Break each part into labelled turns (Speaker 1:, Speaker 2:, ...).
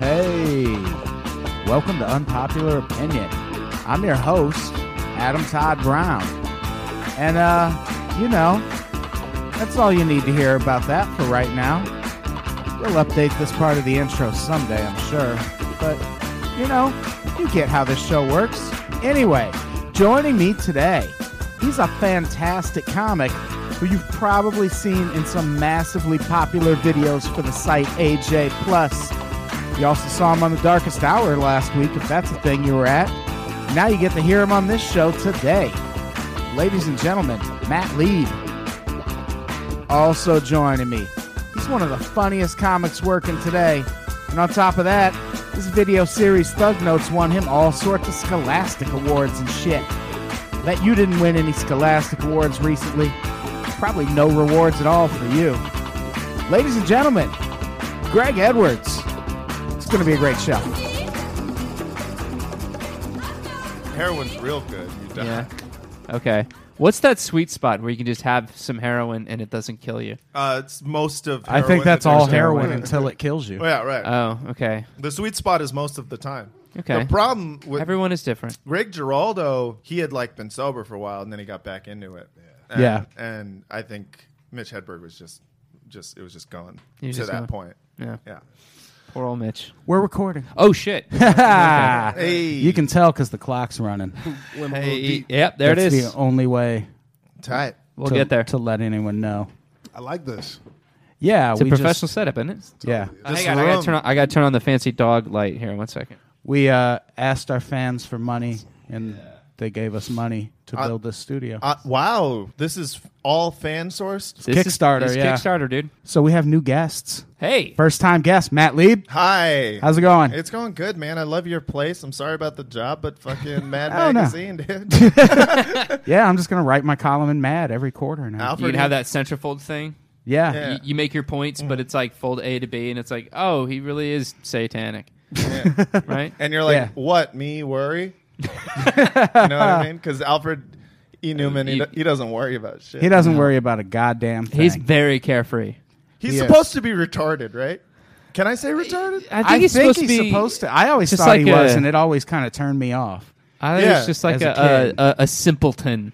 Speaker 1: Hey, welcome to Unpopular Opinion. I'm your host, Adam Todd Brown. And, uh, you know, that's all you need to hear about that for right now. We'll update this part of the intro someday, I'm sure. But, you know, you get how this show works. Anyway, joining me today, he's a fantastic comic who you've probably seen in some massively popular videos for the site AJ Plus. You also saw him on The Darkest Hour last week, if that's the thing you were at. Now you get to hear him on this show today. Ladies and gentlemen, Matt Lead. Also joining me. He's one of the funniest comics working today. And on top of that, this video series Thug Notes won him all sorts of scholastic awards and shit. Bet you didn't win any scholastic awards recently. Probably no rewards at all for you. Ladies and gentlemen, Greg Edwards. It's going to be a great show.
Speaker 2: Heroin's real good. You die.
Speaker 3: Yeah. Okay. What's that sweet spot where you can just have some heroin and it doesn't kill you?
Speaker 2: Uh, it's most of.
Speaker 4: I
Speaker 2: heroin
Speaker 4: think that's
Speaker 2: that
Speaker 4: all
Speaker 2: there's no-
Speaker 4: heroin Uh, until it kills you.
Speaker 2: Oh, yeah, right.
Speaker 3: Oh, okay.
Speaker 2: the sweet spot is most of the time.
Speaker 3: Okay.
Speaker 2: The problem with
Speaker 3: Everyone is different.
Speaker 2: Greg Giraldo, he had like been sober for a while, and then he got back into it. And,
Speaker 4: Yeah.
Speaker 2: And I think Mitch Hedberg was just, just it was just gone
Speaker 3: He
Speaker 2: to
Speaker 3: was just
Speaker 2: that
Speaker 3: gone.
Speaker 2: point.
Speaker 3: Yeah.
Speaker 2: Yeah.
Speaker 3: Poor old Mitch.
Speaker 4: We're recording.
Speaker 3: Oh shit. Ah.
Speaker 2: Hey.
Speaker 4: You can tell because the clock's running.
Speaker 3: Hey, yep, there it
Speaker 4: That's
Speaker 3: is.
Speaker 4: the only way
Speaker 2: tight.
Speaker 3: We'll
Speaker 4: to,
Speaker 3: get there.
Speaker 4: to let anyone know.
Speaker 5: I like this.
Speaker 4: Yeah,
Speaker 3: It's a
Speaker 4: we
Speaker 3: professional
Speaker 4: Just,
Speaker 3: setup, isn't it?
Speaker 4: yeah,
Speaker 3: Uh,
Speaker 2: This
Speaker 3: hang on, I gotta
Speaker 2: room.
Speaker 3: turn on. I gotta turn on the fancy dog light here. One second.
Speaker 4: we uh, asked our fans for money, and they gave us money to build this studio.
Speaker 2: Uh, wow, this is all fan sourced.
Speaker 3: This is-
Speaker 4: Kickstarter,
Speaker 3: this is
Speaker 4: yeah.
Speaker 3: Kickstarter, dude.
Speaker 4: so we have new guests.
Speaker 3: Hey.
Speaker 4: First time guest, Matt Lieb.
Speaker 2: Hi.
Speaker 4: How's it going?
Speaker 2: It's going good, man. I love your place. I'm sorry about the job, but fucking Mad
Speaker 4: Oh, no.
Speaker 2: Magazine, dude.
Speaker 4: yeah, I'm just gonna write my column in Mad every quarter now.
Speaker 2: Alfred,
Speaker 3: you can have that centrifold thing.
Speaker 4: Yeah,
Speaker 2: Yeah.
Speaker 3: You, you make your points, but it's like fold A to B, and it's like, oh, he really is satanic, right?
Speaker 2: And you're like,
Speaker 4: Yeah.
Speaker 2: what? Me worry? you know what I mean? Because Alfred E. Newman, he,
Speaker 3: He-
Speaker 2: do- he doesn't worry about shit.
Speaker 4: he doesn't worry about a goddamn thing.
Speaker 3: He's very carefree.
Speaker 2: He's
Speaker 4: Yes.
Speaker 2: supposed to be retarded, right? Can I say retarded?
Speaker 3: I think
Speaker 4: I
Speaker 3: he's supposed to be.
Speaker 4: I always
Speaker 3: just
Speaker 4: thought
Speaker 3: like
Speaker 4: he was,
Speaker 3: a-
Speaker 4: and it always kind of turned me off.
Speaker 3: I think
Speaker 2: Yeah,
Speaker 3: it's just like
Speaker 4: as
Speaker 3: a
Speaker 4: a
Speaker 3: a,
Speaker 4: kid.
Speaker 3: a, a simpleton,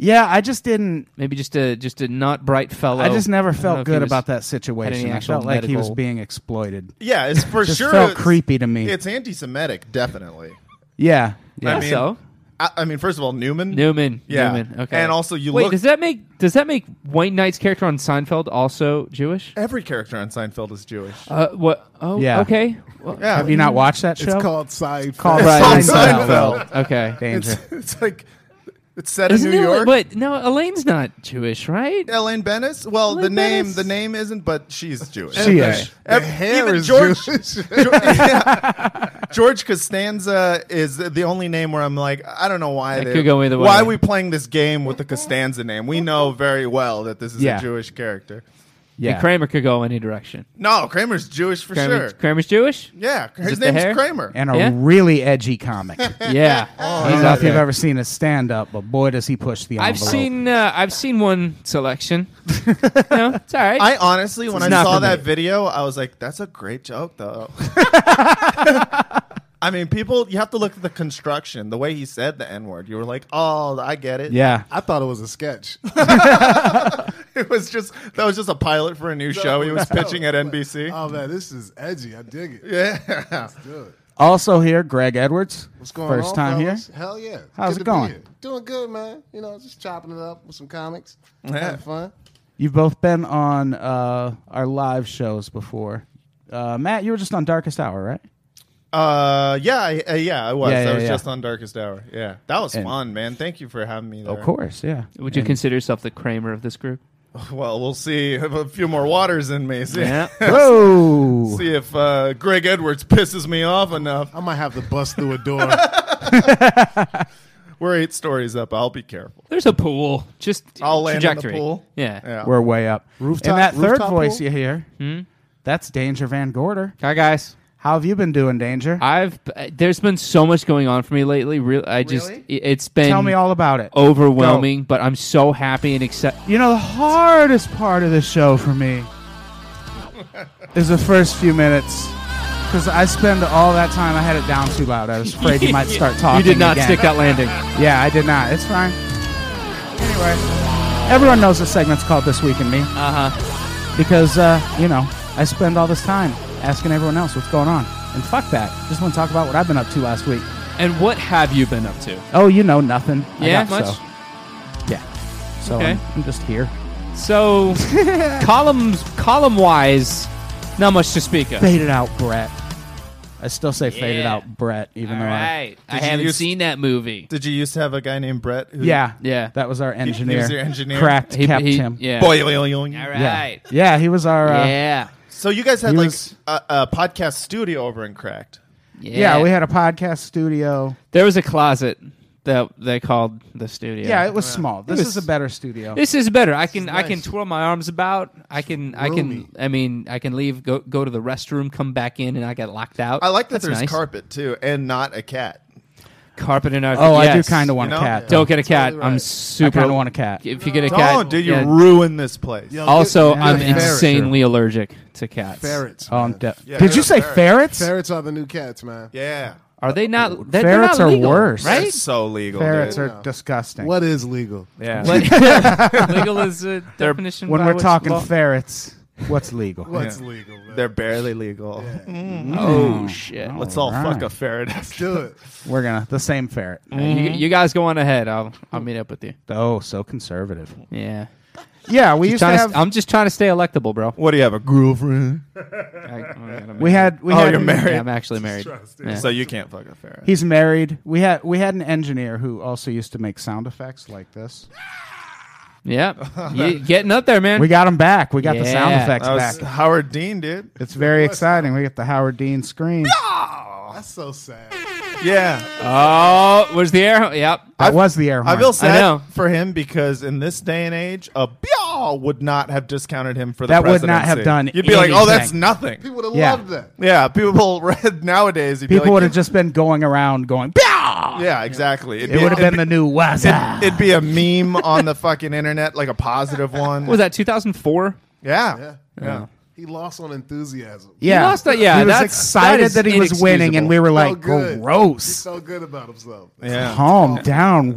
Speaker 4: Yeah, I just didn't.
Speaker 3: maybe just a just a not bright fellow.
Speaker 4: I just never
Speaker 3: don't know
Speaker 4: felt
Speaker 3: if he
Speaker 4: good
Speaker 3: was-
Speaker 4: about that
Speaker 3: had
Speaker 4: situation.
Speaker 3: any
Speaker 4: I
Speaker 3: actual
Speaker 4: felt like he was
Speaker 3: medical-
Speaker 4: being exploited.
Speaker 2: yeah, it's for
Speaker 4: Just
Speaker 2: sure.
Speaker 4: felt
Speaker 2: it's-
Speaker 4: creepy to me.
Speaker 2: It's anti-Semitic, definitely.
Speaker 4: Yeah, yeah.
Speaker 2: I mean-
Speaker 3: Also,
Speaker 2: I, I mean, first of all, Newman.
Speaker 3: Newman.
Speaker 2: Yeah.
Speaker 3: Newman. Okay.
Speaker 2: And also you
Speaker 3: wait.
Speaker 2: look-
Speaker 3: Does that make does that make White Knight's character on Seinfeld also Jewish?
Speaker 2: Every character on Seinfeld is Jewish.
Speaker 3: Uh, what? Oh,
Speaker 4: Yeah.
Speaker 3: Okay. Well,
Speaker 2: yeah,
Speaker 4: Have you not watched that show?
Speaker 5: It's called Seinfeld.
Speaker 4: Called
Speaker 3: Right.
Speaker 4: Seinfeld.
Speaker 3: okay.
Speaker 4: Danger.
Speaker 2: it's, it's like it's set
Speaker 3: Isn't
Speaker 2: in New
Speaker 3: Elaine-
Speaker 2: York.
Speaker 3: Wait, no, Elaine's not Jewish, right?
Speaker 2: Elaine Bennis. Well, the
Speaker 3: Elaine
Speaker 2: name
Speaker 3: Bennis?
Speaker 2: the name isn't, but she's Jewish.
Speaker 4: She is.
Speaker 2: Ev-
Speaker 5: hair
Speaker 2: even
Speaker 5: is
Speaker 2: George,
Speaker 5: Jewish.
Speaker 2: George, yeah. George Costanza is the only name where I'm like, I don't know why.
Speaker 3: That
Speaker 2: they-
Speaker 3: could go either way.
Speaker 2: Why are we playing this game with the Costanza name? We know very well that this is
Speaker 4: Yeah.
Speaker 2: a Jewish character.
Speaker 4: Yeah.
Speaker 3: Kramer could go any direction.
Speaker 2: No, Kramer's Jewish for
Speaker 3: Kramer,
Speaker 2: sure.
Speaker 3: Kramer's Jewish.
Speaker 2: Yeah, his
Speaker 3: it the hair?
Speaker 2: name's Kramer.
Speaker 4: and a
Speaker 3: Yeah?
Speaker 4: really edgy comic. I
Speaker 3: Yeah.
Speaker 2: Oh,
Speaker 4: don't
Speaker 3: He's
Speaker 4: know
Speaker 3: out
Speaker 4: if you've
Speaker 3: there.
Speaker 4: ever seen his stand up, but boy, does he push the envelope.
Speaker 3: I've seen uh, I've seen one selection. no, it's all right.
Speaker 2: I honestly, when I
Speaker 3: not
Speaker 2: saw
Speaker 3: for me.
Speaker 2: that video, I was like, that's a great joke, though. I mean, people, you have to look at the construction, the way he said the N word. You were like, oh, I get it.
Speaker 4: Yeah.
Speaker 5: I thought it was a sketch.
Speaker 2: It was just, that was just a pilot for a new show he was pitching at NBC.
Speaker 5: oh man, this is edgy. I dig it.
Speaker 2: yeah.
Speaker 5: Let's do it.
Speaker 4: Also here, Greg Edwards.
Speaker 5: What's going
Speaker 4: First
Speaker 5: on?
Speaker 4: time
Speaker 5: fellas?
Speaker 4: here.
Speaker 5: Hell yeah.
Speaker 4: How's
Speaker 5: Good
Speaker 4: it
Speaker 5: to be
Speaker 4: going?
Speaker 5: here. Doing good, man. You know, just chopping it up with some comics. Having fun.
Speaker 4: You've both been on uh, our live shows before. Uh, Matt, you were just on Darkest Hour, right?
Speaker 2: Uh, yeah, I- uh, yeah, I was.
Speaker 4: Yeah, yeah,
Speaker 2: I was
Speaker 4: yeah.
Speaker 2: just on Darkest Hour. Yeah, that was
Speaker 4: And-
Speaker 2: fun, man. Thank you for having me. There.
Speaker 4: Of course, yeah.
Speaker 3: Would you
Speaker 4: And-
Speaker 3: consider yourself the Kramer of this group?
Speaker 2: Well, we'll see. Have a few more waters in me. See,
Speaker 4: Whoa!
Speaker 2: see if uh, Greg Edwards pisses me off enough.
Speaker 5: I might have to bust through a door.
Speaker 2: We're eight stories up. I'll be careful.
Speaker 3: There's a pool. Just
Speaker 2: I'll land in the
Speaker 3: trajectory.
Speaker 2: pool.
Speaker 3: Yeah.
Speaker 2: Yeah.
Speaker 4: We're way up.
Speaker 5: Oh. Rooftop-
Speaker 4: and that third
Speaker 5: rooftop
Speaker 4: voice
Speaker 5: pool?
Speaker 4: you hear, that's Danger Van Gorder.
Speaker 3: Hmm? Hi guys.
Speaker 4: How have you been doing, Danger?
Speaker 3: I've uh, there's been so much going on for me lately. Real, I just
Speaker 4: Really?
Speaker 3: it- it's been Oh.
Speaker 4: Tell me all about it.
Speaker 3: overwhelming, but I'm so happy and except
Speaker 4: You know, the hardest part of this show for me is the first few minutes. Because I spend all that time, I had it down too loud. I was afraid you might start
Speaker 3: you
Speaker 4: talking.
Speaker 3: did not
Speaker 4: again.
Speaker 3: stick that landing.
Speaker 4: Yeah, I did not. It's fine. Anyway, everyone knows the segment's called This Week in Me. Uh
Speaker 3: Uh-huh.
Speaker 4: huh. Because, uh, you know, I spend all this time asking everyone else what's going on. And fuck that. Just want to talk about what I've been up to last week.
Speaker 3: And what have you been up to?
Speaker 4: Oh, you know, nothing. I
Speaker 3: yeah,
Speaker 4: got
Speaker 3: much.
Speaker 4: So. Yeah. So
Speaker 3: Okay.
Speaker 4: I'm, I'm just here.
Speaker 3: So, columns column wise, not much to speak of.
Speaker 4: Faded out, Brett. I still say faded
Speaker 3: Yeah.
Speaker 4: out, Brett, even
Speaker 3: All
Speaker 4: though
Speaker 3: right, I
Speaker 2: Did you
Speaker 3: haven't
Speaker 2: use-
Speaker 3: seen that movie.
Speaker 2: Did you used to have a guy named Brett?
Speaker 4: I.
Speaker 2: Who,
Speaker 4: Yeah.
Speaker 3: Yeah.
Speaker 4: That was our engineer.
Speaker 2: was your engineer?
Speaker 4: Cracked,
Speaker 3: He-
Speaker 4: kept
Speaker 3: he-
Speaker 4: him.
Speaker 3: Yeah.
Speaker 2: Boy, yo, yo, yo.
Speaker 3: All
Speaker 4: Yeah.
Speaker 3: right.
Speaker 4: Yeah, he was our. Uh,
Speaker 3: Yeah.
Speaker 2: So you guys had
Speaker 4: He
Speaker 2: like
Speaker 4: was-
Speaker 2: a, a podcast studio over in Cracked.
Speaker 4: yeah, we had a podcast studio.
Speaker 3: There was a closet that they called the studio.
Speaker 4: Yeah, it was small. This
Speaker 3: was-
Speaker 4: is a better studio.
Speaker 3: This is better. I can I can
Speaker 2: nice.
Speaker 3: twirl my arms about. I can I
Speaker 5: Roomy.
Speaker 3: can I mean I can leave go go to the restroom, come back in, and I get locked out.
Speaker 2: I like that
Speaker 3: That's
Speaker 2: there's
Speaker 3: nice.
Speaker 2: carpet too, and not a cat.
Speaker 3: carpet in our.
Speaker 4: Oh, I do
Speaker 3: yes.
Speaker 4: kind of want
Speaker 2: You
Speaker 4: a
Speaker 2: know?
Speaker 4: cat. though.
Speaker 3: Don't get a cat.
Speaker 5: totally
Speaker 3: I'm
Speaker 5: right.
Speaker 4: I
Speaker 3: super.
Speaker 4: kind of want a cat.
Speaker 3: If you get a
Speaker 2: Don't,
Speaker 3: cat,
Speaker 2: Oh, dude, you
Speaker 3: yeah.
Speaker 2: ruin this place.
Speaker 5: Yo,
Speaker 3: also
Speaker 5: get-
Speaker 3: I'm
Speaker 4: Yeah, yeah.
Speaker 3: insanely allergic to cats.
Speaker 5: ferrets.
Speaker 4: Oh, I'm
Speaker 5: man.
Speaker 4: de-
Speaker 2: Yeah,
Speaker 4: Did
Speaker 2: they're
Speaker 4: you say
Speaker 2: ferrets.
Speaker 4: ferrets?
Speaker 5: Ferrets are the new cats, man.
Speaker 2: Yeah,
Speaker 3: Are they not? They're, they're
Speaker 4: Ferrets
Speaker 3: not
Speaker 4: are
Speaker 3: legal,
Speaker 4: worse.
Speaker 3: right?
Speaker 2: That's so legal.
Speaker 4: Ferrets
Speaker 2: dude.
Speaker 4: are disgusting.
Speaker 5: What is legal?
Speaker 2: yeah.
Speaker 3: But legal is a definition.
Speaker 4: when
Speaker 3: by
Speaker 4: we're
Speaker 3: which
Speaker 4: talking
Speaker 3: law-
Speaker 4: ferrets, what's legal?
Speaker 5: What's
Speaker 2: Yeah.
Speaker 5: legal, man?
Speaker 2: They're barely legal.
Speaker 3: oh shit!
Speaker 2: Let's all fuck
Speaker 4: right.
Speaker 2: a ferret. after.
Speaker 5: Do it.
Speaker 4: We're gonna the same ferret.
Speaker 3: You, you guys go on ahead. I'll I'll meet up with you.
Speaker 4: Oh, so conservative.
Speaker 3: Yeah.
Speaker 4: Yeah, we used to
Speaker 3: Trying to
Speaker 4: have.
Speaker 3: st- I'm just trying to stay electable, bro.
Speaker 2: What do you have a girlfriend?
Speaker 3: I, I gotta
Speaker 4: we
Speaker 3: make-
Speaker 4: had. We
Speaker 2: Oh,
Speaker 4: had
Speaker 2: you're married.
Speaker 3: Yeah, I'm actually married. Yeah.
Speaker 2: So you can't fuck a ferret.
Speaker 4: He's married. We had. We had an engineer who also used to make sound effects like this.
Speaker 3: Yeah, you, getting up there, man.
Speaker 4: We got him back. We got the sound
Speaker 3: Yeah.
Speaker 4: effects
Speaker 2: that was
Speaker 4: back.
Speaker 2: Howard Dean, dude.
Speaker 4: It's very exciting. We get the Howard Dean scream.
Speaker 5: That's so sad.
Speaker 2: Yeah,
Speaker 3: oh, where's the air? Yep.
Speaker 4: That was the air
Speaker 2: I
Speaker 4: horn.
Speaker 2: feel
Speaker 3: know.
Speaker 2: sad for him because in this day and age, a biaw would not have discounted him for the
Speaker 4: That would
Speaker 2: presidency.
Speaker 4: not have done
Speaker 2: You'd be like, oh, that's
Speaker 4: anything."
Speaker 2: nothing.
Speaker 5: People would have
Speaker 4: Yeah.
Speaker 5: loved that.
Speaker 2: Yeah, people read nowadays. you'd be
Speaker 4: People
Speaker 2: like,
Speaker 4: would have just been going around going. "Pow!"
Speaker 2: Yeah, exactly. It'd
Speaker 4: It would have
Speaker 2: it'd
Speaker 4: been the new was.
Speaker 2: be- It'd be a meme on the fucking internet, like a positive one.
Speaker 3: What was that 2004?
Speaker 2: Yeah.
Speaker 5: Yeah.
Speaker 2: Yeah.
Speaker 5: He lost on enthusiasm.
Speaker 4: Yeah,
Speaker 3: He lost that- yeah,
Speaker 4: He was
Speaker 3: that's-
Speaker 4: excited
Speaker 3: that is
Speaker 4: that, he was winning, and we were
Speaker 5: Felt
Speaker 4: like,
Speaker 5: good. He
Speaker 4: "Gross,
Speaker 5: felt good about himself.
Speaker 2: Yeah.
Speaker 4: calm down,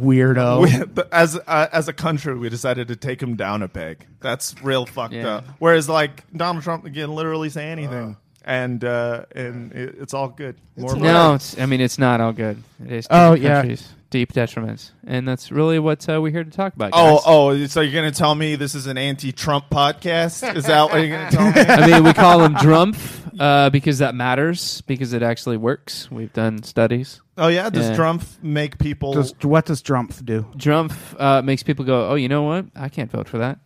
Speaker 2: We,
Speaker 4: weirdo."
Speaker 2: but as uh, as a country, we decided to take him down a peg. That's real fucked
Speaker 3: Yeah.
Speaker 2: up. Whereas, like Donald Trump can literally say anything, and uh, and it, it's all good. More
Speaker 3: No, it's, I mean it's not all good. It is to
Speaker 4: Oh,
Speaker 3: the
Speaker 4: yeah.
Speaker 3: country's deep detriments, and that's really what uh, we're here to talk about.
Speaker 2: Oh,
Speaker 3: guys.
Speaker 2: oh! So you're gonna tell me this is an anti-Trump podcast? Is that what you're gonna tell me?
Speaker 3: I mean we call him Drumpf uh, because that matters because it actually works. We've done studies.
Speaker 2: Oh yeah, does
Speaker 3: Yeah.
Speaker 2: Trump make people
Speaker 4: Does, what does Drumpf do?
Speaker 3: Drumpf uh, makes people go, oh, you know what? I can't vote for that.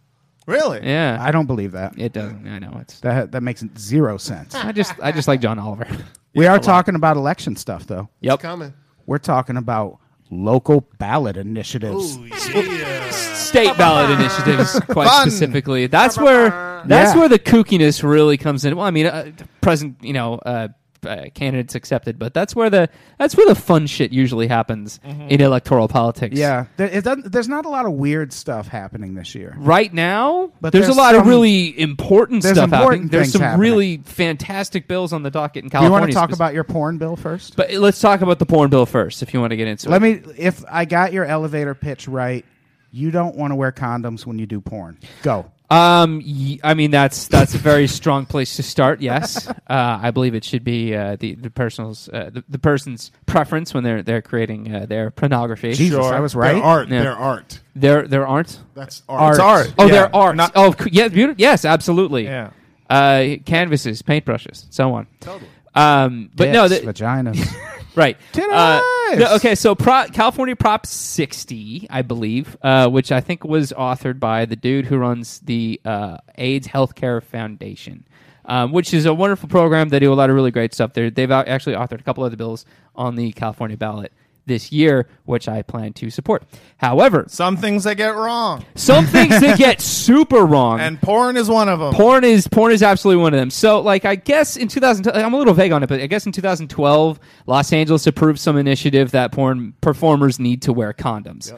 Speaker 2: really?
Speaker 3: Yeah,
Speaker 4: I don't believe that.
Speaker 3: it doesn't. I know it's.
Speaker 4: That that makes zero sense.
Speaker 3: I just I just like John Oliver.
Speaker 4: we are talking about election stuff, though.
Speaker 3: yep.
Speaker 5: Coming.
Speaker 4: We're talking about local ballot initiatives.
Speaker 3: state ballot initiatives quite
Speaker 2: Fun.
Speaker 3: specifically. That's where that's
Speaker 4: Yeah.
Speaker 3: where the kookiness really comes in. Well, I mean, uh, present you know uh, uh, candidates accepted, but that's where the that's where the fun shit usually happens in electoral politics.
Speaker 4: Mm-hmm. Yeah, there, it doesn't, there's not a lot of weird stuff happening this year.
Speaker 3: Right now,
Speaker 4: But
Speaker 3: there's,
Speaker 4: there's
Speaker 3: a lot of
Speaker 4: some-
Speaker 3: really important
Speaker 4: there's
Speaker 3: stuff happening.
Speaker 4: important
Speaker 3: There's
Speaker 4: things
Speaker 3: some
Speaker 4: happening.
Speaker 3: really fantastic bills on the docket in
Speaker 4: Do you
Speaker 3: California.
Speaker 4: want to talk
Speaker 3: spec-
Speaker 4: about your porn bill first?
Speaker 3: But let's talk about the porn bill first, if you want to get into
Speaker 4: Let
Speaker 3: it.
Speaker 4: me. If I got your elevator pitch right, you don't want to wear condoms when you do porn. Go.
Speaker 3: Um, y- I mean that's that's a very strong place to start. Yes, uh, I believe it should be uh, the the person's uh, the, the person's preference when they're they're creating uh, their pornography.
Speaker 4: Jesus, I was right.
Speaker 5: Their art.
Speaker 3: Yeah.
Speaker 5: Their art.
Speaker 3: There there aren't.
Speaker 5: That's
Speaker 4: Art.
Speaker 5: art.
Speaker 2: It's art.
Speaker 3: Oh,
Speaker 2: Yeah.
Speaker 3: there are.
Speaker 2: Not-
Speaker 3: oh, c- yeah, beautiful. Yes, absolutely.
Speaker 2: Yeah.
Speaker 3: Uh, canvases, paintbrushes, so on.
Speaker 5: Totally.
Speaker 3: Um, but no,
Speaker 1: Dicks,
Speaker 3: the,
Speaker 1: vaginas.
Speaker 3: right. Uh,
Speaker 1: Titties!
Speaker 3: no, okay, so Pro- California Prop 60, I believe, uh, which I think was authored by the dude who runs the uh, AIDS Healthcare Foundation, um, which is a wonderful program. They do a lot of really great stuff. They're, they've au- actually authored a couple other bills on the California ballot this year, which I plan to support. However,
Speaker 2: Some things they get wrong,
Speaker 3: some things they get super wrong
Speaker 2: and porn is one of them.
Speaker 3: porn is porn is absolutely one of them. So like I guess in 2000 I'm a little vague on it, but I guess in 2012 Los Angeles approved some initiative that porn performers need to wear condoms.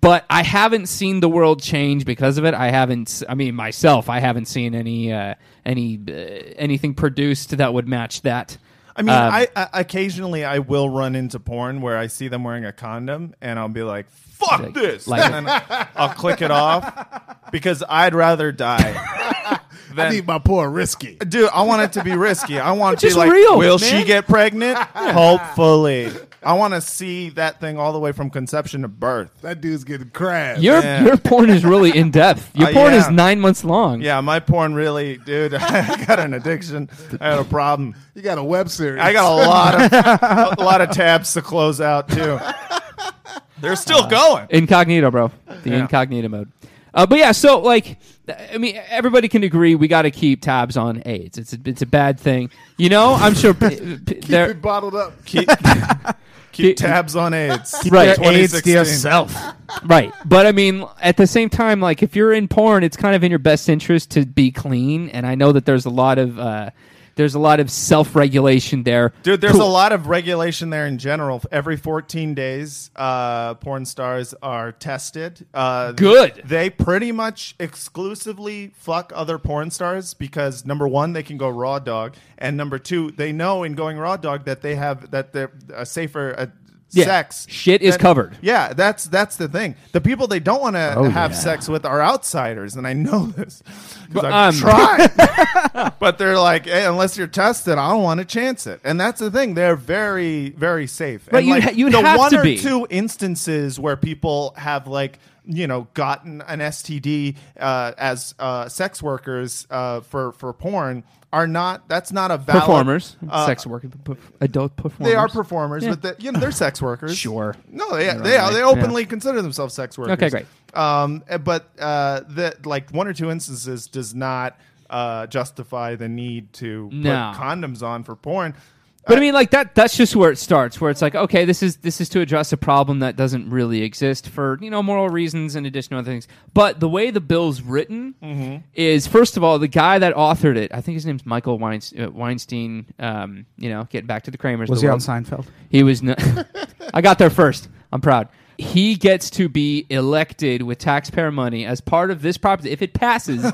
Speaker 3: But I haven't seen the world change because of it. I haven't. s- I mean, myself, I haven't seen any uh, any uh, anything produced that would match that.
Speaker 2: I mean,
Speaker 3: Um,
Speaker 2: I, I occasionally I will run into porn where I see them wearing a condom, and I'll be like, "Fuck
Speaker 3: Like-
Speaker 2: this!"
Speaker 3: like-
Speaker 2: and then I'll click it off because I'd rather die.
Speaker 5: I
Speaker 2: than
Speaker 5: need my poor risky.
Speaker 2: Dude, I want it to be risky. I want it to
Speaker 3: Just
Speaker 2: be like,
Speaker 3: real,
Speaker 2: will
Speaker 3: man.
Speaker 2: she get pregnant? Hopefully. I want to see that thing all the way from conception to birth.
Speaker 5: That dude's getting crashed.
Speaker 3: Your
Speaker 2: Yeah.
Speaker 3: your porn is really in depth. Your
Speaker 2: Uh,
Speaker 3: porn
Speaker 2: yeah.
Speaker 3: is nine months long.
Speaker 2: Yeah, my porn really, dude. I got an addiction. I had a problem.
Speaker 5: you got a web series.
Speaker 2: I got a lot of a lot of tabs to close out too. They're
Speaker 3: Uh,
Speaker 2: still going.
Speaker 3: Incognito, bro. The
Speaker 2: Yeah.
Speaker 3: incognito mode. Uh, but yeah, so like, I mean, everybody can agree we got to keep tabs on AIDS. It's a, it's a bad thing, you know. I'm sure p- p-
Speaker 5: Keep
Speaker 3: there.
Speaker 5: it bottled up.
Speaker 2: Keep, keep tabs on AIDS.
Speaker 3: Right,
Speaker 2: Keep AIDS to
Speaker 1: yourself.
Speaker 3: right. But I mean, at the same time, like, if you're in porn, it's kind of in your best interest to be clean. And I know that there's a lot of uh, there's a lot of self regulation there,
Speaker 2: Dude, there's
Speaker 3: Cool.
Speaker 2: a lot of regulation there in general. Every 14 days, uh, porn stars are tested. Uh,
Speaker 3: Good.
Speaker 2: They pretty much exclusively fuck other porn stars because number one, they can go raw dog, and number two, they know in going raw dog that they have that they're a safer. Uh,
Speaker 3: Yeah.
Speaker 2: Sex
Speaker 3: Shit is
Speaker 2: That-
Speaker 3: covered. Oh,
Speaker 2: Yeah, that's that's the thing. The people they don't want to have sex with are outsiders, and I know this because I've
Speaker 3: um,
Speaker 2: tried but they're like, hey, unless you're tested, I don't want to chance it. And that's the thing; they're very, very safe.
Speaker 3: Right,
Speaker 2: and
Speaker 3: you'd
Speaker 2: like,
Speaker 3: ha- you'd
Speaker 2: the
Speaker 3: have
Speaker 2: one
Speaker 3: to
Speaker 2: or
Speaker 3: be.
Speaker 2: two instances where people have like you know gotten an STD uh, as uh, sex workers uh, for for porn are not. That's not a valid
Speaker 3: performers,
Speaker 2: uh,
Speaker 3: sex workers, adult performers.
Speaker 2: They are performers,
Speaker 3: Yeah.
Speaker 2: but they, you know they're sex workers.
Speaker 3: Sure.
Speaker 2: No, they they, are, they
Speaker 3: Yeah.
Speaker 2: openly consider themselves sex workers.
Speaker 3: Okay, great.
Speaker 2: Um, eh, but uh, that like one or two instances does not uh, justify the need to
Speaker 3: No.
Speaker 2: put condoms on for porn.
Speaker 3: But I mean, like that—that's just where it starts. Where it's like, okay, this is this is to address a problem that doesn't really exist for you know moral reasons in addition to other things. But the way the bill's written is, first of all, the guy that authored it, I think his name's Michael Weinstein. Uh, Weinstein um, you know, getting back to the Kramers.
Speaker 4: Was
Speaker 3: the
Speaker 4: he on
Speaker 3: world.
Speaker 4: Seinfeld?
Speaker 3: He was. No- I got there first. I'm proud. He gets to be elected with taxpayer money as part of this property. If it passes,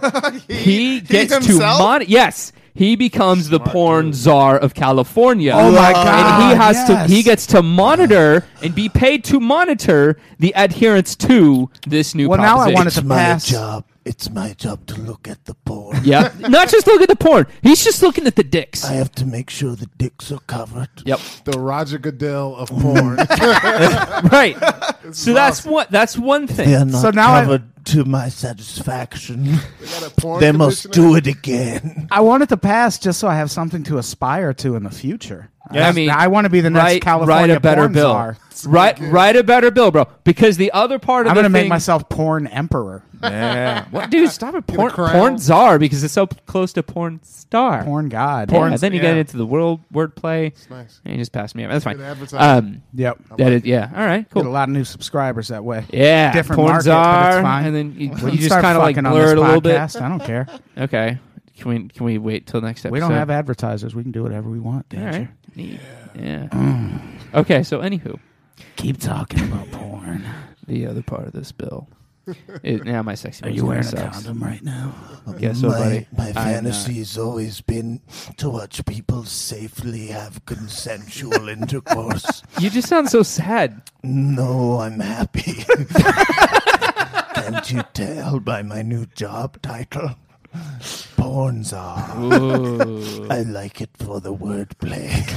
Speaker 3: he,
Speaker 2: He- he
Speaker 3: gets to
Speaker 2: himself?
Speaker 3: mon- Yes, he becomes the porn czar of California.
Speaker 4: Oh my
Speaker 3: And
Speaker 4: God,
Speaker 3: he has
Speaker 4: yes.
Speaker 3: to. He gets to monitor and be paid to monitor the adherence to this new.
Speaker 4: Well, now I
Speaker 3: proposition.
Speaker 4: wanted to pass.
Speaker 6: It's my job to look at the porn.
Speaker 3: Yeah, not just look at the porn. He's just looking at the dicks.
Speaker 6: I have to make sure the dicks are covered.
Speaker 3: Yep.
Speaker 5: The Roger Goodell of porn.
Speaker 3: Right. so that's what. That's one thing.
Speaker 6: They are not
Speaker 4: So now I-
Speaker 6: covered to my satisfaction.
Speaker 5: porn
Speaker 6: They must
Speaker 5: commissioner.
Speaker 6: do it again.
Speaker 4: I wanted to pass just so I have something to aspire to in the future.
Speaker 3: I mean,
Speaker 4: I want to be the next
Speaker 3: write,
Speaker 4: California
Speaker 3: write a better
Speaker 4: porn
Speaker 3: bill.
Speaker 4: czar.
Speaker 3: Write write a better bill, bro. Because the other part of
Speaker 4: I'm
Speaker 3: the
Speaker 4: going to make
Speaker 3: thing-
Speaker 4: myself porn emperor.
Speaker 3: what, dude. Stop it, porn,
Speaker 5: crown.
Speaker 3: porn czar because it's so p- close to porn star.
Speaker 4: Porn god.
Speaker 3: Porn, and then you get
Speaker 2: yeah.
Speaker 3: into the world wordplay.
Speaker 5: nice.
Speaker 3: And you just pass me up. That's fine.
Speaker 5: Good advertising.
Speaker 3: Um,
Speaker 4: Yep.
Speaker 3: that is yeah. All right.
Speaker 4: Get a
Speaker 3: Cool.
Speaker 4: lot of new subscribers that way.
Speaker 3: Yeah.
Speaker 4: Different
Speaker 3: porn
Speaker 4: market, but
Speaker 3: czar,
Speaker 4: it's fine.
Speaker 3: and then you,
Speaker 4: We
Speaker 3: you
Speaker 4: can
Speaker 3: just
Speaker 4: start
Speaker 3: kind of like
Speaker 4: fucking on
Speaker 3: blur
Speaker 4: this
Speaker 3: it a little bit.
Speaker 4: podcast. I don't care.
Speaker 3: Okay. Can we can we wait till next episode?
Speaker 4: We don't have advertisers. We can do whatever we want.
Speaker 3: All
Speaker 4: danger.
Speaker 3: right. Neat. Yeah. okay. So anywho.
Speaker 4: Keep talking about porn.
Speaker 3: the other part of this bill. it, now my sexy.
Speaker 4: Are
Speaker 3: voice
Speaker 4: you wearing a
Speaker 3: kinda sucks.
Speaker 4: condom right now?
Speaker 3: Guess so,
Speaker 6: my
Speaker 3: buddy.
Speaker 6: my
Speaker 3: I'm
Speaker 6: fantasy has always been to watch people safely have consensual intercourse.
Speaker 3: You just sound so sad.
Speaker 6: No, I'm happy. Can't you tell by my new job title? Porns are. I like it for the wordplay.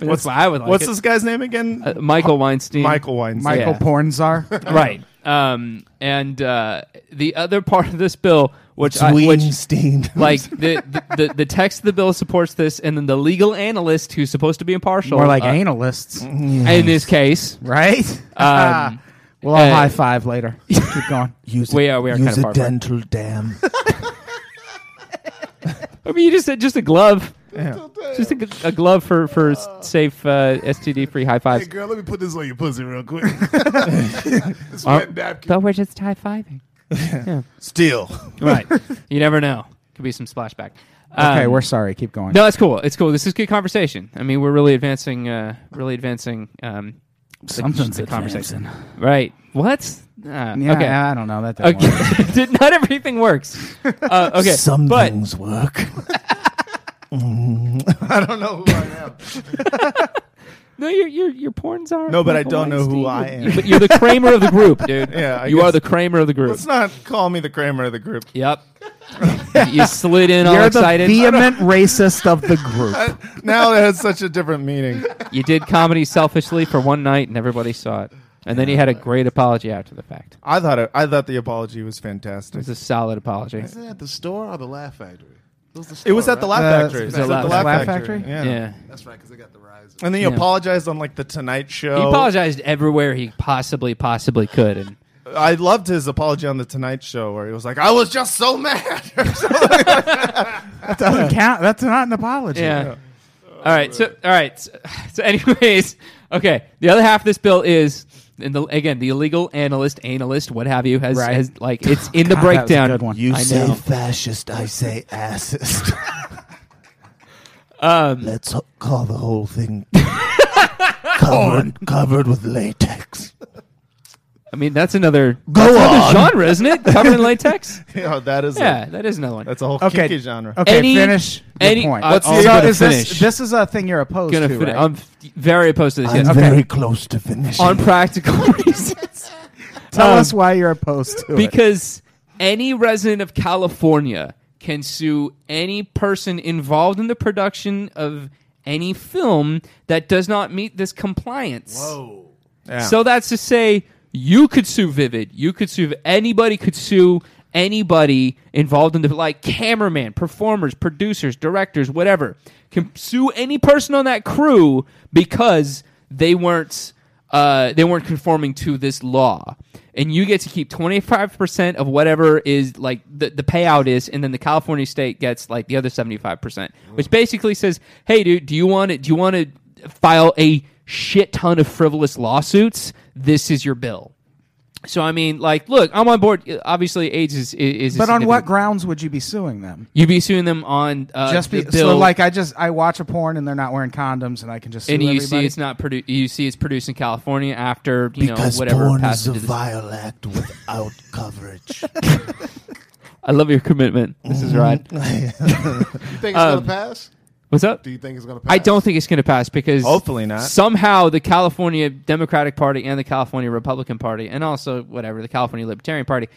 Speaker 3: What's, why I would like
Speaker 2: What's
Speaker 3: it.
Speaker 2: this guy's name again?
Speaker 3: Uh, Michael Weinstein.
Speaker 2: Michael Weinstein.
Speaker 4: Michael
Speaker 3: Yeah.
Speaker 4: Porn czar.
Speaker 3: Right. Um, and uh, the other part of this bill, which I, which
Speaker 6: Weinstein.
Speaker 3: like the, the the- the text of the bill supports this, and then the legal analyst who's supposed to be impartial,
Speaker 4: More like
Speaker 3: uh,
Speaker 4: analysts,
Speaker 3: in this case,
Speaker 4: right? Ah.
Speaker 3: um,
Speaker 4: we'll all
Speaker 3: uh,
Speaker 4: high five later. Keep going.
Speaker 6: use
Speaker 3: We
Speaker 6: a,
Speaker 3: are- we are
Speaker 6: use
Speaker 3: kinda
Speaker 6: a
Speaker 3: far apart.
Speaker 6: dental dam.
Speaker 3: I mean, you just said just a glove, just a, g- a glove for for s- safe uh, STD free high
Speaker 7: Hey,
Speaker 3: fives.
Speaker 7: girl, let me put this on your pussy real quick. this
Speaker 3: Aren't-
Speaker 7: wet napkin.
Speaker 3: But we're just high fiving,
Speaker 7: Still.
Speaker 3: right? you never know. Could be some splashback.
Speaker 4: Okay,
Speaker 3: Um,
Speaker 4: we're sorry. Keep going.
Speaker 3: No, it's cool. It's cool. This is good conversation. I mean, we're really advancing, uh, really advancing um, the,
Speaker 4: Something's
Speaker 3: the conversation. Right. What? Uh,
Speaker 4: Yeah,
Speaker 3: okay.
Speaker 4: I don't know. That doesn't work.
Speaker 3: okay. Did- Not everything works. Uh, okay.
Speaker 6: Some
Speaker 3: but
Speaker 6: things work.
Speaker 2: I don't know who I am.
Speaker 3: no, your your your porns are
Speaker 2: No, but I don't know who I am.
Speaker 3: But you're the Kramer of the group, dude.
Speaker 2: Yeah, I
Speaker 3: you
Speaker 2: guess-
Speaker 3: are the Kramer of the group.
Speaker 2: Let's not call me the Kramer of the group.
Speaker 3: Yep. you slid in all
Speaker 4: You're
Speaker 3: excited.
Speaker 4: the vehement racist of the group.
Speaker 2: Now that has such a different meaning.
Speaker 3: you did comedy selfishly for one night, and everybody saw it. And then you had a great apology after the fact.
Speaker 2: I thought it, I thought the apology was
Speaker 3: It
Speaker 2: fantastic.
Speaker 3: was a solid apology.
Speaker 7: Is it at the store or the Laugh Factory? It was, the store,
Speaker 2: It was at the
Speaker 7: right?
Speaker 2: Laugh
Speaker 4: Uh,
Speaker 2: Factory.
Speaker 4: it was
Speaker 3: at
Speaker 2: It was
Speaker 3: Laugh-
Speaker 4: Laugh Factory?
Speaker 2: Yeah.
Speaker 3: yeah.
Speaker 7: That's right, because they got the rise.
Speaker 2: And then he
Speaker 3: Yeah.
Speaker 2: apologized on like the Tonight Show.
Speaker 3: He apologized everywhere he possibly, possibly could. And
Speaker 2: I loved his apology on the Tonight Show where he was like, "I was just so mad."
Speaker 4: Doesn't count. That's not an apology.
Speaker 3: yeah. All right. So all right. So, so anyways, okay. The other half of this bill is, and the, again, the illegal analyst, analyst, what have you, has,
Speaker 4: Right.
Speaker 3: has like it's in the
Speaker 4: God, that was a
Speaker 3: breakdown.
Speaker 4: good one.
Speaker 6: You
Speaker 3: I
Speaker 6: say
Speaker 3: know.
Speaker 6: fascist, I say assist.
Speaker 3: Um,
Speaker 6: Let's ho- call the whole thing covered, covered with latex.
Speaker 3: I mean, that's another
Speaker 6: Go
Speaker 3: that's another
Speaker 6: on.
Speaker 3: genre, isn't it? Covered in latex.
Speaker 2: yeah, that is
Speaker 3: yeah,
Speaker 2: a,
Speaker 3: that is another one.
Speaker 2: that's a whole
Speaker 4: Okay.
Speaker 2: kinky genre.
Speaker 4: Okay,
Speaker 3: Any-
Speaker 4: finish your
Speaker 3: any- uh,
Speaker 4: point.
Speaker 3: I- What's
Speaker 4: so
Speaker 3: I'm gonna
Speaker 4: is
Speaker 3: finish.
Speaker 4: this this is a thing you're opposed
Speaker 3: gonna
Speaker 4: to,
Speaker 3: fin-
Speaker 4: right?
Speaker 3: I'm f- very opposed to this.
Speaker 6: I'm
Speaker 3: Yes.
Speaker 6: very close to finishing.
Speaker 3: On practical reasons.
Speaker 4: Tell
Speaker 3: um,
Speaker 4: us why you're opposed to it.
Speaker 3: Because any resident of California can sue any person involved in the production of any film that does not meet this compliance. Whoa. So that's to say, you could sue Vivid. You could sue anybody. Could sue anybody involved in the like cameraman, performers, producers, directors, whatever. Can sue any person on that crew because they weren't uh, they weren't conforming to this law. And you get to keep twenty five percent of whatever is like the, the payout is, and then the California state gets like the other seventy five percent, which basically says, "Hey, dude, do you want to do you want to file a shit ton of frivolous lawsuits? This is your bill." So I mean, like, look, I'm on board. Obviously, AIDS is is. is
Speaker 4: But on what
Speaker 3: significant.
Speaker 4: grounds would you be suing them?
Speaker 3: You'd be suing them on uh,
Speaker 4: just be
Speaker 3: the bill,
Speaker 4: so like I just I watch a porn and they're not wearing condoms and I can just sue
Speaker 3: and you see
Speaker 4: everybody.
Speaker 3: it's not produ- you see it's produced in California after you
Speaker 6: because
Speaker 3: know whatever
Speaker 6: porn is
Speaker 3: passage
Speaker 6: a
Speaker 3: of this-
Speaker 6: vile act without coverage.
Speaker 3: I love your commitment. This is right.
Speaker 4: Mm-hmm.
Speaker 5: You think it's gonna pass?
Speaker 3: What's up?
Speaker 5: Do you think it's gonna pass?
Speaker 3: I don't think it's going to pass because
Speaker 2: Hopefully not.
Speaker 3: Somehow the California Democratic Party and the California Republican Party and also whatever the California Libertarian Party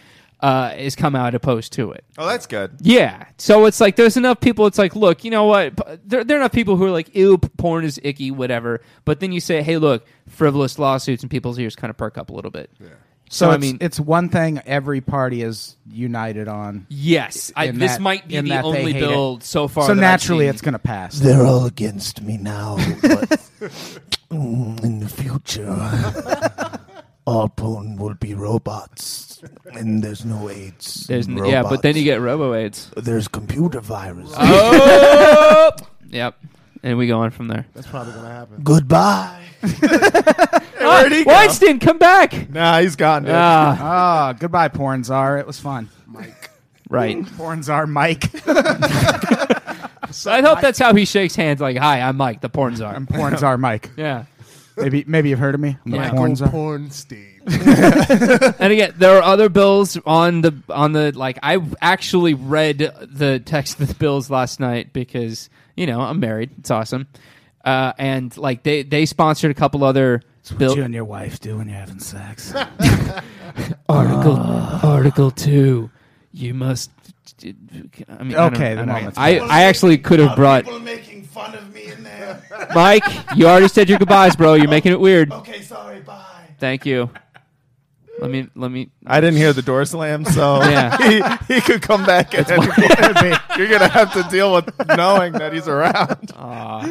Speaker 3: uh, has come out opposed to it.
Speaker 2: Oh, that's good.
Speaker 3: Yeah. So it's like there's enough people. It's like, look, you know what? P- There, there are enough people who are like, ew, p- porn is icky, whatever. But then you say, hey, look, frivolous lawsuits and people's ears kind of perk up a little bit. Yeah.
Speaker 4: so
Speaker 3: So, I
Speaker 4: it's-
Speaker 3: mean,
Speaker 4: it's one thing every party is united on.
Speaker 3: yes, I,
Speaker 4: in
Speaker 3: this
Speaker 4: that-
Speaker 3: might be
Speaker 4: in
Speaker 3: the
Speaker 4: that they
Speaker 3: only
Speaker 4: hate
Speaker 3: bill so far. that
Speaker 4: So
Speaker 3: I've
Speaker 4: naturally
Speaker 3: seen.
Speaker 4: it's going to pass.
Speaker 6: They're all against me now, but mm, in the future, all porn will be robots, and there's no AIDS.
Speaker 3: There's
Speaker 6: in
Speaker 3: n- yeah, but then Oh. you get
Speaker 6: robots.
Speaker 3: robo aids.
Speaker 6: there's computer viruses.
Speaker 3: Yep. And we go on from there.
Speaker 5: That's probably gonna happen.
Speaker 6: Goodbye.
Speaker 3: Weinstein, come back.
Speaker 2: Nah, he's gone. Dude.
Speaker 3: Ah,
Speaker 4: Ah, goodbye porn czar. It was fun.
Speaker 3: right.
Speaker 4: Porn czar Mike.
Speaker 3: So I hope that's how he shakes hands. Like, hi, I'm Mike, the porn czar.
Speaker 4: I'm porn czar Mike.
Speaker 3: Yeah.
Speaker 4: Maybe maybe you've heard of me. I'm the
Speaker 3: Yeah.
Speaker 4: porn czar.
Speaker 7: Porn Steve.
Speaker 3: And again, there are other bills on the on the like. I actually read the text of the bills last night because you know I'm married. It's awesome. Uh, and like they they sponsored a couple other bills.
Speaker 4: You and your wife do when you're having sex.
Speaker 3: Article Article Two. You must. I mean, I don't-
Speaker 4: Okay,
Speaker 3: I,
Speaker 4: the
Speaker 3: don't
Speaker 4: moment's
Speaker 3: I, I actually could have brought
Speaker 7: People making fun of me in there.
Speaker 3: Mike. You already said your goodbyes, bro. You're making it weird.
Speaker 7: Okay, sorry, bye.
Speaker 3: Thank you. Let me let me.
Speaker 2: I didn't hear the door slam, so
Speaker 3: Yeah.
Speaker 2: he, he could come back at any point. You're gonna have to deal with knowing that he's around.
Speaker 3: I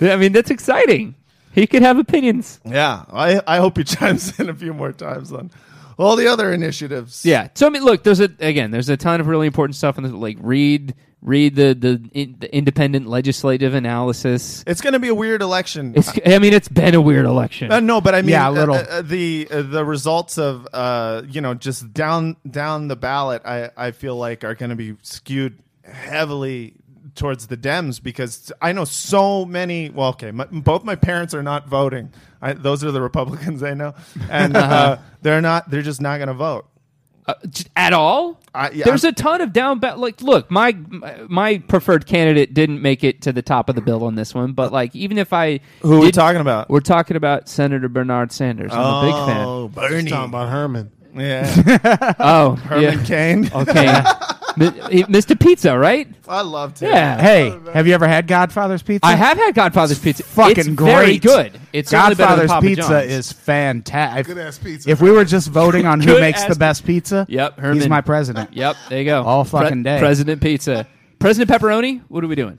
Speaker 3: mean, that's exciting. He could have opinions.
Speaker 2: Yeah, I, I hope he chimes in a few more times on all the other initiatives.
Speaker 3: Yeah. So I mean, look, there's a again, there's a ton of really important stuff in the like read read the the, in, the independent legislative analysis.
Speaker 2: it's gonna be a weird election.
Speaker 3: It's I mean, it's been a weird election.
Speaker 2: Uh, no, but I mean,
Speaker 4: Yeah, a
Speaker 2: uh,
Speaker 4: little.
Speaker 2: uh, uh, the uh, the results of uh, you know just down down the ballot, I I feel like are going to be skewed heavily towards the Dems because I know so many. Well, okay, my, both my parents are not voting. I, those are the Republicans I know, and uh, they're not. They're just not going to vote.
Speaker 3: Uh, j- at all?
Speaker 2: I- yeah,
Speaker 3: There's
Speaker 2: I'm-
Speaker 3: a ton of down ballot. Like, look, my my preferred candidate didn't make it to the top of the bill on this one, but like, even if I
Speaker 2: Who are we
Speaker 3: did-
Speaker 2: talking about?
Speaker 3: We're talking about Senator Bernard Sanders. I'm a big fan.
Speaker 2: Oh, Bernie.
Speaker 5: talking about Herman.
Speaker 2: Yeah,
Speaker 3: Oh,
Speaker 2: Herman
Speaker 3: yeah.
Speaker 2: Cain.
Speaker 3: Okay, Mi- Mr. Pizza, right?
Speaker 2: I loved him.
Speaker 3: Yeah.
Speaker 4: Hey, have you ever had Godfather's pizza?
Speaker 3: I have had Godfather's Pizza.
Speaker 4: Fucking
Speaker 3: it's
Speaker 4: great.
Speaker 3: Very good. It's only better than
Speaker 4: Godfather's
Speaker 3: Papa
Speaker 4: pizza
Speaker 3: John's.
Speaker 4: is fantastic.
Speaker 5: Good ass pizza.
Speaker 4: If we were just voting on who
Speaker 3: Good
Speaker 4: makes
Speaker 3: ass
Speaker 4: the best pizza,
Speaker 3: Yep, Herman.
Speaker 4: he's my president.
Speaker 3: Yep, there you go.
Speaker 4: All fucking day.
Speaker 3: President Pizza. President Pepperoni. What are we doing?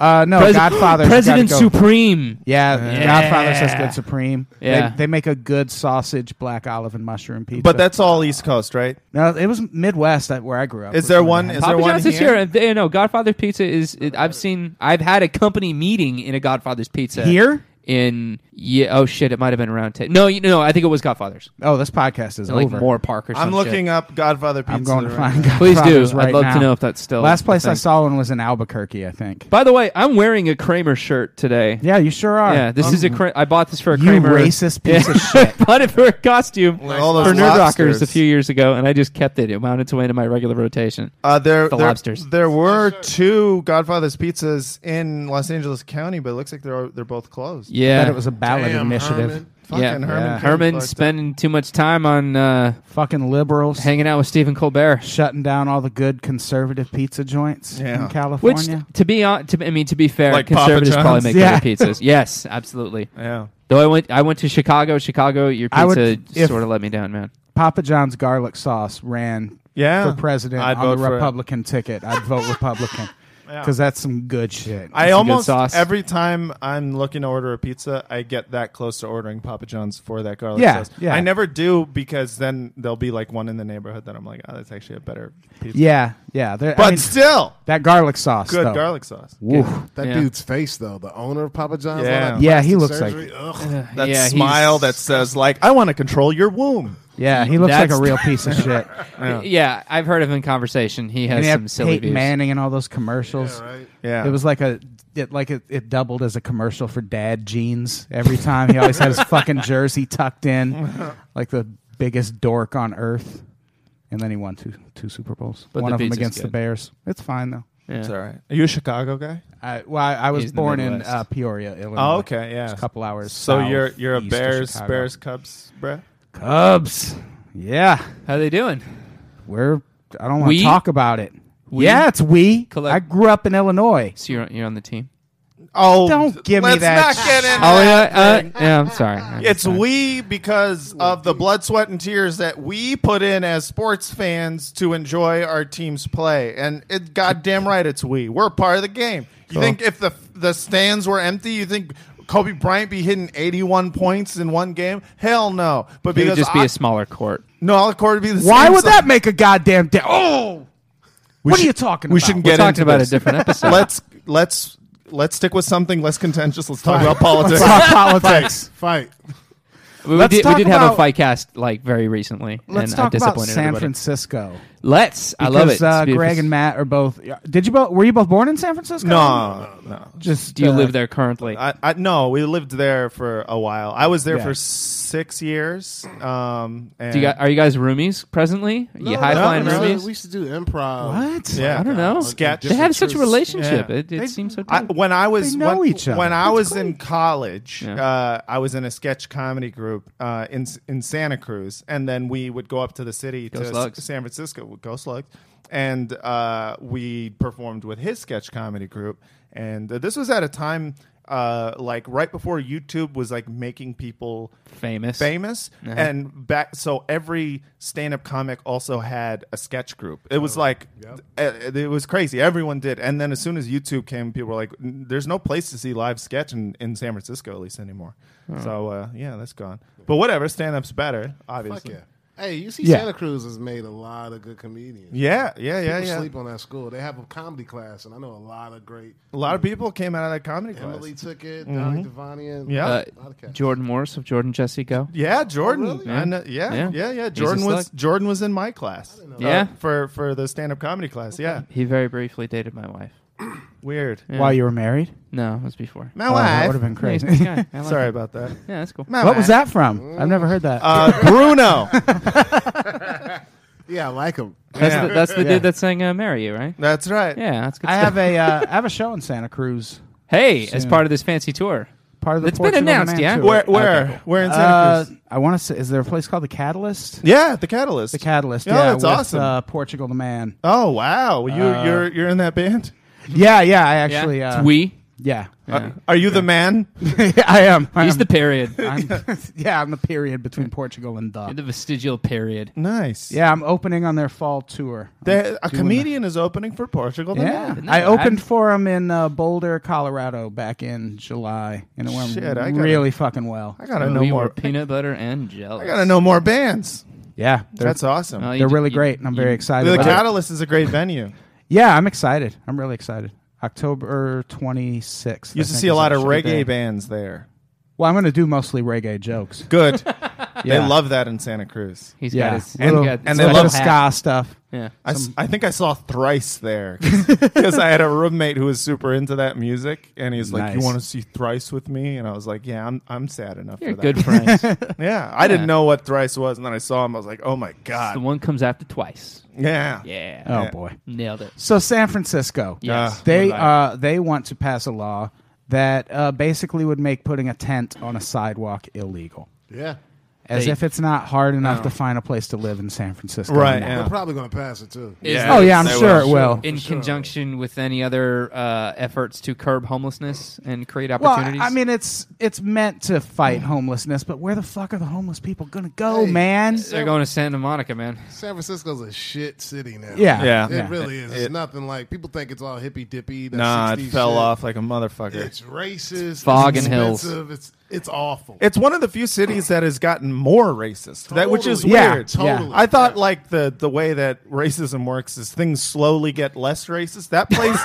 Speaker 4: Uh, no,
Speaker 3: Pres-
Speaker 4: Godfather's
Speaker 3: President
Speaker 4: gotta go.
Speaker 3: Supreme.
Speaker 4: Yeah,
Speaker 3: Yeah.
Speaker 4: Godfather's has good supreme.
Speaker 3: Yeah.
Speaker 4: They, they make a good sausage, black olive, and mushroom pizza.
Speaker 2: But that's all East Coast, right?
Speaker 4: no, it was Midwest that- where I grew up.
Speaker 2: Is
Speaker 4: was
Speaker 2: there
Speaker 4: when
Speaker 2: one?
Speaker 4: they
Speaker 2: Is
Speaker 4: had-
Speaker 2: there
Speaker 3: Papa
Speaker 2: one
Speaker 3: John's is here. and they- no, Godfather's Pizza is. It, I've seen. I've had a company meeting in a Godfather's Pizza
Speaker 4: Here?
Speaker 3: In yeah. Oh shit! It might have been around ten. No, you no. I think it was Godfather's.
Speaker 4: Oh, this podcast is
Speaker 3: Like
Speaker 4: over.
Speaker 3: Moore Park or something.
Speaker 2: I'm looking up Godfather Pizza.
Speaker 4: I'm going to
Speaker 2: right
Speaker 4: find
Speaker 2: now.
Speaker 3: Please do.
Speaker 4: Godfather's
Speaker 3: I'd
Speaker 4: right
Speaker 3: love to
Speaker 4: now.
Speaker 3: know if that's still
Speaker 4: Last
Speaker 3: a
Speaker 4: place I
Speaker 3: thing.
Speaker 4: saw one was in Albuquerque, I think.
Speaker 3: By the way, I'm wearing a Kramer shirt today.
Speaker 4: Yeah, you sure are.
Speaker 3: Yeah, this is a. Kra- I bought this for a
Speaker 4: Um, you
Speaker 3: Kramer.
Speaker 4: racist piece
Speaker 3: Yeah.
Speaker 4: of shit.
Speaker 3: bought it for a costume
Speaker 2: With all those
Speaker 3: for Nerd Rockers
Speaker 2: lobsters.
Speaker 3: a few years ago, and I just kept it. It wound its way into my regular rotation.
Speaker 2: Uh, there,
Speaker 3: The
Speaker 2: there,
Speaker 3: lobsters.
Speaker 2: There were two Godfather's pizzas in Los Angeles County, but it looks like they're they're both closed.
Speaker 3: Yeah,
Speaker 4: That it was a ballot
Speaker 5: Damn,
Speaker 4: initiative.
Speaker 5: Herman.
Speaker 2: Fucking
Speaker 3: yeah.
Speaker 2: Herman.
Speaker 4: Yeah.
Speaker 2: Cain
Speaker 3: Herman
Speaker 2: fucked up.
Speaker 3: spending too much time on uh,
Speaker 4: Fucking liberals
Speaker 3: hanging out with Stephen Colbert.
Speaker 4: shutting down all the good conservative pizza joints
Speaker 2: Yeah.
Speaker 4: in
Speaker 2: Which-
Speaker 3: Which,
Speaker 4: California.
Speaker 3: to be on, to, I mean, to be fair,
Speaker 2: Like Papa
Speaker 3: conservatives probably
Speaker 2: John's?
Speaker 3: make
Speaker 4: Yeah.
Speaker 3: better pizzas. Yes, absolutely.
Speaker 2: Yeah.
Speaker 3: Though I went, I went to Chicago. Chicago, your
Speaker 4: I would-
Speaker 3: pizza
Speaker 4: if-
Speaker 3: sort of let me down, man.
Speaker 4: Papa John's garlic sauce ran
Speaker 2: Yeah.
Speaker 4: for president
Speaker 2: I'd
Speaker 4: on
Speaker 2: vote
Speaker 4: the
Speaker 2: for it.
Speaker 4: Republican ticket. I'd vote Republican because that's some good shit.
Speaker 2: I
Speaker 3: good
Speaker 2: almost
Speaker 3: sauce.
Speaker 2: every time I'm looking to order a pizza, I get that close to ordering Papa John's for that garlic
Speaker 4: Yeah,
Speaker 2: sauce.
Speaker 4: yeah.
Speaker 2: I never do because then there'll be like one in the neighborhood that I'm like, oh, that's actually a better pizza.
Speaker 4: yeah, yeah. There,
Speaker 2: but
Speaker 4: I mean,
Speaker 2: still,
Speaker 4: that garlic sauce,
Speaker 2: good
Speaker 4: though.
Speaker 2: garlic sauce.
Speaker 4: Woof.
Speaker 5: That
Speaker 3: Yeah.
Speaker 5: dude's face though, the owner of Papa John's. all
Speaker 2: Yeah.
Speaker 5: that
Speaker 4: Yeah, he
Speaker 5: plastic
Speaker 4: looks
Speaker 5: surgery, ugh.
Speaker 2: That
Speaker 3: Yeah, he's-
Speaker 2: smile that says like, I want to control your womb.
Speaker 4: Yeah, he looks
Speaker 3: That's-
Speaker 4: like a real piece of shit.
Speaker 3: Yeah, I've heard of him in conversation. He has
Speaker 4: and he
Speaker 3: some
Speaker 4: had
Speaker 3: silly
Speaker 4: Peyton
Speaker 3: views.
Speaker 4: Manning and all those commercials.
Speaker 5: right.
Speaker 2: Yeah,
Speaker 4: It was like a it like it, it doubled as a commercial for dad jeans every time. He always had his fucking jersey tucked in, like the biggest dork on earth. And then he won two two Super Bowls.
Speaker 3: But
Speaker 4: One
Speaker 3: the
Speaker 4: of them
Speaker 3: pizza's
Speaker 4: against the
Speaker 3: good.
Speaker 4: Bears. It's fine though.
Speaker 3: Yeah.
Speaker 2: It's all right. Are you a Chicago guy?
Speaker 4: I, well, I, I was
Speaker 3: He's in the
Speaker 4: born in
Speaker 3: Midwest.
Speaker 4: uh, Peoria, Illinois.
Speaker 2: Oh, okay, yeah.
Speaker 4: Just a couple hours.
Speaker 2: So
Speaker 4: south
Speaker 2: you're you're a
Speaker 4: east of
Speaker 2: Bears
Speaker 4: Chicago.
Speaker 2: Bears Cubs, bruh?
Speaker 4: Cubs. Yeah,
Speaker 3: How they doing?
Speaker 4: we're. I don't want
Speaker 3: We?
Speaker 4: to talk about it. yeah, it's we.
Speaker 3: Collect-
Speaker 4: I grew up in Illinois.
Speaker 3: So you're, you're on the team.
Speaker 2: Oh,
Speaker 4: Don't give me
Speaker 2: let's
Speaker 4: that
Speaker 2: Not get into
Speaker 3: Oh
Speaker 2: that.
Speaker 3: yeah, uh, yeah. I'm sorry. I'm
Speaker 2: It's
Speaker 3: sorry.
Speaker 2: we because of the blood, sweat, and tears that we put in as sports fans to enjoy our team's play. And it goddamn right, it's we. We're part of the game. You think if the the stands were empty, you think Kobe Bryant be hitting eighty one points in one game? Hell no. But
Speaker 3: It would
Speaker 2: because
Speaker 3: just
Speaker 2: I,
Speaker 3: be a smaller court.
Speaker 2: no, all the court would be the
Speaker 4: Why
Speaker 2: same
Speaker 4: would
Speaker 2: size.
Speaker 4: that make a goddamn di- Oh, what are you talking
Speaker 2: we
Speaker 4: about?
Speaker 2: shouldn't
Speaker 3: We're
Speaker 2: get
Speaker 3: talking
Speaker 2: into
Speaker 3: about
Speaker 2: this.
Speaker 3: a different episode.
Speaker 2: Let's let's let's stick with something less contentious. Let's talk about politics.
Speaker 4: talk politics.
Speaker 5: Fight.
Speaker 3: we,
Speaker 4: let's
Speaker 3: did, we
Speaker 4: talk
Speaker 3: did have a
Speaker 4: about-
Speaker 3: fight cast like very recently,
Speaker 4: Let's
Speaker 3: and I
Speaker 4: talk about
Speaker 3: disappointed
Speaker 4: San
Speaker 3: everybody.
Speaker 4: Francisco.
Speaker 3: Let's. I love it.
Speaker 4: Because, Uh,
Speaker 3: It's beautiful.
Speaker 4: Greg and Matt are both. Did you both? Were you both born in San Francisco?
Speaker 2: no, no.
Speaker 4: Just
Speaker 3: Do you
Speaker 4: uh,
Speaker 3: live there currently?
Speaker 2: I, I no, we lived there for a while. I was there
Speaker 4: Yeah.
Speaker 2: for six years. Um, and
Speaker 3: Do you guys, are you guys roomies presently? Are you
Speaker 5: No,
Speaker 3: high
Speaker 5: no,
Speaker 3: flying
Speaker 5: no,
Speaker 3: roomies?
Speaker 5: We used to do improv.
Speaker 4: What?
Speaker 2: yeah,
Speaker 3: I don't know.
Speaker 2: Sketch.
Speaker 3: They have such a
Speaker 5: different
Speaker 3: relationship.
Speaker 2: Yeah.
Speaker 3: It, it seems so.
Speaker 2: I,
Speaker 3: tight.
Speaker 2: when I was
Speaker 4: They know
Speaker 2: when,
Speaker 4: each other.
Speaker 2: when I
Speaker 4: That's
Speaker 2: was
Speaker 4: great.
Speaker 2: in college,
Speaker 3: Yeah.
Speaker 2: uh, I was in a sketch comedy group uh, in in Santa Cruz, and then we would go up to the city
Speaker 3: Go
Speaker 2: to
Speaker 3: Slugs.
Speaker 2: San Francisco with Ghost Slugs, and uh, we performed with his sketch comedy group. And uh, this was at a time. uh, uh, like right before YouTube was like making people
Speaker 3: Famous.
Speaker 2: famous
Speaker 3: Uh-huh.
Speaker 2: and back so every stand-up comic also had a sketch group it was
Speaker 5: Oh,
Speaker 2: like uh, it was crazy everyone did and then as soon as youtube came people were like "N- there's no place to see live sketch in, in san francisco at least anymore so uh, yeah that's gone but whatever stand-up's better
Speaker 5: Fuck
Speaker 2: obviously
Speaker 5: yeah. Hey, you see,
Speaker 3: Yeah.
Speaker 5: Santa Cruz has made a lot of good comedians.
Speaker 2: yeah yeah yeah
Speaker 5: People
Speaker 2: yeah.
Speaker 5: sleep on that school. They have a comedy class, and I know a lot of great.
Speaker 2: a lot of people came out of that comedy class
Speaker 5: Emily took it. Donnie Devonian.
Speaker 2: yeah
Speaker 3: Uh,
Speaker 5: Podcast.
Speaker 3: Jordan Morris of Jordan Jesse Go.
Speaker 2: yeah, Jordan.
Speaker 5: Oh,
Speaker 2: I know- yeah,
Speaker 3: Yeah.
Speaker 2: yeah, yeah,
Speaker 3: He's a
Speaker 2: Jordan was
Speaker 3: slug.
Speaker 2: Jordan was in my class. Uh,
Speaker 3: Yeah.
Speaker 2: for for the stand up comedy class. Yeah,
Speaker 3: He very briefly dated my wife.
Speaker 2: weird.
Speaker 3: Uh,
Speaker 4: While you were married?
Speaker 3: No, it was before.
Speaker 2: My
Speaker 4: Oh, that would
Speaker 2: wife.
Speaker 4: have been
Speaker 3: Yeah, he's a
Speaker 4: crazy.
Speaker 3: nice guy. I like
Speaker 2: Sorry
Speaker 3: him.
Speaker 2: about that.
Speaker 3: Yeah, that's cool.
Speaker 2: My
Speaker 4: what was
Speaker 2: wife.
Speaker 4: that from? I've never heard that.
Speaker 2: Uh, Bruno.
Speaker 5: Yeah, I like him.
Speaker 3: That's
Speaker 2: Yeah.
Speaker 3: the, that's the dude that sang uh, "Marry You," right?
Speaker 2: That's right.
Speaker 3: Yeah, that's good.
Speaker 4: I
Speaker 3: stuff.
Speaker 4: have a uh, I have a show in Santa Cruz.
Speaker 3: Hey, as
Speaker 4: Soon.
Speaker 3: part of this fancy tour,
Speaker 4: Part of the
Speaker 3: It's been
Speaker 4: Portugal
Speaker 3: announced,
Speaker 4: Man
Speaker 3: yeah?
Speaker 4: tour.
Speaker 2: Where where
Speaker 3: Okay,
Speaker 2: where in Santa
Speaker 4: Uh,
Speaker 2: Cruz?
Speaker 4: I want to say, is there a place called the Catalyst?
Speaker 2: Yeah, the Catalyst.
Speaker 4: The Catalyst.
Speaker 2: Oh,
Speaker 4: yeah,
Speaker 2: that's
Speaker 4: with,
Speaker 2: awesome.
Speaker 4: Uh, Portugal the Man.
Speaker 2: oh wow, you you're you're in that band.
Speaker 4: Yeah, yeah. I actually.
Speaker 3: yeah.
Speaker 4: uh,
Speaker 3: it's we.
Speaker 4: Yeah,
Speaker 2: Are, are you the man?
Speaker 4: I am. I
Speaker 3: He's
Speaker 4: am.
Speaker 3: the period. You're
Speaker 4: I'm- yeah, I'm the period between Portugal and the.
Speaker 3: the vestigial period.
Speaker 2: Nice.
Speaker 4: Yeah, I'm opening on their fall tour.
Speaker 2: They- a
Speaker 4: Doing
Speaker 2: comedian is opening for Portugal. the
Speaker 4: Yeah,
Speaker 2: Man.
Speaker 3: Isn't that
Speaker 4: I
Speaker 3: bad?
Speaker 4: opened for them in uh, Boulder, Colorado, back in July, and it went
Speaker 2: Shit, I gotta-
Speaker 4: really fucking well.
Speaker 2: I gotta know
Speaker 3: we were
Speaker 2: more.
Speaker 3: peanut butter and jelly.
Speaker 2: I gotta know more bands.
Speaker 4: Yeah, they're,
Speaker 2: That's awesome.
Speaker 4: they're really great, and I'm very excited.
Speaker 2: the
Speaker 4: about it.
Speaker 2: Catalyst is a great venue.
Speaker 4: Yeah, I'm excited. I'm really excited. October 26th.
Speaker 2: Used
Speaker 4: I
Speaker 2: to
Speaker 4: think
Speaker 2: see a
Speaker 4: is
Speaker 2: lot of reggae
Speaker 4: actually the day.
Speaker 2: bands there.
Speaker 4: Well, I'm going to do mostly reggae jokes.
Speaker 2: Good. They
Speaker 4: Yeah.
Speaker 2: love that in Santa Cruz.
Speaker 3: He's
Speaker 4: yeah,
Speaker 3: got his
Speaker 4: little,
Speaker 3: he's got
Speaker 2: and
Speaker 3: his
Speaker 2: they
Speaker 4: little
Speaker 3: little
Speaker 4: bit of
Speaker 3: hat.
Speaker 4: ska stuff.
Speaker 3: Yeah.
Speaker 2: I, s- I think I saw Thrice there because I had a roommate who was super into that music, and he's like, "You
Speaker 4: Nice.
Speaker 2: want to see Thrice with me?" And I was like, "Yeah, I'm I'm sad enough
Speaker 3: You're
Speaker 2: for that."
Speaker 3: good friends. the
Speaker 2: Yeah, I
Speaker 3: Yeah.
Speaker 2: didn't know what Thrice was, and then I saw him. I was like, "Oh my god!"
Speaker 3: one comes after twice.
Speaker 2: Yeah,
Speaker 3: Yeah.
Speaker 4: Oh
Speaker 2: Yeah.
Speaker 4: boy.
Speaker 3: Nailed it.
Speaker 4: So San Francisco.
Speaker 3: Yes.
Speaker 2: Ah.
Speaker 4: They
Speaker 2: Right.
Speaker 4: uh, they want to pass a law that uh, basically would make putting a tent on a sidewalk illegal.
Speaker 5: Yeah.
Speaker 4: As
Speaker 3: They-
Speaker 4: if it's not hard enough to find a place to live in San Francisco.
Speaker 2: Right,
Speaker 4: now.
Speaker 5: They're
Speaker 2: yeah.
Speaker 5: probably going to pass it, too.
Speaker 4: Oh yeah, I'm sure it will.
Speaker 5: uh,
Speaker 3: In conjunction with any other uh, efforts to curb homelessness and create
Speaker 4: Well,
Speaker 3: opportunities.
Speaker 4: I mean it's it's meant to fight
Speaker 2: Hmm.
Speaker 4: homelessness, but where the fuck are the homeless people gonna go,
Speaker 5: Hey.
Speaker 4: man?
Speaker 3: they're going to Santa Monica, man.
Speaker 5: San Francisco's a shit city now.
Speaker 4: Yeah.
Speaker 2: Yeah.
Speaker 5: It really is. It's
Speaker 2: It-
Speaker 5: nothing like people think it's all hippy dippy.
Speaker 2: Nah, it fell off like a motherfucker. It's,
Speaker 5: It's racist.
Speaker 3: fog
Speaker 5: it's
Speaker 3: and hills.
Speaker 5: expensive, It's it's awful.
Speaker 2: one of the few cities that has gotten more racist, that which is
Speaker 5: Totally.
Speaker 4: Yeah,
Speaker 2: weird.
Speaker 5: totally.
Speaker 2: I thought like the the way that racism works is things slowly get less racist. That place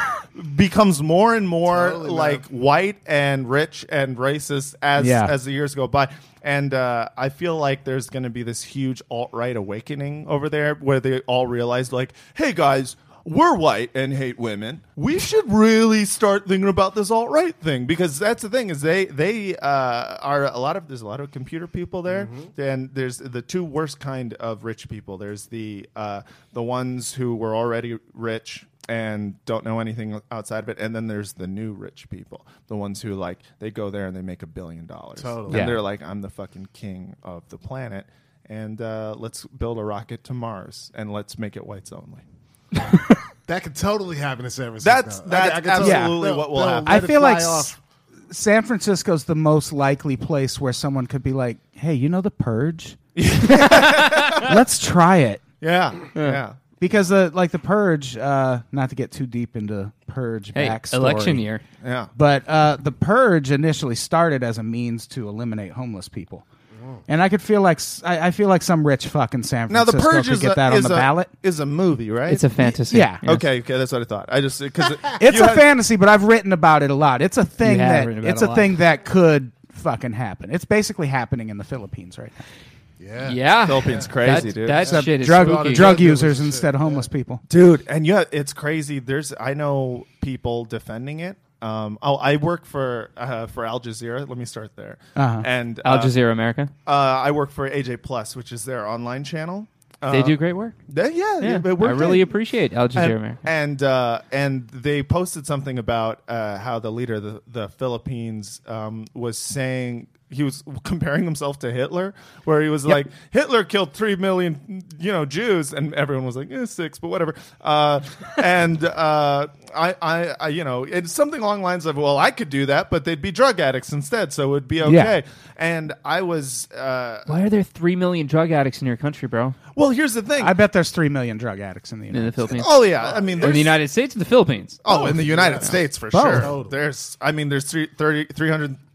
Speaker 2: becomes more and more
Speaker 5: Totally, man.
Speaker 2: like white and rich and racist as
Speaker 4: Yeah.
Speaker 2: as the years go by. And uh, I feel like there's going to be this huge alt right awakening over there where they all realize like, hey guys. We're white and hate women. We should really start thinking about this alt right thing because that's the thing is they they uh, are a lot of there's a lot of computer people there and there's the two worst kind of rich people. There's the uh, the ones who were already rich and don't know anything outside of it. And then there's the new rich people, the ones who like they go there and they make a billion dollars.
Speaker 5: Totally.
Speaker 2: And they're like, I'm the fucking king of the planet, and uh, let's build a rocket to Mars and let's make it whites only.
Speaker 5: That could totally happen in San Francisco.
Speaker 2: That's that's
Speaker 5: I could totally-
Speaker 2: absolutely
Speaker 5: Yeah.
Speaker 2: what will
Speaker 5: They'll-
Speaker 2: happen.
Speaker 5: they'll-
Speaker 4: I
Speaker 5: Let it
Speaker 4: feel
Speaker 5: fly
Speaker 4: like s-
Speaker 5: off.
Speaker 4: San Francisco's the most likely place where someone could be like, "Hey, you know the purge? Let's try it."
Speaker 2: yeah, yeah.
Speaker 4: Because the like the purge, uh, not to get too deep into purge
Speaker 3: Hey,
Speaker 4: backstory,
Speaker 3: election year.
Speaker 2: Yeah.
Speaker 4: but uh, the purge initially started as a means to eliminate homeless people, and I could feel like s- I, I feel like some rich fuck in San
Speaker 2: Oh. Now the
Speaker 4: Francisco
Speaker 2: purge
Speaker 4: could
Speaker 2: is
Speaker 4: get
Speaker 2: a,
Speaker 4: that on
Speaker 2: is
Speaker 4: the
Speaker 2: a-
Speaker 4: ballot.
Speaker 2: is a movie, right?
Speaker 3: It's a fantasy.
Speaker 4: Yeah.
Speaker 3: Yes.
Speaker 2: okay, okay. That's what I thought. I just because
Speaker 4: It's a fantasy, but I've written about it a lot. It's a thing
Speaker 3: You have
Speaker 4: that
Speaker 3: written about
Speaker 4: it's
Speaker 3: it a
Speaker 4: a
Speaker 3: lot.
Speaker 4: thing that could fucking happen. It's basically happening in the Philippines right now.
Speaker 5: Yeah.
Speaker 3: Yeah.
Speaker 2: Philippines crazy,
Speaker 3: that,
Speaker 2: dude.
Speaker 3: That
Speaker 4: Except
Speaker 3: shit is
Speaker 4: drug
Speaker 3: spooky.
Speaker 4: drug
Speaker 5: Drug dealers
Speaker 4: users
Speaker 5: and
Speaker 4: instead of homeless people.
Speaker 2: dude and yeah it's crazy there's i know people defending it um oh i work for uh for al jazeera let me start there
Speaker 4: Uh-huh.
Speaker 2: and
Speaker 3: Al
Speaker 2: uh,
Speaker 3: Jazeera America.
Speaker 2: uh, i work for aj plus which is their online channel uh,
Speaker 3: they do great work.
Speaker 2: they- yeah,
Speaker 3: Yeah.
Speaker 2: they- we're
Speaker 3: I really
Speaker 2: great.
Speaker 3: appreciate Al Jazeera
Speaker 2: and
Speaker 3: America.
Speaker 2: and, uh, and they posted something about uh, how the leader of the, the Philippines um, was saying he was comparing himself to Hitler, where he was like, Hitler killed three million, you know, Jews, and everyone was like, eh, six, but whatever. Uh, and uh, I, I, I, you know, it's something along the lines of, well, I could do that, but they'd be drug addicts instead, so it would be okay. And I was, uh,
Speaker 3: Why are there three million drug addicts in your country, bro?
Speaker 2: well, here's the thing.
Speaker 4: I bet there's three million drug addicts in the
Speaker 3: In
Speaker 4: United
Speaker 3: the Philippines,
Speaker 2: oh yeah, I mean,
Speaker 3: in
Speaker 2: there's,
Speaker 3: the United States, or the Philippines.
Speaker 2: Oh, in the United States for sure.
Speaker 5: Totally.
Speaker 2: There's, I mean, there's three, 30,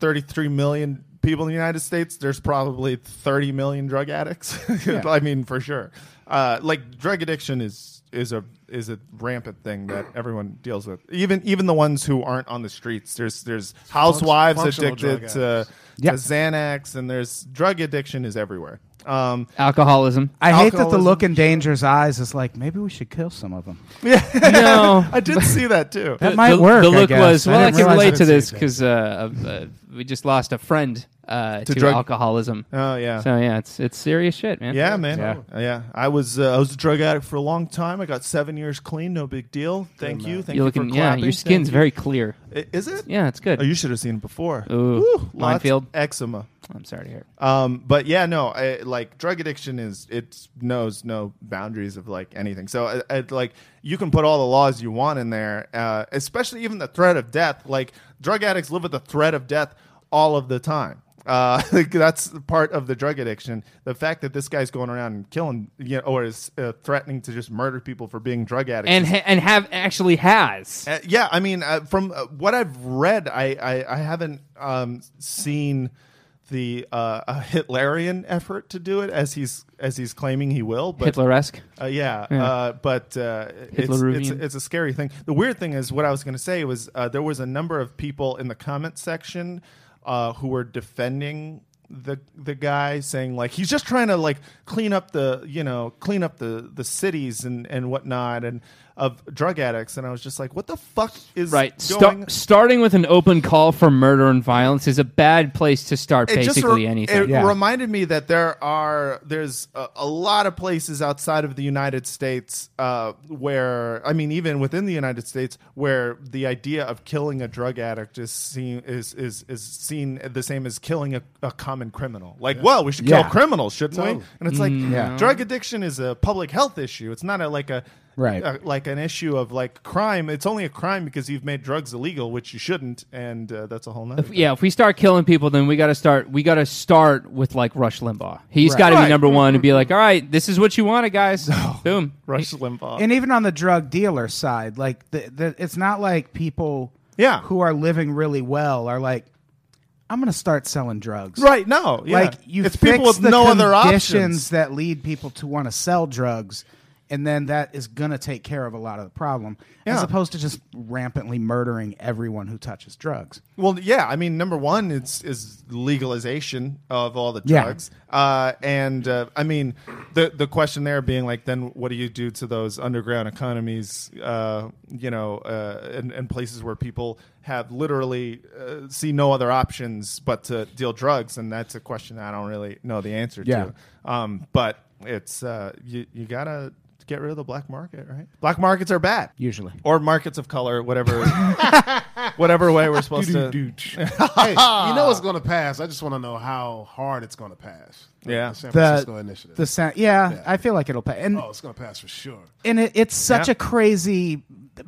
Speaker 2: 333 million people in the United States. There's probably 30 million drug addicts. I mean, for sure. Uh, like drug addiction is is a is a rampant thing that everyone deals with. Even even the ones who aren't on the streets. There's there's housewives
Speaker 5: functional drug
Speaker 2: addicted to,
Speaker 4: Yeah.
Speaker 2: to Xanax, and there's drug addiction is everywhere. Um,
Speaker 3: Alcoholism.
Speaker 4: I hate that the
Speaker 2: Alcoholism.
Speaker 4: look in Danger's eyes is like maybe we should kill some of them.
Speaker 3: no,
Speaker 2: I did see that too.
Speaker 4: That might work.
Speaker 3: The
Speaker 4: I
Speaker 3: look
Speaker 4: guess.
Speaker 3: was well. I,
Speaker 4: didn't
Speaker 3: can
Speaker 4: realize
Speaker 3: relate
Speaker 4: it.
Speaker 3: to this because uh, uh, we just lost a friend uh, to,
Speaker 2: drug-
Speaker 3: alcoholism.
Speaker 2: Oh yeah.
Speaker 3: So yeah, it's it's serious shit, man.
Speaker 2: Yeah, man. Yeah, I was uh, I was a drug addict for a long time. I got seven years clean. No big deal. Thank you. Thank
Speaker 3: You're
Speaker 2: you
Speaker 3: looking.
Speaker 2: for
Speaker 3: Yeah,
Speaker 2: clapping.
Speaker 3: your skin's
Speaker 2: Thank
Speaker 3: very clear.
Speaker 2: you. I- Is it?
Speaker 3: Yeah, it's good.
Speaker 2: Oh, you should have seen it before.
Speaker 3: Ooh,
Speaker 2: lots
Speaker 3: minefield.
Speaker 2: eczema.
Speaker 3: I'm sorry to hear. it.
Speaker 2: Um, but yeah, no, I, like drug addiction is it knows no boundaries of like anything. So I, I, like you can put all the laws you want in there, uh, especially even the threat of death. Like drug addicts live with the threat of death all of the time. Uh, like, that's part of the drug addiction. The fact that this guy's going around and killing, you know, or is uh, threatening to just murder people for being drug addicts
Speaker 3: And ha- and have actually has.
Speaker 2: uh, yeah, I mean, uh, from uh, what I've read, I I, I haven't um, seen the uh, a Hitlerian effort to do it as he's as he's claiming he will. But
Speaker 3: Hitler-esque.
Speaker 2: uh, yeah,
Speaker 3: Yeah.
Speaker 2: Uh, but uh, it's, it's,
Speaker 3: Hitlerian.
Speaker 2: it's a scary thing. The weird thing is, what I was going to say was uh, there was a number of people in the comment section uh, who were defending the the guy, saying like he's just trying to like clean up the you know clean up the the cities and and whatnot and of drug addicts. And I was just like, what the fuck is
Speaker 3: Right.
Speaker 2: Going-
Speaker 3: Sta- starting with an open call for murder and violence is a bad place to start
Speaker 2: it just
Speaker 3: basically
Speaker 2: re-
Speaker 3: anything.
Speaker 2: It reminded me that there are there's a, a lot of places outside of the United States uh, where I mean even within the United States where the idea of killing a drug addict is seen is is, is seen the same as killing a, a common criminal. Like, well, we should
Speaker 4: Yeah.
Speaker 2: kill criminals, shouldn't we?
Speaker 5: Totally.
Speaker 2: And it's like
Speaker 3: Mm.
Speaker 4: Yeah.
Speaker 2: drug addiction is a public health issue. It's not a like a
Speaker 4: Right.
Speaker 2: a- like an issue of like crime. It's only a crime because you've made drugs illegal, which you shouldn't, and uh, that's a whole nother. thing.
Speaker 3: yeah, if we start killing people, then we got to start. We got to start with like Rush Limbaugh. He's
Speaker 4: Right.
Speaker 3: got to
Speaker 2: Right.
Speaker 3: be number one and be like, "All right, this is what you wanted, guys." Boom.
Speaker 2: Rush Limbaugh.
Speaker 4: And even on the drug dealer side, like the, the, it's not like people
Speaker 2: Yeah.
Speaker 4: who are living really well are like, I'm going to start selling drugs.
Speaker 2: Right. No. Yeah.
Speaker 4: Like you
Speaker 2: it's
Speaker 4: fix
Speaker 2: people with
Speaker 4: the
Speaker 2: no other
Speaker 4: conditions
Speaker 2: options.
Speaker 4: that lead people to want to sell drugs, and then that is going to take care of a lot of the problem, as
Speaker 2: Yeah.
Speaker 4: opposed to just rampantly murdering everyone who touches drugs.
Speaker 2: well, yeah. I mean, number one, it's is legalization of all the
Speaker 4: Yeah.
Speaker 2: drugs. Uh, and uh, I mean, the the question there being like, then what do you do to those underground economies? Uh, you know, uh, and, and places where people have literally uh, see no other options but to deal drugs, and that's a question I don't really know the answer
Speaker 4: Yeah.
Speaker 2: to. Um, but it's uh, you you gotta get rid of the black market, right? Black markets are bad
Speaker 4: Usually.
Speaker 2: or markets of color, whatever, whatever way we're supposed to.
Speaker 5: hey, you know it's going to pass. I just want to know how hard it's going to pass.
Speaker 2: Yeah.
Speaker 5: the San
Speaker 4: The-
Speaker 5: Francisco initiative.
Speaker 4: The sound, yeah,
Speaker 5: Yeah.
Speaker 4: I feel like it'll pay. And
Speaker 5: oh, it's going to pass for sure.
Speaker 4: and it, it's such
Speaker 2: Yeah.
Speaker 4: a crazy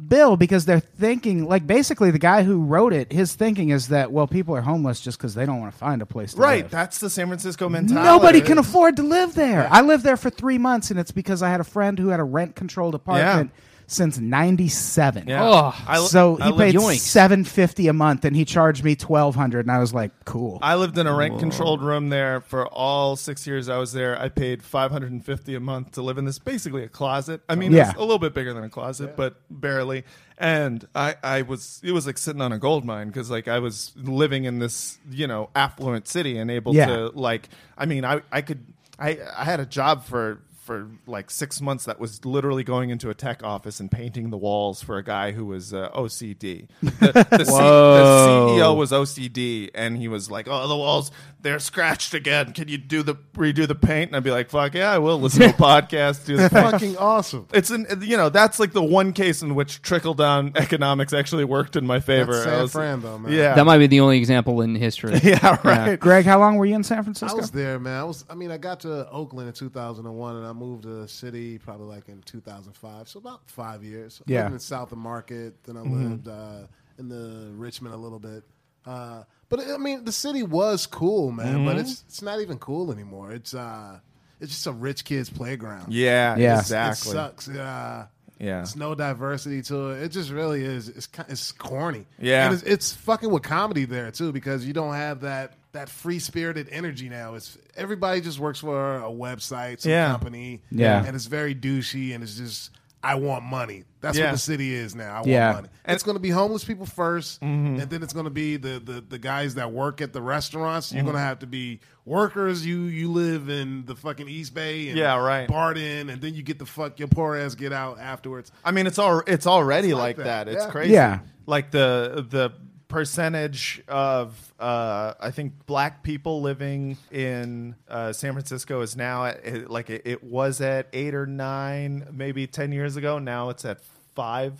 Speaker 4: bill because they're thinking like basically the guy who wrote it, his thinking is that well, people are homeless just because they don't want to find a place to
Speaker 2: Right,
Speaker 4: live.
Speaker 2: that's the San Francisco mentality.
Speaker 4: Nobody can afford to live there. I lived there for three months, and it's because I had a friend who had a rent controlled apartment since '97.
Speaker 2: Yeah.
Speaker 3: Oh,
Speaker 2: I li-
Speaker 4: So he
Speaker 2: I
Speaker 4: paid
Speaker 2: lived,
Speaker 3: yoinks.
Speaker 4: seven fifty a month, and he charged me twelve hundred, and I was like, "Cool."
Speaker 2: I lived in a rent controlled room there for all six years I was there. I paid five hundred and fifty a month to live in this basically a closet. I mean,
Speaker 4: Yeah.
Speaker 2: it's a little bit bigger than a closet, but barely. And I, I was it was like sitting on a gold mine because like I was living in this you know affluent city and able
Speaker 4: Yeah.
Speaker 2: to like I mean I I could I I had a job for for like six months that was literally going into a tech office and painting the walls for a guy who was uh, OCD. The, the, C- the CEO was OCD, and he was like, "Oh, the walls they're scratched again. Can you do the redo the paint?" And I'd be like, "Fuck yeah, I will listen to a podcast." Do the thing."
Speaker 5: Fucking awesome.
Speaker 2: It's an you know that's like the one case in which trickle down economics actually worked in my favor.
Speaker 5: That's
Speaker 2: I
Speaker 5: San
Speaker 2: was-
Speaker 5: Fran, though, man.
Speaker 2: Yeah,
Speaker 3: That might be the only example in history.
Speaker 2: yeah, right.
Speaker 4: Greg, how long were you in San Francisco?
Speaker 5: I was there, man. I was. I mean, I got to Oakland in 2001, and I moved to the city probably like in 2005. So about five years. I
Speaker 4: Yeah.
Speaker 5: lived in South of Market. Then I
Speaker 2: Mm-hmm.
Speaker 5: lived uh, in the Richmond a little bit. Uh, but I mean, the city was cool, man.
Speaker 2: Mm-hmm.
Speaker 5: But it's it's not even cool anymore. It's uh, it's just a rich kid's playground.
Speaker 2: Yeah,
Speaker 4: Yeah.
Speaker 2: exactly.
Speaker 5: It sucks. Yeah.
Speaker 2: Yeah.
Speaker 5: It's no diversity to it. It just really is. It's ki- it's corny.
Speaker 2: Yeah.
Speaker 5: And it's, it's fucking with comedy there too because you don't have that that free spirited energy now. It's everybody just works for a website, some
Speaker 2: Yeah.
Speaker 5: company.
Speaker 4: Yeah.
Speaker 5: And it's very douchey and it's just I want money. That's
Speaker 2: Yeah.
Speaker 5: what the city is now. I want
Speaker 4: Yeah.
Speaker 5: money. it's going to be homeless people 1st
Speaker 2: Mm-hmm.
Speaker 5: and then it's going to be the, the the guys that work at the restaurants.
Speaker 2: Mm-hmm.
Speaker 5: You're going to have to be workers. You you live in the fucking East Bay and
Speaker 2: Yeah, right.
Speaker 5: barred in, and then you get the fuck your poor ass get out afterwards.
Speaker 2: I mean, it's all it's already like,
Speaker 5: like that.
Speaker 2: that. It's
Speaker 5: Yeah.
Speaker 2: crazy.
Speaker 4: Yeah.
Speaker 2: like the the percentage of uh, I think black people living in uh, San Francisco is now at it, like it, it was at eight or nine, maybe ten years ago. Now it's at five.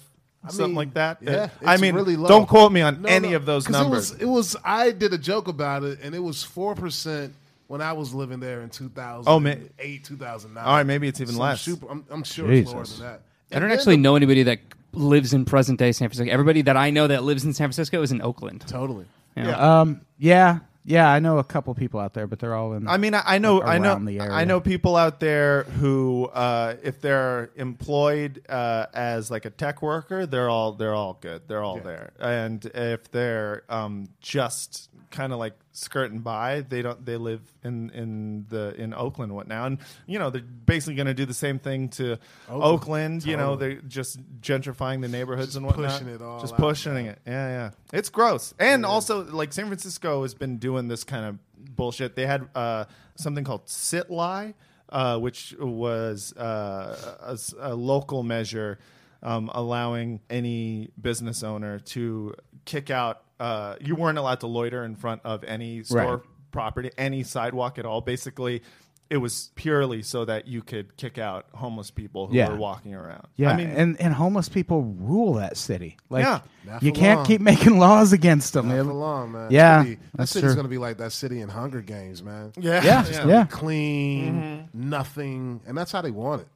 Speaker 2: something
Speaker 5: mean,
Speaker 2: like that.
Speaker 5: yeah,
Speaker 2: I
Speaker 5: it's
Speaker 2: mean,
Speaker 5: really low.
Speaker 2: don't quote me on
Speaker 5: No,
Speaker 2: any
Speaker 5: no,
Speaker 2: of those
Speaker 5: 'cause
Speaker 2: numbers.
Speaker 5: It was, it was I did a joke about it, and it was four percent when I was living there in two thousand.
Speaker 2: Oh, man.
Speaker 5: two thousand nine.
Speaker 2: All right, maybe it's even
Speaker 5: Some
Speaker 2: less.
Speaker 5: super- I'm, I'm sure it's lower
Speaker 1: Jesus.
Speaker 5: than that.
Speaker 3: I don't
Speaker 5: And then
Speaker 3: actually
Speaker 5: the-
Speaker 3: know anybody that lives in present day San Francisco. Everybody that I know that lives in San Francisco is in Oakland.
Speaker 5: totally.
Speaker 4: Um, yeah, yeah, I know a couple people out there, but they're all in.
Speaker 2: I mean, I, I know,
Speaker 4: Um, like,
Speaker 2: I know,
Speaker 4: around the area.
Speaker 2: I know people out there who, uh, if they're employed uh, as like a tech worker, they're all they're all good. They're all there. And if they're um, just kind of like skirting by, they don't. They live in in the in Oakland what now, and you know they're basically going to do the same thing to Oakland. You know, they're just gentrifying the neighborhoods and whatnot.
Speaker 5: pushing it all
Speaker 2: Just
Speaker 5: out.
Speaker 2: pushing pushing it. Yeah, yeah. It's gross. And also, like San Francisco has been doing this kind of bullshit. They had uh, something called sit lie, uh, which was uh, a s- a, local measure um, allowing any business owner to kick out. Uh, you weren't allowed to loiter in front of any store property, any sidewalk at all. Basically. It was purely so that you could kick out homeless people who
Speaker 4: Yeah.
Speaker 2: were walking around.
Speaker 4: yeah,
Speaker 2: I mean,
Speaker 4: and and homeless people rule that city. Like,
Speaker 2: Yeah.
Speaker 5: Not
Speaker 4: you
Speaker 5: for
Speaker 4: can't
Speaker 5: long.
Speaker 4: keep making laws against them. They-
Speaker 5: Not for long, man. It's
Speaker 4: Yeah,
Speaker 5: gonna be- that
Speaker 4: that's
Speaker 5: city's
Speaker 4: true.
Speaker 5: gonna be like that city in Hunger Games, man.
Speaker 2: yeah, Mm-hmm.
Speaker 4: yeah,
Speaker 2: yeah.
Speaker 4: yeah, yeah,
Speaker 5: Clean, nothing, and that's how they want it.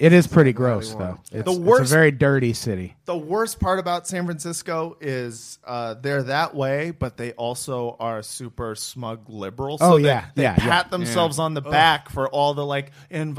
Speaker 4: It is pretty gross,
Speaker 5: want
Speaker 4: though.
Speaker 5: it.
Speaker 4: It's,
Speaker 2: The
Speaker 4: it's
Speaker 2: worst-
Speaker 4: a very dirty city.
Speaker 2: the worst part about San Francisco is uh, they're that way, but they also are super smug liberals.
Speaker 4: Oh,
Speaker 2: they-
Speaker 4: yeah,
Speaker 2: they,
Speaker 4: yeah,
Speaker 2: pat themselves on the back for all the like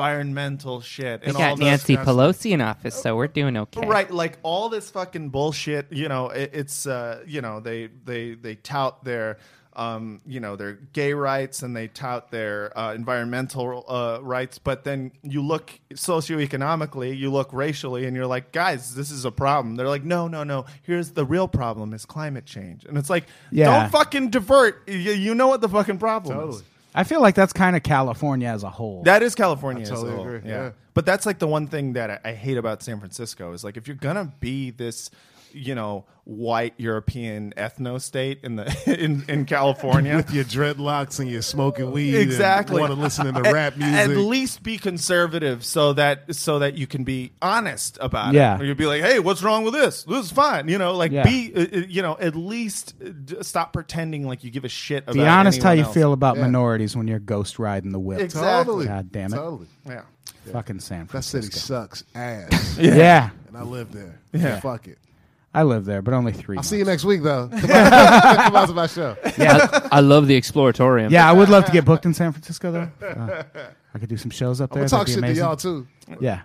Speaker 2: environmental shit and all this
Speaker 3: Pelosi in office, so we're doing okay.
Speaker 2: Right, like all this fucking bullshit. You know, it, it's uh, you know they they they tout their um, you know their gay rights and they tout their uh, environmental uh, rights, but then you look socioeconomically, you look racially, and you're like, guys, this is a problem. They're like, no, no, no. Here's the real problem: is climate change, and it's like,
Speaker 4: Yeah.
Speaker 2: don't fucking divert. You, you know what the fucking problem is.
Speaker 4: I feel like that's kind of California as a whole.
Speaker 2: That is California. as a
Speaker 5: totally
Speaker 2: whole,
Speaker 5: agree,
Speaker 2: Yeah.
Speaker 5: yeah.
Speaker 2: but that's like the one thing that I, I hate about San Francisco is like if you're gonna be this, you know, white European ethno state in the in in California.
Speaker 5: With your dreadlocks and your smoking weed,
Speaker 2: Exactly.
Speaker 5: Want to listen to
Speaker 2: At-
Speaker 5: rap music?
Speaker 2: At least be conservative, so that so that you can be honest about
Speaker 4: Yeah.
Speaker 2: it. Or you'd be like, "Hey, what's wrong with this? This is fine." You know, like
Speaker 4: Yeah.
Speaker 2: be, uh, uh, you know, at least uh, d- stop pretending like you give a shit. about
Speaker 4: Be honest how
Speaker 2: anyone
Speaker 4: you
Speaker 2: else.
Speaker 4: feel about minorities when you're ghost riding the whip.
Speaker 2: Exactly.
Speaker 5: totally.
Speaker 4: God damn it.
Speaker 5: Totally.
Speaker 2: Yeah.
Speaker 4: Fucking San
Speaker 5: That
Speaker 4: Francisco.
Speaker 5: city sucks ass,
Speaker 4: Yeah.
Speaker 5: and I live there.
Speaker 2: Yeah.
Speaker 5: Fuck it.
Speaker 4: I live there, but only three.
Speaker 5: I'll see you next week, though. Come out, come out to my show.
Speaker 3: I, I love the exploratorium.
Speaker 4: Yeah, I would love to get booked in San Francisco though. Uh, I could do some shows up
Speaker 5: I'm
Speaker 4: there.
Speaker 5: gonna talk
Speaker 4: That'd
Speaker 5: shit
Speaker 4: be amazing.
Speaker 5: to y'all too.
Speaker 4: Yeah,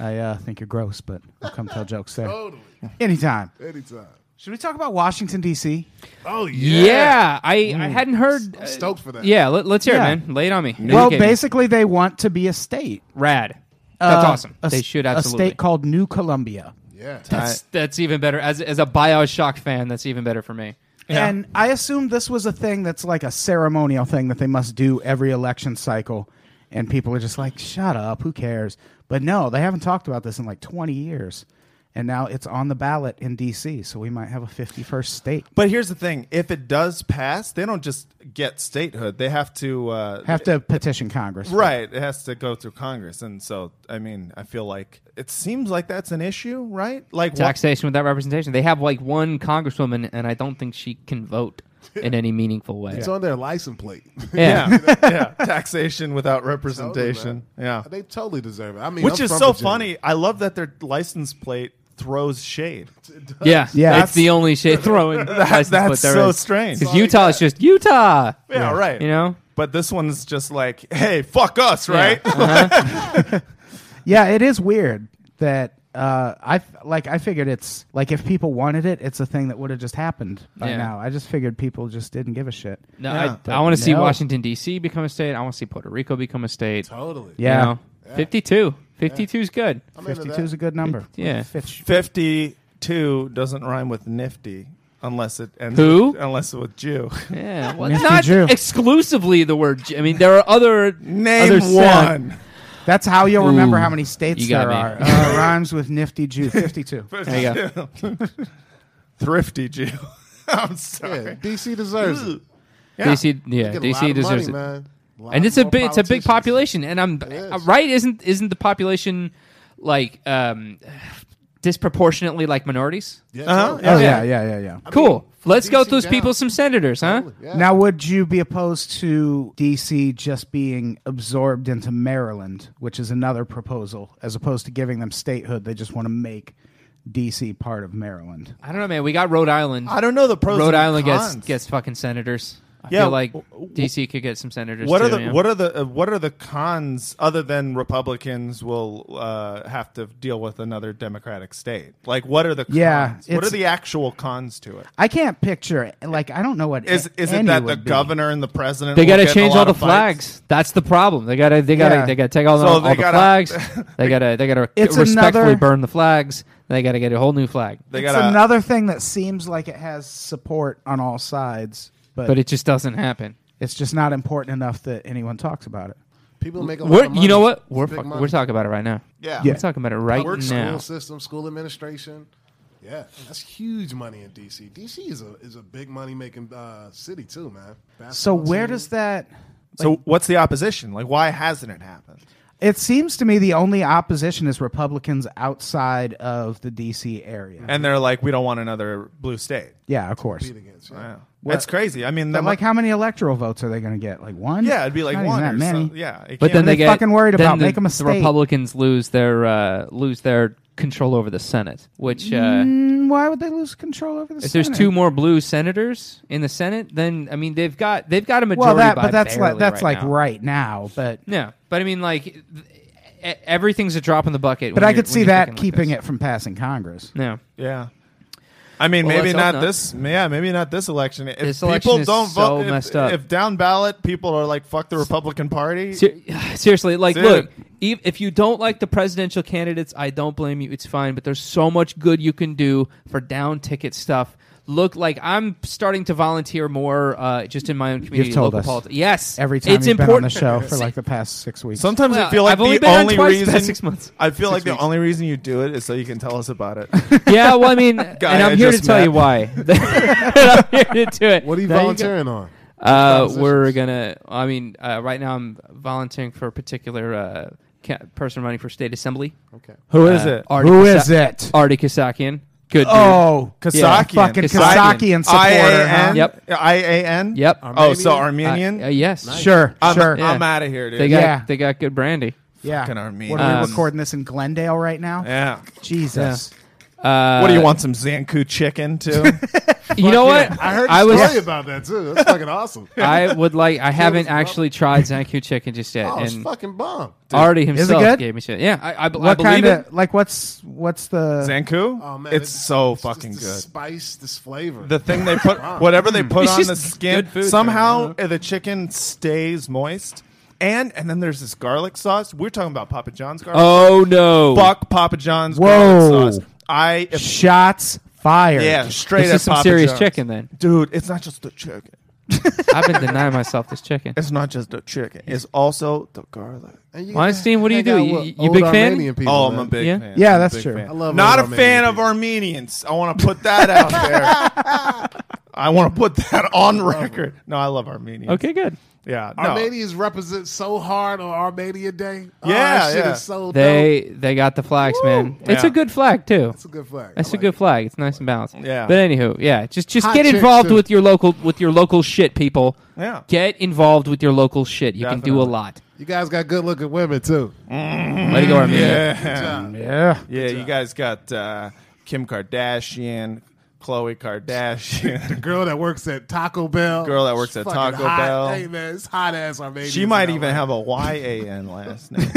Speaker 4: I uh, think you're gross, but I'll come tell jokes there
Speaker 5: Totally.
Speaker 4: anytime.
Speaker 5: Anytime.
Speaker 4: Should we talk about Washington D.C.?
Speaker 5: Oh
Speaker 3: Yeah, I, I hadn't heard. uh,
Speaker 5: stoked for that.
Speaker 3: Yeah, let, us hear
Speaker 4: Yeah.
Speaker 3: it, man. Lay it on me.
Speaker 4: Well,
Speaker 3: Educate me.
Speaker 4: basically, they want to be a state.
Speaker 3: rad. That's
Speaker 4: Uh,
Speaker 3: awesome.
Speaker 4: a
Speaker 3: they
Speaker 4: s-
Speaker 3: should
Speaker 4: a
Speaker 3: absolutely.
Speaker 4: state called New Columbia.
Speaker 5: Yeah.
Speaker 3: that's, that's even better. As as a BioShock fan, that's even better for me.
Speaker 4: And I assume this was a thing that's like a ceremonial thing that they must do every election cycle.
Speaker 1: and people are just like, "Shut up, who cares?" But no, they haven't talked about this in like 20 years, and now it's on the ballot in D.C. So we might have a 51st state.
Speaker 2: But here's the thing: if it does pass, they don't just get statehood; they have to uh,
Speaker 1: Have to petition Congress,
Speaker 2: Right, it has to go through Congress, and so I mean, I feel like it seems like that's an issue, right? Like what-
Speaker 3: Taxation without representation. They have like one congresswoman, and I don't think she can vote in any meaningful way.
Speaker 5: It's on their license plate.
Speaker 3: Yeah.
Speaker 2: yeah, yeah, taxation without representation, yeah,
Speaker 5: They totally deserve it. I mean,
Speaker 2: which
Speaker 5: I'm
Speaker 2: is
Speaker 5: from
Speaker 2: so
Speaker 5: Virginia.
Speaker 2: funny. I love that their license plate throws shade.
Speaker 3: Yeah,
Speaker 1: Yeah.
Speaker 3: It's the only shit throwing. that's
Speaker 2: that's so strange.
Speaker 3: Because Utah is just Utah.
Speaker 2: Yeah, right.
Speaker 3: You know,
Speaker 2: but this one's just like, hey, fuck us, right?
Speaker 3: Uh-huh.
Speaker 1: Yeah, it is weird that uh, I f- like. I figured it's like if people wanted it, it's a thing that would have just happened by
Speaker 3: Yeah.
Speaker 1: now. I just figured people just didn't give a shit.
Speaker 3: no, I,
Speaker 1: But
Speaker 3: I want to see
Speaker 1: no.
Speaker 3: Washington D.C. become a state. I want to see Puerto Rico become a state.
Speaker 5: Totally.
Speaker 1: Yeah,
Speaker 3: You know? 52. 52 is good.
Speaker 5: I'm into
Speaker 1: fifty-two is a
Speaker 5: that.
Speaker 1: good number.
Speaker 3: Yeah.
Speaker 1: Fitch.
Speaker 2: Fifty-two doesn't rhyme with nifty unless it ends
Speaker 3: Who?
Speaker 2: with, unless it's with Jew.
Speaker 3: Yeah, well,
Speaker 1: Nifty
Speaker 3: not
Speaker 1: Jew.
Speaker 3: exclusively the word. Jew. I mean, there are other
Speaker 2: Name
Speaker 3: other sect-
Speaker 2: one.
Speaker 1: That's how you'll remember
Speaker 3: Ooh,
Speaker 1: how many states
Speaker 3: you got
Speaker 1: there
Speaker 3: me.
Speaker 1: are. Uh, rhymes with nifty Jew. Fifty-two.
Speaker 3: There you go.
Speaker 2: Thrifty Jew. I'm sorry.
Speaker 5: Yeah, DC deserves it.
Speaker 3: DC, yeah,
Speaker 5: Get a lot
Speaker 3: DC
Speaker 5: of
Speaker 3: deserves
Speaker 5: money,
Speaker 3: it.
Speaker 5: man. lot
Speaker 3: and it's a
Speaker 5: more
Speaker 3: big it's a big
Speaker 5: politicians.
Speaker 3: population and i'm uh, right isn't isn't the population like um disproportionately like minorities
Speaker 5: Yeah,
Speaker 2: Uh-huh.
Speaker 5: totally.
Speaker 1: Oh yeah, yeah, yeah, yeah.
Speaker 3: cool let's go
Speaker 5: DC
Speaker 3: those
Speaker 5: down.
Speaker 3: people some senators huh
Speaker 5: Yeah.
Speaker 1: Now, would you be opposed to DC just being absorbed into Maryland, which is another proposal, as opposed to giving them statehood? They just want to make DC part of Maryland.
Speaker 3: i don't know man we got rhode island
Speaker 2: I don't know the pros.
Speaker 3: rhode
Speaker 2: and
Speaker 3: island
Speaker 2: cons.
Speaker 3: gets gets fucking senators I
Speaker 2: Yeah,
Speaker 3: feel like
Speaker 2: w- w-
Speaker 3: DC could get some senators.
Speaker 2: What
Speaker 3: too,
Speaker 2: are the
Speaker 3: man.
Speaker 2: what are the uh, what are the cons other than Republicans will uh, have to deal with another Democratic state? Like, what are the cons?
Speaker 1: Yeah,
Speaker 2: what
Speaker 1: it's-
Speaker 2: are the actual cons to it?
Speaker 1: I can't picture like I don't know what
Speaker 2: Is
Speaker 1: a-
Speaker 2: is
Speaker 1: any
Speaker 2: it that the
Speaker 1: would be.
Speaker 2: governor and the president?
Speaker 3: they
Speaker 2: got to
Speaker 3: change all the flags. That's the problem. They got to they got to
Speaker 1: Yeah.
Speaker 3: they got to take all,
Speaker 2: So
Speaker 3: the, all
Speaker 2: they
Speaker 3: the
Speaker 2: gotta-
Speaker 3: flags. they got to they got to
Speaker 1: It's
Speaker 3: respectfully
Speaker 1: another-
Speaker 3: burn the flags. They got to get a whole new flag.
Speaker 2: They
Speaker 1: It's
Speaker 2: got to
Speaker 1: another thing that seems like it has support on all sides, but,
Speaker 3: but it just doesn't happen.
Speaker 1: it's just not important enough that anyone talks about it.
Speaker 5: People make a lot
Speaker 3: We're,
Speaker 5: of money.
Speaker 3: you know what?
Speaker 5: It's
Speaker 3: We're
Speaker 5: big
Speaker 3: fuck-
Speaker 5: money.
Speaker 3: we're talking about it right now.
Speaker 2: yeah.
Speaker 1: Yeah.
Speaker 3: We're talking about it right
Speaker 5: Work
Speaker 3: now.
Speaker 5: school system, school administration. Yeah, that's huge money in DC. DC is a is a big money making uh, city too, man.
Speaker 1: So
Speaker 5: Basketball
Speaker 1: where
Speaker 5: team.
Speaker 1: does that?
Speaker 2: So what's the opposition? Like, why hasn't it happened?
Speaker 1: It seems to me the only opposition is Republicans outside of the D.C. area.
Speaker 2: And they're like, we don't want another blue state.
Speaker 1: yeah, of course.
Speaker 5: against? Yeah.
Speaker 2: Wow. That's crazy. I mean,
Speaker 1: But
Speaker 2: that
Speaker 1: like, how many electoral votes are they going to get? Like one?
Speaker 2: yeah, it'd be like
Speaker 1: Not even
Speaker 2: one
Speaker 1: that
Speaker 2: or
Speaker 1: many.
Speaker 2: so- Yeah, it
Speaker 3: But
Speaker 2: can't
Speaker 3: then
Speaker 2: be-
Speaker 3: they
Speaker 1: they're
Speaker 3: get
Speaker 1: fucking worried
Speaker 3: then
Speaker 1: about.
Speaker 3: the,
Speaker 1: Make 'em a
Speaker 3: the
Speaker 1: state.
Speaker 3: Republicans lose their uh, lose their control over the Senate, which uh,
Speaker 1: Mm, Why would they lose control over the?
Speaker 3: if there's
Speaker 1: Senate?
Speaker 3: two more blue senators in the Senate, then I mean they've got they've got a majority.
Speaker 1: well, that
Speaker 3: by
Speaker 1: but that's
Speaker 3: barely
Speaker 1: like that's
Speaker 3: right
Speaker 1: like
Speaker 3: now.
Speaker 1: right now, but
Speaker 3: Yeah, but I mean like th- e- everything's a drop in the bucket.
Speaker 1: but I could see that keeping it from passing Congress.
Speaker 3: No,
Speaker 2: Yeah. I mean,
Speaker 3: Well,
Speaker 2: maybe
Speaker 3: let's
Speaker 2: not,
Speaker 3: hope not.
Speaker 2: this. Yeah, maybe not this election. If
Speaker 3: This
Speaker 2: people
Speaker 3: election is
Speaker 2: don't
Speaker 3: so
Speaker 2: vote, if-
Speaker 3: messed up.
Speaker 2: if down ballot people are like, "Fuck the Republican Party,"
Speaker 3: Ser- seriously, like
Speaker 2: Dude.
Speaker 3: look, ev- if you don't like the presidential candidates, I don't blame you. It's fine, but there's so much good you can do for down ticket stuff. Look, like I'm starting to volunteer more, uh, just in my own community,
Speaker 1: told
Speaker 3: local
Speaker 1: us.
Speaker 3: politics. Yes,
Speaker 1: Every time
Speaker 3: it's
Speaker 1: you've been on the
Speaker 3: important.
Speaker 1: show for like the past six weeks.
Speaker 2: sometimes I
Speaker 3: Well,
Speaker 2: feel like
Speaker 3: I've only
Speaker 2: the
Speaker 3: been on
Speaker 2: only
Speaker 3: twice the
Speaker 2: reason
Speaker 3: past six months.
Speaker 2: I feel like
Speaker 3: weeks.
Speaker 2: the only reason you do it is so you can tell us about it.
Speaker 3: yeah, well, I mean, and
Speaker 2: I
Speaker 3: I'm here to
Speaker 2: just
Speaker 3: tell
Speaker 2: met.
Speaker 3: you why. And I'm here to do it.
Speaker 5: What are you
Speaker 3: There go.
Speaker 5: volunteering on?
Speaker 3: Uh,
Speaker 5: Propositions.
Speaker 3: we're gonna. I mean, uh, right now I'm volunteering for a particular uh, ca- person running for state assembly.
Speaker 5: Okay.
Speaker 2: Who is
Speaker 3: Uh,
Speaker 2: it?
Speaker 3: Artie
Speaker 1: Who
Speaker 3: Kasa-
Speaker 1: is it?
Speaker 3: Artie Kasakian. Good. Dude.
Speaker 1: Oh,
Speaker 3: Yeah.
Speaker 2: Kasakian.
Speaker 1: fucking
Speaker 3: Kasakian.
Speaker 1: Kasakian
Speaker 2: I
Speaker 1: supporter.
Speaker 2: A
Speaker 1: huh?
Speaker 2: N.
Speaker 3: Yep.
Speaker 2: I A N.
Speaker 3: Yep.
Speaker 2: Oh, so
Speaker 3: Uh,
Speaker 2: Armenian.
Speaker 3: uh, yes.
Speaker 1: Sure,
Speaker 2: I'm,
Speaker 1: sure.
Speaker 3: Yeah.
Speaker 2: I'm out of here, dude.
Speaker 3: They got
Speaker 1: Yeah.
Speaker 3: they got good brandy.
Speaker 1: Yeah.
Speaker 2: Fucking Armenian.
Speaker 1: What are we
Speaker 3: Um,
Speaker 1: recording this in Glendale right now?
Speaker 2: yeah.
Speaker 1: Jesus.
Speaker 3: Uh,
Speaker 2: What do you want? Some Zanku chicken too?
Speaker 3: You know what?
Speaker 5: I heard a
Speaker 3: I was.
Speaker 5: story about that too. That's fucking awesome.
Speaker 3: I would like. I haven't
Speaker 5: was lovely.
Speaker 3: actually tried Zanku chicken just yet,
Speaker 5: Oh, it's
Speaker 3: and
Speaker 5: fucking bomb.
Speaker 3: Artie himself
Speaker 1: good?
Speaker 3: gave me shit. Yeah, I, I, be- I
Speaker 1: What
Speaker 3: believe
Speaker 1: kind
Speaker 3: it.
Speaker 1: of like what's what's the
Speaker 2: Zanku.
Speaker 5: Oh man,
Speaker 2: it's, so
Speaker 5: just
Speaker 2: fucking
Speaker 5: the
Speaker 2: good.
Speaker 5: Spice, this flavor.
Speaker 2: the thing they put whatever they put
Speaker 3: It's
Speaker 2: on the
Speaker 3: just
Speaker 2: skin
Speaker 3: good food,
Speaker 2: somehow uh, the chicken stays moist and and then there's this garlic sauce we're talking about papa john's garlic
Speaker 3: Oh no!
Speaker 2: fuck papa john's
Speaker 1: Whoa.
Speaker 2: garlic sauce i if,
Speaker 1: shots fired?
Speaker 2: yeah straight
Speaker 3: This
Speaker 2: at
Speaker 3: is some
Speaker 2: papa
Speaker 3: serious
Speaker 2: John's.
Speaker 3: chicken, then.
Speaker 2: dude it's not just the chicken
Speaker 3: I've been denying myself this chicken.
Speaker 2: It's not just the chicken. It's also the garlic.
Speaker 5: And you
Speaker 3: Weinstein, what do you
Speaker 5: hang out
Speaker 3: do? You-
Speaker 5: with
Speaker 3: you
Speaker 5: old
Speaker 3: big fan?
Speaker 5: Armenian people,
Speaker 2: oh, I'm
Speaker 5: man.
Speaker 2: a big
Speaker 3: Yeah.
Speaker 2: fan.
Speaker 4: Yeah,
Speaker 2: I'm a
Speaker 4: that's
Speaker 2: big
Speaker 4: true.
Speaker 2: fan.
Speaker 5: I love
Speaker 2: Not
Speaker 5: old
Speaker 2: a
Speaker 5: Armenian
Speaker 2: fan of
Speaker 5: people.
Speaker 2: Armenians. I want to put that out there. I want to put that on record. No, I love Armenians.
Speaker 3: Okay, good.
Speaker 2: Yeah. No.
Speaker 5: Armenians represent so hard on Armenia Day. Oh,
Speaker 2: Yeah,
Speaker 5: that shit
Speaker 2: yeah.
Speaker 5: is so dope.
Speaker 3: They they got the flags, man. It's
Speaker 2: Yeah.
Speaker 3: a good flag too.
Speaker 5: That's a good flag.
Speaker 3: That's
Speaker 5: I
Speaker 3: a
Speaker 5: like
Speaker 3: good
Speaker 5: it.
Speaker 3: flag. It's nice and balanced.
Speaker 2: Yeah.
Speaker 3: But anywho, yeah, just just
Speaker 5: Hot
Speaker 3: get
Speaker 5: chicks,
Speaker 3: involved
Speaker 5: too.
Speaker 3: with your local with your local shit, people.
Speaker 2: Yeah.
Speaker 3: Get involved with your local shit. You can do a
Speaker 2: Definitely.
Speaker 3: lot.
Speaker 5: You guys got good looking women too.
Speaker 3: Let it go, Armenia.
Speaker 2: Yeah.
Speaker 4: Yeah.
Speaker 2: Yeah. You guys got uh, Kim Kardashian, Khloe Kardashian.
Speaker 5: Girl that works at Taco Bell.
Speaker 2: Girl that works
Speaker 5: She's
Speaker 2: at
Speaker 5: fucking
Speaker 2: Taco
Speaker 5: hot.
Speaker 2: Bell.
Speaker 5: Hey man, it's hot ass Armenians.
Speaker 2: she might
Speaker 5: in
Speaker 2: even
Speaker 5: LA.
Speaker 2: have a Y A N last name.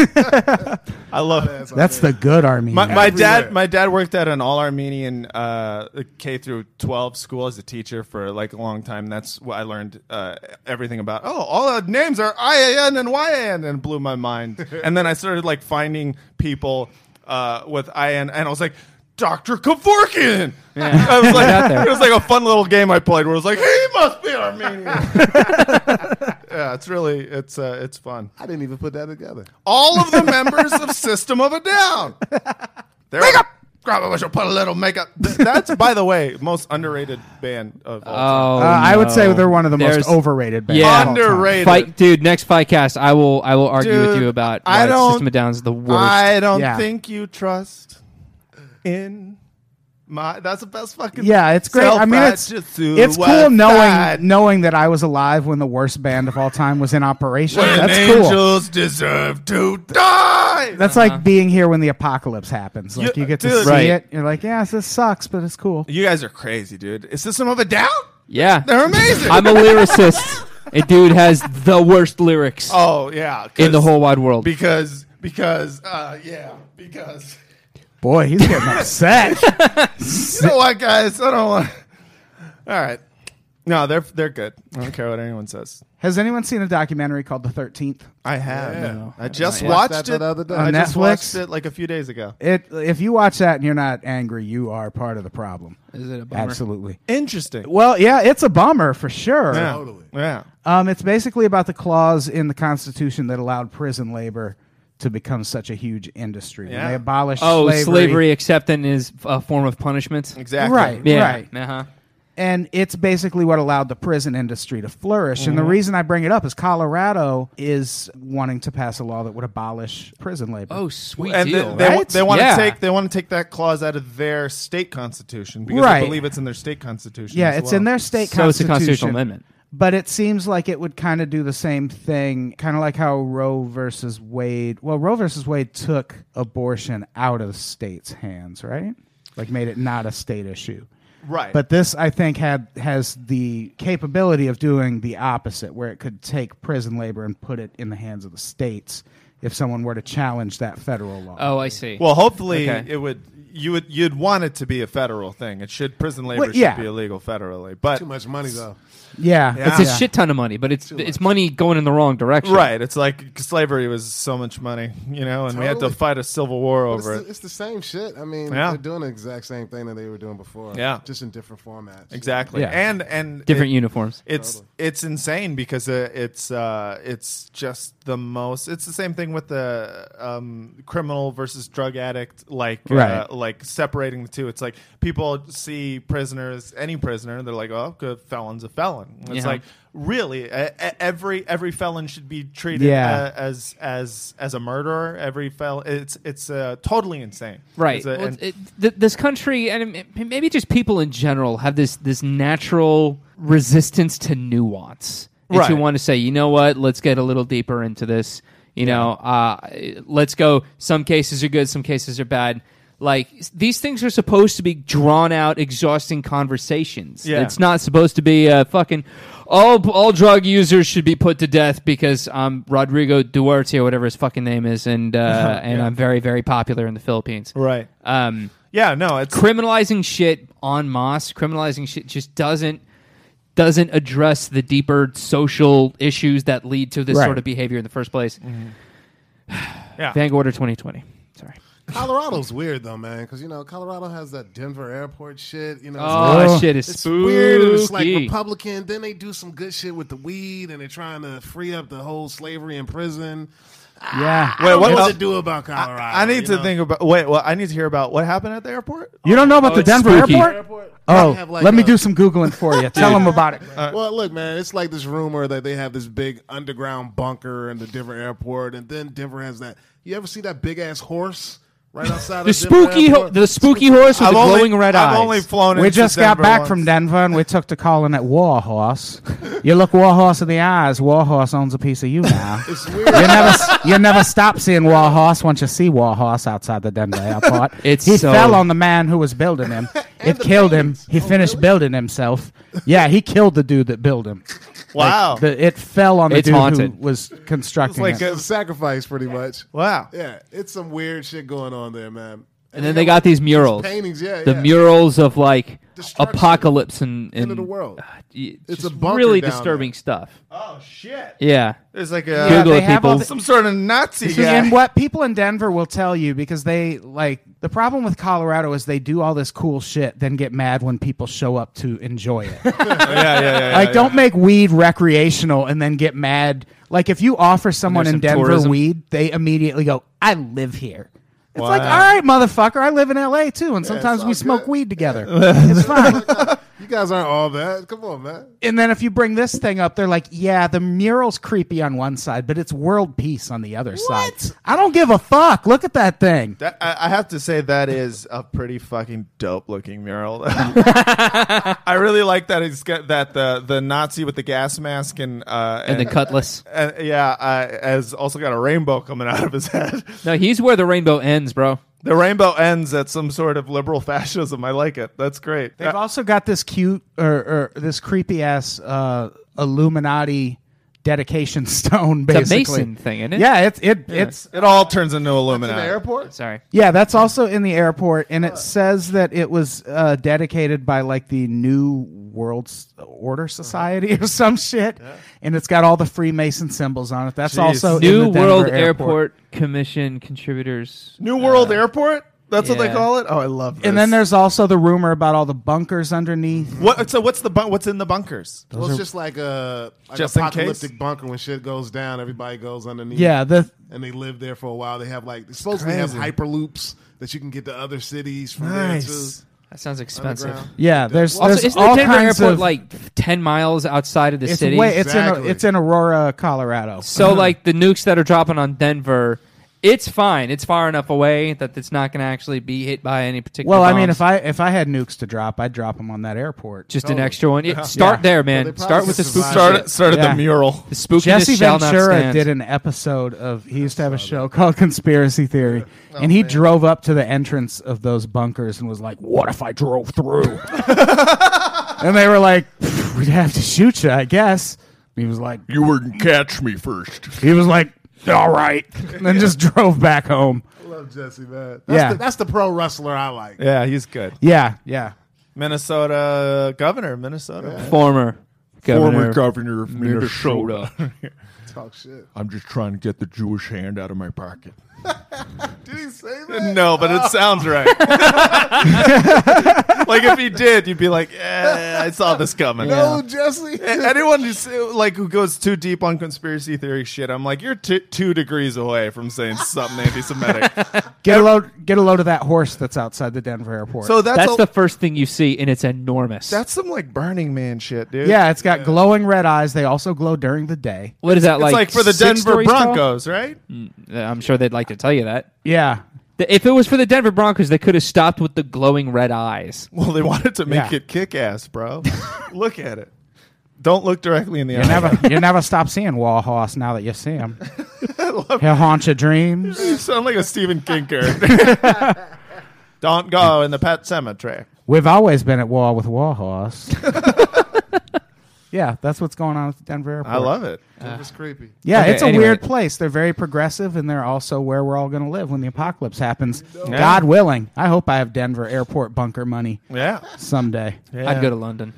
Speaker 2: I love.
Speaker 5: That's
Speaker 4: That's the good army.
Speaker 2: My, my dad,
Speaker 5: Everywhere.
Speaker 2: my dad worked at an all Armenian uh, K through twelve school as a teacher for like a long time. That's what I learned uh, everything about. Oh, all our names are IAN and YAN, and it blew my mind. and then I started like finding people uh, with IAN, and I was like. Dr. Kavorkian. I was
Speaker 3: out
Speaker 2: like,
Speaker 3: there.
Speaker 2: it was like a fun little game I played where it was like, he must be Armenian. yeah, it's really it's uh, it's fun.
Speaker 5: I didn't even put that together.
Speaker 2: All of the members of System of a Down. There Makeup! Grab a wish put a little makeup. Th- That's, by the way, most underrated band of all
Speaker 3: Oh,
Speaker 4: Uh, I would say
Speaker 3: no.
Speaker 4: they're one of the
Speaker 3: There's-
Speaker 4: most overrated
Speaker 3: Oh,
Speaker 4: bands.
Speaker 3: Yeah.
Speaker 4: of all time.
Speaker 2: Underrated.
Speaker 3: Fight, dude. Next fight cast, I will I will argue with
Speaker 2: Dude,
Speaker 3: you about
Speaker 2: I
Speaker 3: why
Speaker 2: don't-
Speaker 3: System of Down is the
Speaker 2: time.
Speaker 3: worst.
Speaker 2: I don't
Speaker 4: Yeah.
Speaker 2: think you trust in my. That's the best fucking.
Speaker 4: Yeah, it's great. I mean, it's
Speaker 2: self-righteous
Speaker 4: it's cool
Speaker 2: suicide.
Speaker 4: knowing knowing that I was alive when the worst band of all time was in operation.
Speaker 2: When
Speaker 4: That's cool.
Speaker 2: angels deserve to die.
Speaker 4: That's like being here when the apocalypse happens. Like
Speaker 2: Yeah,
Speaker 4: you get to
Speaker 2: dude.
Speaker 4: see
Speaker 3: Right.
Speaker 4: it. You're like, yes, this sucks, but it's cool.
Speaker 2: you guys are crazy, dude. Is System of a Down?
Speaker 3: yeah.
Speaker 2: They're amazing.
Speaker 3: I'm a lyricist. and dude has the worst lyrics
Speaker 2: oh, yeah. 'cause-
Speaker 3: in the whole wide world.
Speaker 2: Because, because, uh, yeah, because.
Speaker 4: Boy, he's getting upset.
Speaker 2: You know what, guys? I don't want. All right. No, they're they're good. I don't care what anyone says.
Speaker 4: Has anyone seen a documentary called The Thirteenth?
Speaker 2: I have. I just
Speaker 5: Watched
Speaker 2: watched
Speaker 5: that
Speaker 2: it
Speaker 5: the other day.
Speaker 2: I
Speaker 4: On
Speaker 2: just
Speaker 4: Netflix?
Speaker 2: watched it like a few days ago.
Speaker 4: It if you watch that and you're not angry, you are part of the problem.
Speaker 3: Is it a bummer?
Speaker 4: Absolutely.
Speaker 2: Interesting.
Speaker 4: Well, yeah, it's a bummer for sure.
Speaker 2: Yeah.
Speaker 5: Totally.
Speaker 2: Yeah.
Speaker 4: Um, it's basically about the clause in the Constitution that allowed prison labor to become such a huge industry.
Speaker 2: Yeah.
Speaker 4: When they abolished
Speaker 3: Oh, slavery,
Speaker 4: slavery,
Speaker 3: accepting is a form of punishment.
Speaker 2: Exactly.
Speaker 4: Right,
Speaker 3: Yeah.
Speaker 4: right.
Speaker 3: Uh-huh.
Speaker 4: And it's basically what allowed the prison industry to flourish. And the
Speaker 2: Mm-hmm.
Speaker 4: reason I bring it up is Colorado is wanting to pass a law that would abolish prison labor.
Speaker 3: Oh, sweet
Speaker 2: And
Speaker 3: deal.
Speaker 2: they, they,
Speaker 4: right?
Speaker 2: want to
Speaker 3: Yeah.
Speaker 2: take they want to take that clause out of their state constitution because I
Speaker 4: Right.
Speaker 2: believe it's in their state constitution.
Speaker 4: yeah,
Speaker 2: as
Speaker 4: it's
Speaker 2: well.
Speaker 4: in their state
Speaker 3: So it's a
Speaker 4: constitution.
Speaker 3: constitutional amendment.
Speaker 4: But it seems like it would kind of do the same thing, kind of like how Roe versus Wade. Well, Roe versus Wade took abortion out of the state's hands, right? Like made it not a state issue.
Speaker 2: right.
Speaker 4: But this, I think, had has the capability of doing the opposite, where it could take prison labor and put it in the hands of the states if someone were to challenge that federal law.
Speaker 3: Oh, I see.
Speaker 2: well, hopefully
Speaker 3: Okay.
Speaker 2: it would you would you'd want it to be a federal thing. It should prison labor
Speaker 4: Well, yeah.
Speaker 2: should be illegal federally. But
Speaker 5: Too much money though.
Speaker 4: yeah,
Speaker 3: it's a shit ton of money, but it's it's money going in the wrong direction.
Speaker 2: right, it's like slavery was so much money, you know, and we had to
Speaker 5: Totally.
Speaker 2: fight a civil war
Speaker 5: But It's
Speaker 2: over it.
Speaker 5: the, it's the same shit. I mean,
Speaker 2: Yeah.
Speaker 5: they're doing the exact same thing that they were doing before.
Speaker 2: Yeah.
Speaker 5: just in different formats.
Speaker 2: Exactly.
Speaker 3: Yeah.
Speaker 2: And and
Speaker 3: Different
Speaker 2: it-
Speaker 3: uniforms.
Speaker 2: It's it's insane because uh, it's uh, it's just the most. It's the same thing with the um, criminal versus drug addict, like
Speaker 4: Right.
Speaker 2: uh, like separating the two. It's like people see prisoners, any prisoner, they're like, oh, good, felon's a felon. It's
Speaker 3: Yeah.
Speaker 2: like really e- e- every every felon should be treated
Speaker 4: Yeah.
Speaker 2: uh, as as as a murderer. Every fel it's it's uh, totally insane.
Speaker 3: Right.
Speaker 2: It's a-
Speaker 3: Well,
Speaker 2: and-
Speaker 3: it- th- this country and it- maybe just people in general have this this natural resistance to nuance. And To
Speaker 2: Right.
Speaker 3: want to say, you know what? Let's get a little deeper into this. You know, uh, let's go. Some cases are good. Some cases are bad. Like s- these things are supposed to be drawn out, exhausting conversations.
Speaker 2: Yeah.
Speaker 3: It's not supposed to be a fucking all all drug users should be put to death because I'm Rodrigo Duarte or whatever his fucking name is, and uh, and I'm very very popular in the Philippines.
Speaker 2: right.
Speaker 3: Um,
Speaker 2: Yeah. No. It's
Speaker 3: criminalizing shit en masse, criminalizing shit just doesn't doesn't address the deeper social issues that lead to this
Speaker 4: Right.
Speaker 5: Mm-hmm.
Speaker 3: sort of behavior in the first place.
Speaker 2: Yeah.
Speaker 3: Vanguard 2020. Sorry.
Speaker 5: Colorado's weird though, man, because you know Colorado has that Denver airport shit. You know, it's
Speaker 3: Oh, that shit is
Speaker 5: It's
Speaker 3: spooky.
Speaker 5: weird. and It's like Republican. Then they do some good shit with the weed, and they're trying to free up the whole slavery in prison.
Speaker 4: Yeah.
Speaker 2: Wait,
Speaker 5: What
Speaker 2: what?
Speaker 5: to do about Colorado?
Speaker 2: I need to think about. Wait, well, I need to hear about what happened at the airport.
Speaker 4: You don't know about the
Speaker 3: it's
Speaker 4: Denver
Speaker 3: spooky.
Speaker 4: airport? Oh, let me do some Googling for you. Tell them about it.
Speaker 2: Uh,
Speaker 5: well, look, man, it's like this rumor that they have this big underground bunker in the Denver airport, and then Denver has that. You ever see that big ass horse right outside
Speaker 3: The
Speaker 5: of Denver
Speaker 3: spooky, ho-
Speaker 5: airport?
Speaker 3: the spooky horse with
Speaker 2: I've
Speaker 3: the
Speaker 2: only-
Speaker 3: glowing red
Speaker 2: I've
Speaker 3: eyes.
Speaker 2: only flown.
Speaker 4: We
Speaker 2: into
Speaker 4: just got
Speaker 2: Denver
Speaker 4: back
Speaker 2: once.
Speaker 4: from Denver and we took to calling it Warhorse. You look Warhorse in the eyes, Warhorse owns a piece of you now.
Speaker 5: It's weird.
Speaker 4: you never s- you never stop seeing Warhorse once you see Warhorse outside the Denver airport.
Speaker 3: It's
Speaker 4: he
Speaker 3: so-
Speaker 4: fell on the man who was building him. It killed him. He finished building himself. Yeah, he killed the dude that built him.
Speaker 3: Oh.
Speaker 2: Wow.
Speaker 4: The, it fell on the
Speaker 3: It's
Speaker 4: dude
Speaker 3: haunted.
Speaker 4: who was constructing
Speaker 2: like
Speaker 4: it.
Speaker 5: It's a sacrifice, pretty much.
Speaker 2: wow.
Speaker 5: Yeah, it's some weird shit going on there, man.
Speaker 3: and then they got these murals,
Speaker 5: paintings, yeah,
Speaker 3: the
Speaker 5: yeah.
Speaker 3: murals of like
Speaker 5: Destruction.
Speaker 3: apocalypse and, and
Speaker 5: End of the world.
Speaker 3: It's
Speaker 5: It's
Speaker 3: just
Speaker 5: a bunker
Speaker 3: really
Speaker 5: down Uh,
Speaker 3: disturbing stuff.
Speaker 2: Oh shit.
Speaker 3: Yeah,
Speaker 2: There's like a
Speaker 3: Google
Speaker 4: they
Speaker 3: it,
Speaker 4: have all
Speaker 3: people.
Speaker 4: the-
Speaker 2: some sort of Nazi
Speaker 4: See,
Speaker 2: guy.
Speaker 4: And what people in Denver will tell you because they like the problem with Colorado is they do all this cool shit, then get mad when people show up to enjoy it.
Speaker 2: yeah, yeah, yeah.
Speaker 4: like, don't make weed recreational and then get mad. Like, if you offer someone
Speaker 3: There's
Speaker 4: in
Speaker 3: some
Speaker 4: Denver
Speaker 3: tourism.
Speaker 4: weed, they immediately go, "I live here." It's like, all right, motherfucker, I live in L.A. too, and sometimes
Speaker 5: it's
Speaker 4: we
Speaker 5: all
Speaker 4: smoke
Speaker 5: good.
Speaker 4: weed together. it's fine.
Speaker 5: You guys aren't all that. Come on, man.
Speaker 4: And then if you bring this thing up, they're like, yeah, the mural's creepy on one side, but it's world peace on the other side. I don't give a fuck. Look at that thing.
Speaker 2: That, I, I have to say that is a pretty fucking dope looking mural. I really like that. It's got that the the Nazi with the gas mask and uh,
Speaker 3: and the cutlass.
Speaker 2: and- yeah, uh, has also got a rainbow coming out of his head.
Speaker 3: No, he's where the rainbow ends, bro.
Speaker 2: The rainbow ends at some sort of liberal fascism. I like it. That's great. Uh,
Speaker 4: They've also got this cute or, or this creepy ass uh, Illuminati dedication stone. Basically,
Speaker 3: It's a Mason thing, isn't it?
Speaker 4: Yeah, it's it it's
Speaker 2: it all turns into
Speaker 5: In
Speaker 2: Illuminati.
Speaker 5: the airport?
Speaker 3: Sorry.
Speaker 4: yeah. That's also in the airport, and it says that it was uh, dedicated by like the New World S- Order Society or some shit, and it's got all the Freemason symbols on it. That's also in the
Speaker 3: New
Speaker 4: Denver
Speaker 3: World
Speaker 4: airport.
Speaker 3: Airport Commission contributors.
Speaker 2: New World Airport. That's what they
Speaker 3: yeah.
Speaker 2: call it. Oh, I love. This.
Speaker 4: And then there's also the rumor about all the bunkers underneath.
Speaker 2: what? So what's the bun- what's in the bunkers?
Speaker 5: Well, it's just like a like
Speaker 2: Just in
Speaker 5: apocalyptic
Speaker 2: case?
Speaker 5: bunker when shit goes down, everybody goes underneath.
Speaker 4: Yeah, the
Speaker 5: and they live there for a while. They have like they supposedly have
Speaker 2: Crazy.
Speaker 5: hyperloops that you can get to other cities from
Speaker 2: Nice.
Speaker 3: That sounds expensive.
Speaker 5: there too.
Speaker 4: yeah, there's
Speaker 3: Also,
Speaker 4: there's
Speaker 3: isn't
Speaker 4: all
Speaker 3: the Denver
Speaker 4: kinds
Speaker 3: airport
Speaker 4: of
Speaker 3: like ten miles outside of the
Speaker 4: it's
Speaker 3: city?
Speaker 4: way it's Uh-huh. in
Speaker 5: Exactly.
Speaker 4: it's in Aurora, Colorado.
Speaker 3: so like the nukes that are dropping on Denver, it's fine. It's far enough away that it's not going to actually be hit by any particular.
Speaker 4: Well, I mean,
Speaker 3: bombs.
Speaker 4: if I if I had nukes to drop, I'd drop them on that airport.
Speaker 3: just an extra one, Yeah, start there, man.
Speaker 5: Well, they
Speaker 3: start with the
Speaker 5: probably
Speaker 3: spooky
Speaker 2: Start
Speaker 3: shit.
Speaker 2: started
Speaker 4: Yeah.
Speaker 2: the mural.
Speaker 3: The spookiness
Speaker 4: Jesse
Speaker 3: shall not
Speaker 4: Ventura
Speaker 3: stand.
Speaker 4: did an episode of he used to have a show called Conspiracy Theory, and he drove up to the entrance of those bunkers and was like, "What if I drove through?" and they were like, "We'd have to shoot you, I guess." And he was like,
Speaker 6: You wouldn't catch me first.
Speaker 4: He was like, "All right," and then just drove back home.
Speaker 5: I love Jesse, man. That's,
Speaker 4: Yeah.
Speaker 5: the, that's the pro wrestler I like.
Speaker 2: Yeah, he's good.
Speaker 4: Yeah, yeah.
Speaker 2: Minnesota governor, Minnesota.
Speaker 3: former governor.
Speaker 6: Former governor of Minnesota.
Speaker 5: Talk shit.
Speaker 6: I'm just trying to get the Jewish hand out of my pocket.
Speaker 5: Did he say that?
Speaker 2: No, but it sounds right. like if he did, you'd be like, "Yeah, I saw this coming."
Speaker 5: No, Jesse.
Speaker 2: A- Anyone who's uh, like who goes too deep on conspiracy theory shit, I'm like, you're t- two degrees away from saying something anti-Semitic.
Speaker 4: Get a load, get a load of that horse that's outside the Denver airport.
Speaker 2: So that's
Speaker 3: That's
Speaker 2: a-
Speaker 3: the first thing you see, and it's enormous.
Speaker 2: that's some like Burning Man shit, dude.
Speaker 4: yeah, it's got glowing red eyes. They also glow during the day.
Speaker 3: what is that
Speaker 2: it's like, for the
Speaker 3: six
Speaker 2: Denver
Speaker 3: stories tall?
Speaker 2: Broncos, right?
Speaker 3: I'm sure they'd like to tell you that.
Speaker 4: Yeah,
Speaker 3: The- If it was for the Denver Broncos, they could have stopped with the glowing red eyes.
Speaker 2: Well, they wanted to make
Speaker 4: Yeah.
Speaker 2: it kick-ass, bro. look at it. Don't look directly in the eye.
Speaker 4: you never you never stop seeing wall horse now that you see him. He'll haunt your dreams.
Speaker 2: You sound like a Stephen King character. Don't go in the pet cemetery.
Speaker 4: We've always been at war with wall horse. yeah, that's what's going on with the Denver airport.
Speaker 2: I love it.
Speaker 5: It was creepy.
Speaker 4: Yeah,
Speaker 3: Okay,
Speaker 4: it's a
Speaker 3: anyway.
Speaker 4: weird place. They're very progressive, and they're also where we're all going to live when the apocalypse happens. God willing. I hope I have Denver airport bunker money
Speaker 2: Yeah.
Speaker 4: someday.
Speaker 3: I'd go to London.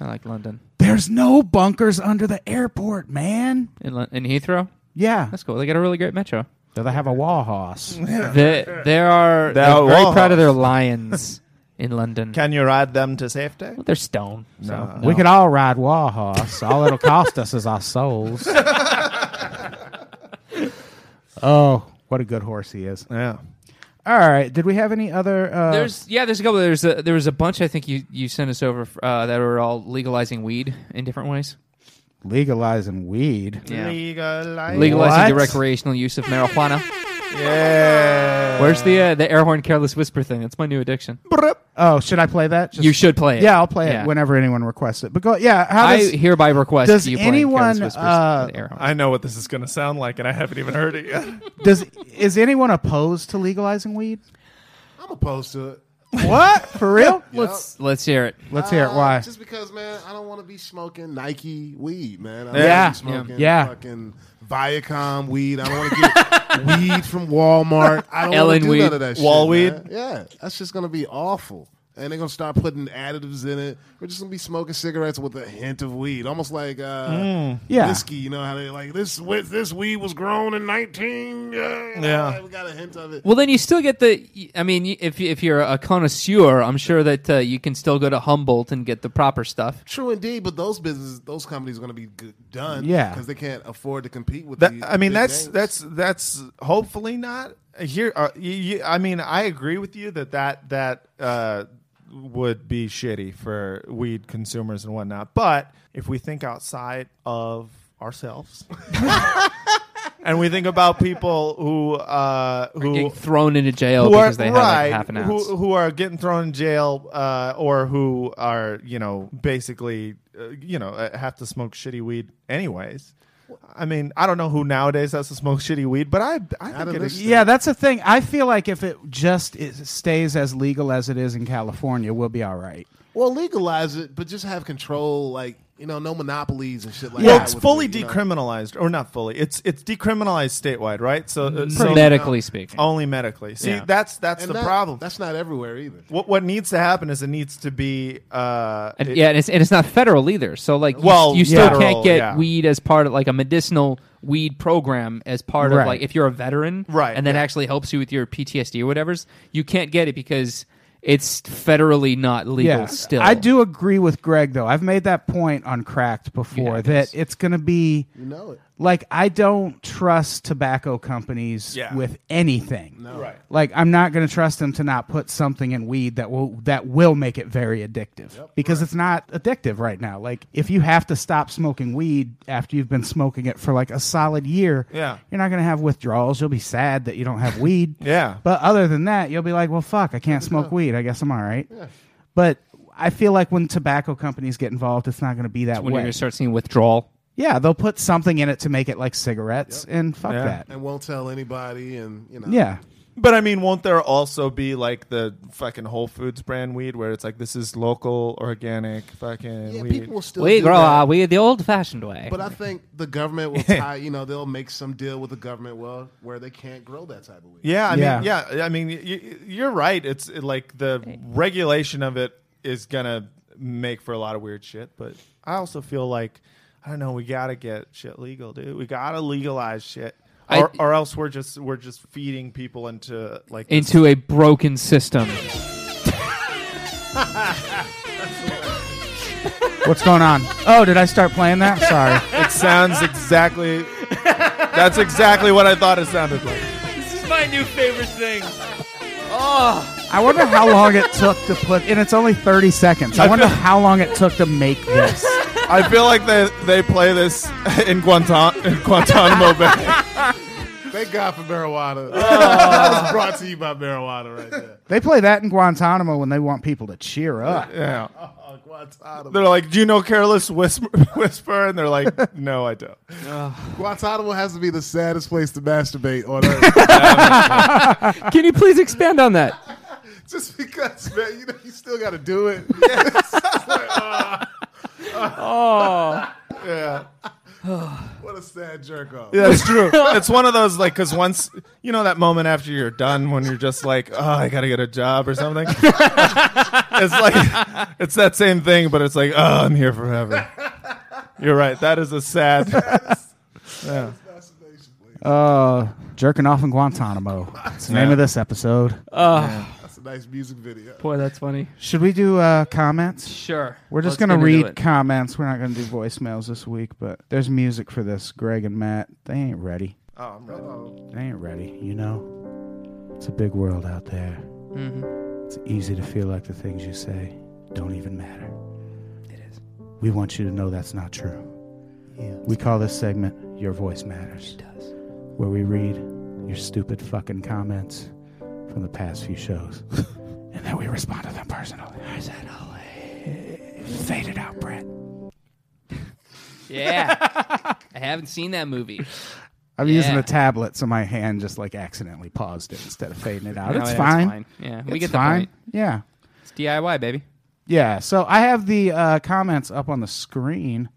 Speaker 3: I like London.
Speaker 4: There's no bunkers under the airport, man.
Speaker 3: In, Lo- in Heathrow?
Speaker 4: Yeah.
Speaker 3: That's cool. They got a really great metro.
Speaker 4: Do they have a wall hoss?
Speaker 3: There, there are.
Speaker 2: There
Speaker 3: they're
Speaker 2: are
Speaker 3: very
Speaker 2: walls.
Speaker 3: proud of their lions in London.
Speaker 2: Can you ride them to safety?
Speaker 3: They're stone. So no.
Speaker 4: We could all ride wall hoss. All it'll cost us is our souls. oh, what a good horse he is.
Speaker 2: Yeah.
Speaker 4: All right. Did we have any other? Uh,
Speaker 3: There's yeah, there's a couple. There's a, there was a bunch. I think you you sent us over uh, that were all legalizing weed in different ways.
Speaker 4: legalizing weed.
Speaker 3: Yeah.
Speaker 2: Legalize.
Speaker 3: Legalizing the
Speaker 4: What?
Speaker 3: recreational use of marijuana.
Speaker 2: Yeah.
Speaker 3: Where's the uh, the air horn careless whisper thing? That's my new addiction.
Speaker 4: Oh, should I play that? Just-
Speaker 3: You should play it.
Speaker 4: Yeah, I'll play
Speaker 3: Yeah.
Speaker 4: it whenever anyone requests it. But go, yeah, how
Speaker 3: I
Speaker 4: does,
Speaker 3: hereby request
Speaker 4: does
Speaker 3: you playing
Speaker 4: anyone,
Speaker 3: Careless Whispers
Speaker 4: uh,
Speaker 3: with air horn.
Speaker 2: I know what this is going to sound like, and I haven't even heard it yet.
Speaker 4: does is anyone opposed to legalizing weed?
Speaker 5: I'm opposed to it.
Speaker 4: What for real?
Speaker 3: Let's let's hear it.
Speaker 4: Let's hear it.
Speaker 5: Uh,
Speaker 4: Why?
Speaker 5: Just because, man, I don't want to be smoking Nike weed, man. I don't
Speaker 4: Yeah.
Speaker 5: wanna be smoking
Speaker 4: Yeah.
Speaker 5: fucking Viacom weed. I don't want to get weed from Walmart. I don't want
Speaker 3: Ellen
Speaker 5: to do
Speaker 3: weed.
Speaker 5: none of that shit.
Speaker 2: Wall
Speaker 5: man. Yeah, that's just gonna be awful. And they're gonna start putting additives in it. We're just gonna be smoking cigarettes with a hint of weed, almost like uh,
Speaker 4: Mm. Yeah.
Speaker 5: whiskey. You know how they like this? wi- This weed was grown in nineteen. Uh,
Speaker 2: Yeah.
Speaker 5: we got a hint of it.
Speaker 3: Well, then you still get the. I mean, y- if you- if you're a connoisseur, I'm sure that uh, you can still go to Humboldt and get the proper stuff.
Speaker 5: True indeed, but those businesses, those companies, are going to be good, done.
Speaker 4: Yeah.
Speaker 5: because they can't afford to compete with.
Speaker 2: That,
Speaker 5: the
Speaker 2: I mean,
Speaker 5: big
Speaker 2: that's
Speaker 5: names.
Speaker 2: that's that's hopefully not here. Uh, y y I I mean, I agree with you that that that uh, would be shitty for weed consumers and whatnot. But if we think outside of ourselves, and we think about people who uh,
Speaker 3: Getting
Speaker 2: who
Speaker 3: thrown into jail
Speaker 2: who are
Speaker 3: Oh, because they have
Speaker 2: right,
Speaker 3: like half an ounce.
Speaker 2: who, who are getting thrown in jail, uh, or who are you know basically uh, you know uh, have to smoke shitty weed anyways. I mean, I don't know who nowadays has to smoke shitty weed, but I I
Speaker 5: Out
Speaker 2: think
Speaker 5: of
Speaker 2: it
Speaker 5: this
Speaker 2: is.
Speaker 4: Yeah, that's the thing. I feel like if it just is, stays as legal as it is in California, we'll be all right.
Speaker 5: well, legalize it, but just have control, like you know, no monopolies and shit like
Speaker 2: Well,
Speaker 5: that.
Speaker 2: it's
Speaker 5: with
Speaker 2: fully
Speaker 5: weed, you know?
Speaker 2: decriminalized, or not fully. It's it's decriminalized statewide, right? So, uh, so
Speaker 3: medically speaking.
Speaker 2: only medically. See,
Speaker 3: Yeah.
Speaker 2: that's that's
Speaker 5: And
Speaker 2: the
Speaker 5: that-
Speaker 2: problem.
Speaker 5: That's not everywhere either.
Speaker 2: what what needs to happen is it needs to be uh,
Speaker 3: And,
Speaker 2: it-
Speaker 3: yeah, and it's, and it's not federal either. So like, you,
Speaker 2: Well,
Speaker 3: you still
Speaker 2: yeah.
Speaker 3: can't get
Speaker 2: yeah.
Speaker 3: weed as part of like a medicinal weed program as part of
Speaker 4: Right.
Speaker 3: like if you're a veteran,
Speaker 2: Right,
Speaker 3: And that
Speaker 2: yeah.
Speaker 3: actually helps you with your PTSD or whatever's. You can't get it because it's federally not legal. Still,
Speaker 4: I do agree with Greg though. I've made that point on Cracked before
Speaker 3: Yeah, it
Speaker 4: that
Speaker 3: is.
Speaker 4: it's going to be
Speaker 5: You know it.
Speaker 4: like I don't trust tobacco companies
Speaker 2: Yeah.
Speaker 4: with anything.
Speaker 2: right.
Speaker 4: Like I'm not going to trust them to not put something in weed that will that will make it very addictive because it's not addictive right now. Like if you have to stop smoking weed after you've been smoking it for like a solid year,
Speaker 2: Yeah.
Speaker 4: you're not going to have withdrawals. You'll be sad that you don't have weed.
Speaker 2: Yeah.
Speaker 4: But other than that, you'll be like, well, fuck, I can't smoke weed. I guess I'm all right. But I feel like when tobacco companies get involved, it's not going to be that
Speaker 3: when you're
Speaker 4: way.
Speaker 3: gonna start seeing withdrawal.
Speaker 4: Yeah, they'll put something in it to make it like cigarettes, and fuck that.
Speaker 5: And won't tell anybody, and you know,
Speaker 4: Yeah.
Speaker 2: But I mean, won't there also be like the fucking Whole Foods brand weed where it's like this is local, organic, fucking
Speaker 5: yeah,
Speaker 2: weed?
Speaker 5: people will still
Speaker 3: We
Speaker 5: do
Speaker 3: grow
Speaker 5: that.
Speaker 3: our weed the old-fashioned way.
Speaker 5: But I think the government will tie. You know, they'll make some deal with the government, well, where they can't grow that type of weed.
Speaker 2: yeah, I
Speaker 4: Yeah.
Speaker 2: mean, yeah, I mean, y- y- you're right. It's uh, like the regulation of it is gonna make for a lot of weird shit. But I also feel like I don't know. We gotta get shit legal, dude. We gotta legalize shit,
Speaker 3: I-
Speaker 2: or, or else we're just we're just feeding people into like this-
Speaker 3: into a broken system.
Speaker 4: What's going on? Oh, did I start playing that? Sorry.
Speaker 2: It sounds exactly. that's exactly what I thought it sounded like.
Speaker 3: This is my new favorite thing.
Speaker 4: I wonder how long it took to put, and it's only 30 seconds. I wonder how long it took to make this.
Speaker 2: I feel like they they play this in, Guantan- in Guantanamo Bay.
Speaker 5: Thank God for marijuana. that was brought to you by marijuana, right there.
Speaker 4: They play that in Guantanamo when they want people to cheer up.
Speaker 2: Yeah.
Speaker 5: Oh, Guantanamo.
Speaker 2: They're like, "Do you know Careless Whisper?" Whisper? And they're like, "No, I don't."
Speaker 5: Guantanamo has to be the saddest place to masturbate on earth.
Speaker 3: Can you please expand on that?
Speaker 5: Just because, man, you know, you still got to do it. oh. Yeah. what a sad jerk off.
Speaker 2: That's true. it's one of those like because once you know that moment after you're done when you're just like, "Oh, I gotta get a job or something." it's like it's that same thing, but it's like, "Oh, I'm here forever." You're right. That is a sad.
Speaker 5: Masturbation, please.
Speaker 4: Uh, jerking off in Guantanamo. That's the name of this episode.
Speaker 5: That's a nice music video.
Speaker 3: Boy, that's funny.
Speaker 4: Should we do uh, comments?
Speaker 3: Sure.
Speaker 4: We're just
Speaker 3: Let's
Speaker 4: gonna
Speaker 3: get into
Speaker 4: read
Speaker 3: it.
Speaker 4: comments. We're not gonna do voicemails this week, but there's music for this. Greg and Matt, they ain't ready.
Speaker 2: Oh, I'm ready.
Speaker 4: They ain't ready. You know, it's a big world out there.
Speaker 3: Mm-hmm.
Speaker 4: It's easy to feel like the things you say don't even matter.
Speaker 3: It is.
Speaker 4: We want you to know that's not true.
Speaker 6: Yeah.
Speaker 4: We call this segment "Your Voice Matters,"
Speaker 3: It does.
Speaker 4: where we read your stupid fucking comments from the past few shows, and then we respond to them personally. Is that all? Fade it out, Brett.
Speaker 3: Yeah. I haven't seen that movie. Oh,
Speaker 4: I'm using
Speaker 3: Yeah.
Speaker 4: a tablet, so my hand just like accidentally paused it instead of fading it out.
Speaker 3: No,
Speaker 4: it's,
Speaker 3: yeah,
Speaker 4: fine.
Speaker 3: Yeah, we
Speaker 4: It's
Speaker 3: get the
Speaker 4: fine.
Speaker 3: point.
Speaker 4: Yeah.
Speaker 3: It's DIY, baby.
Speaker 4: Yeah. So I have the uh, comments up on the screen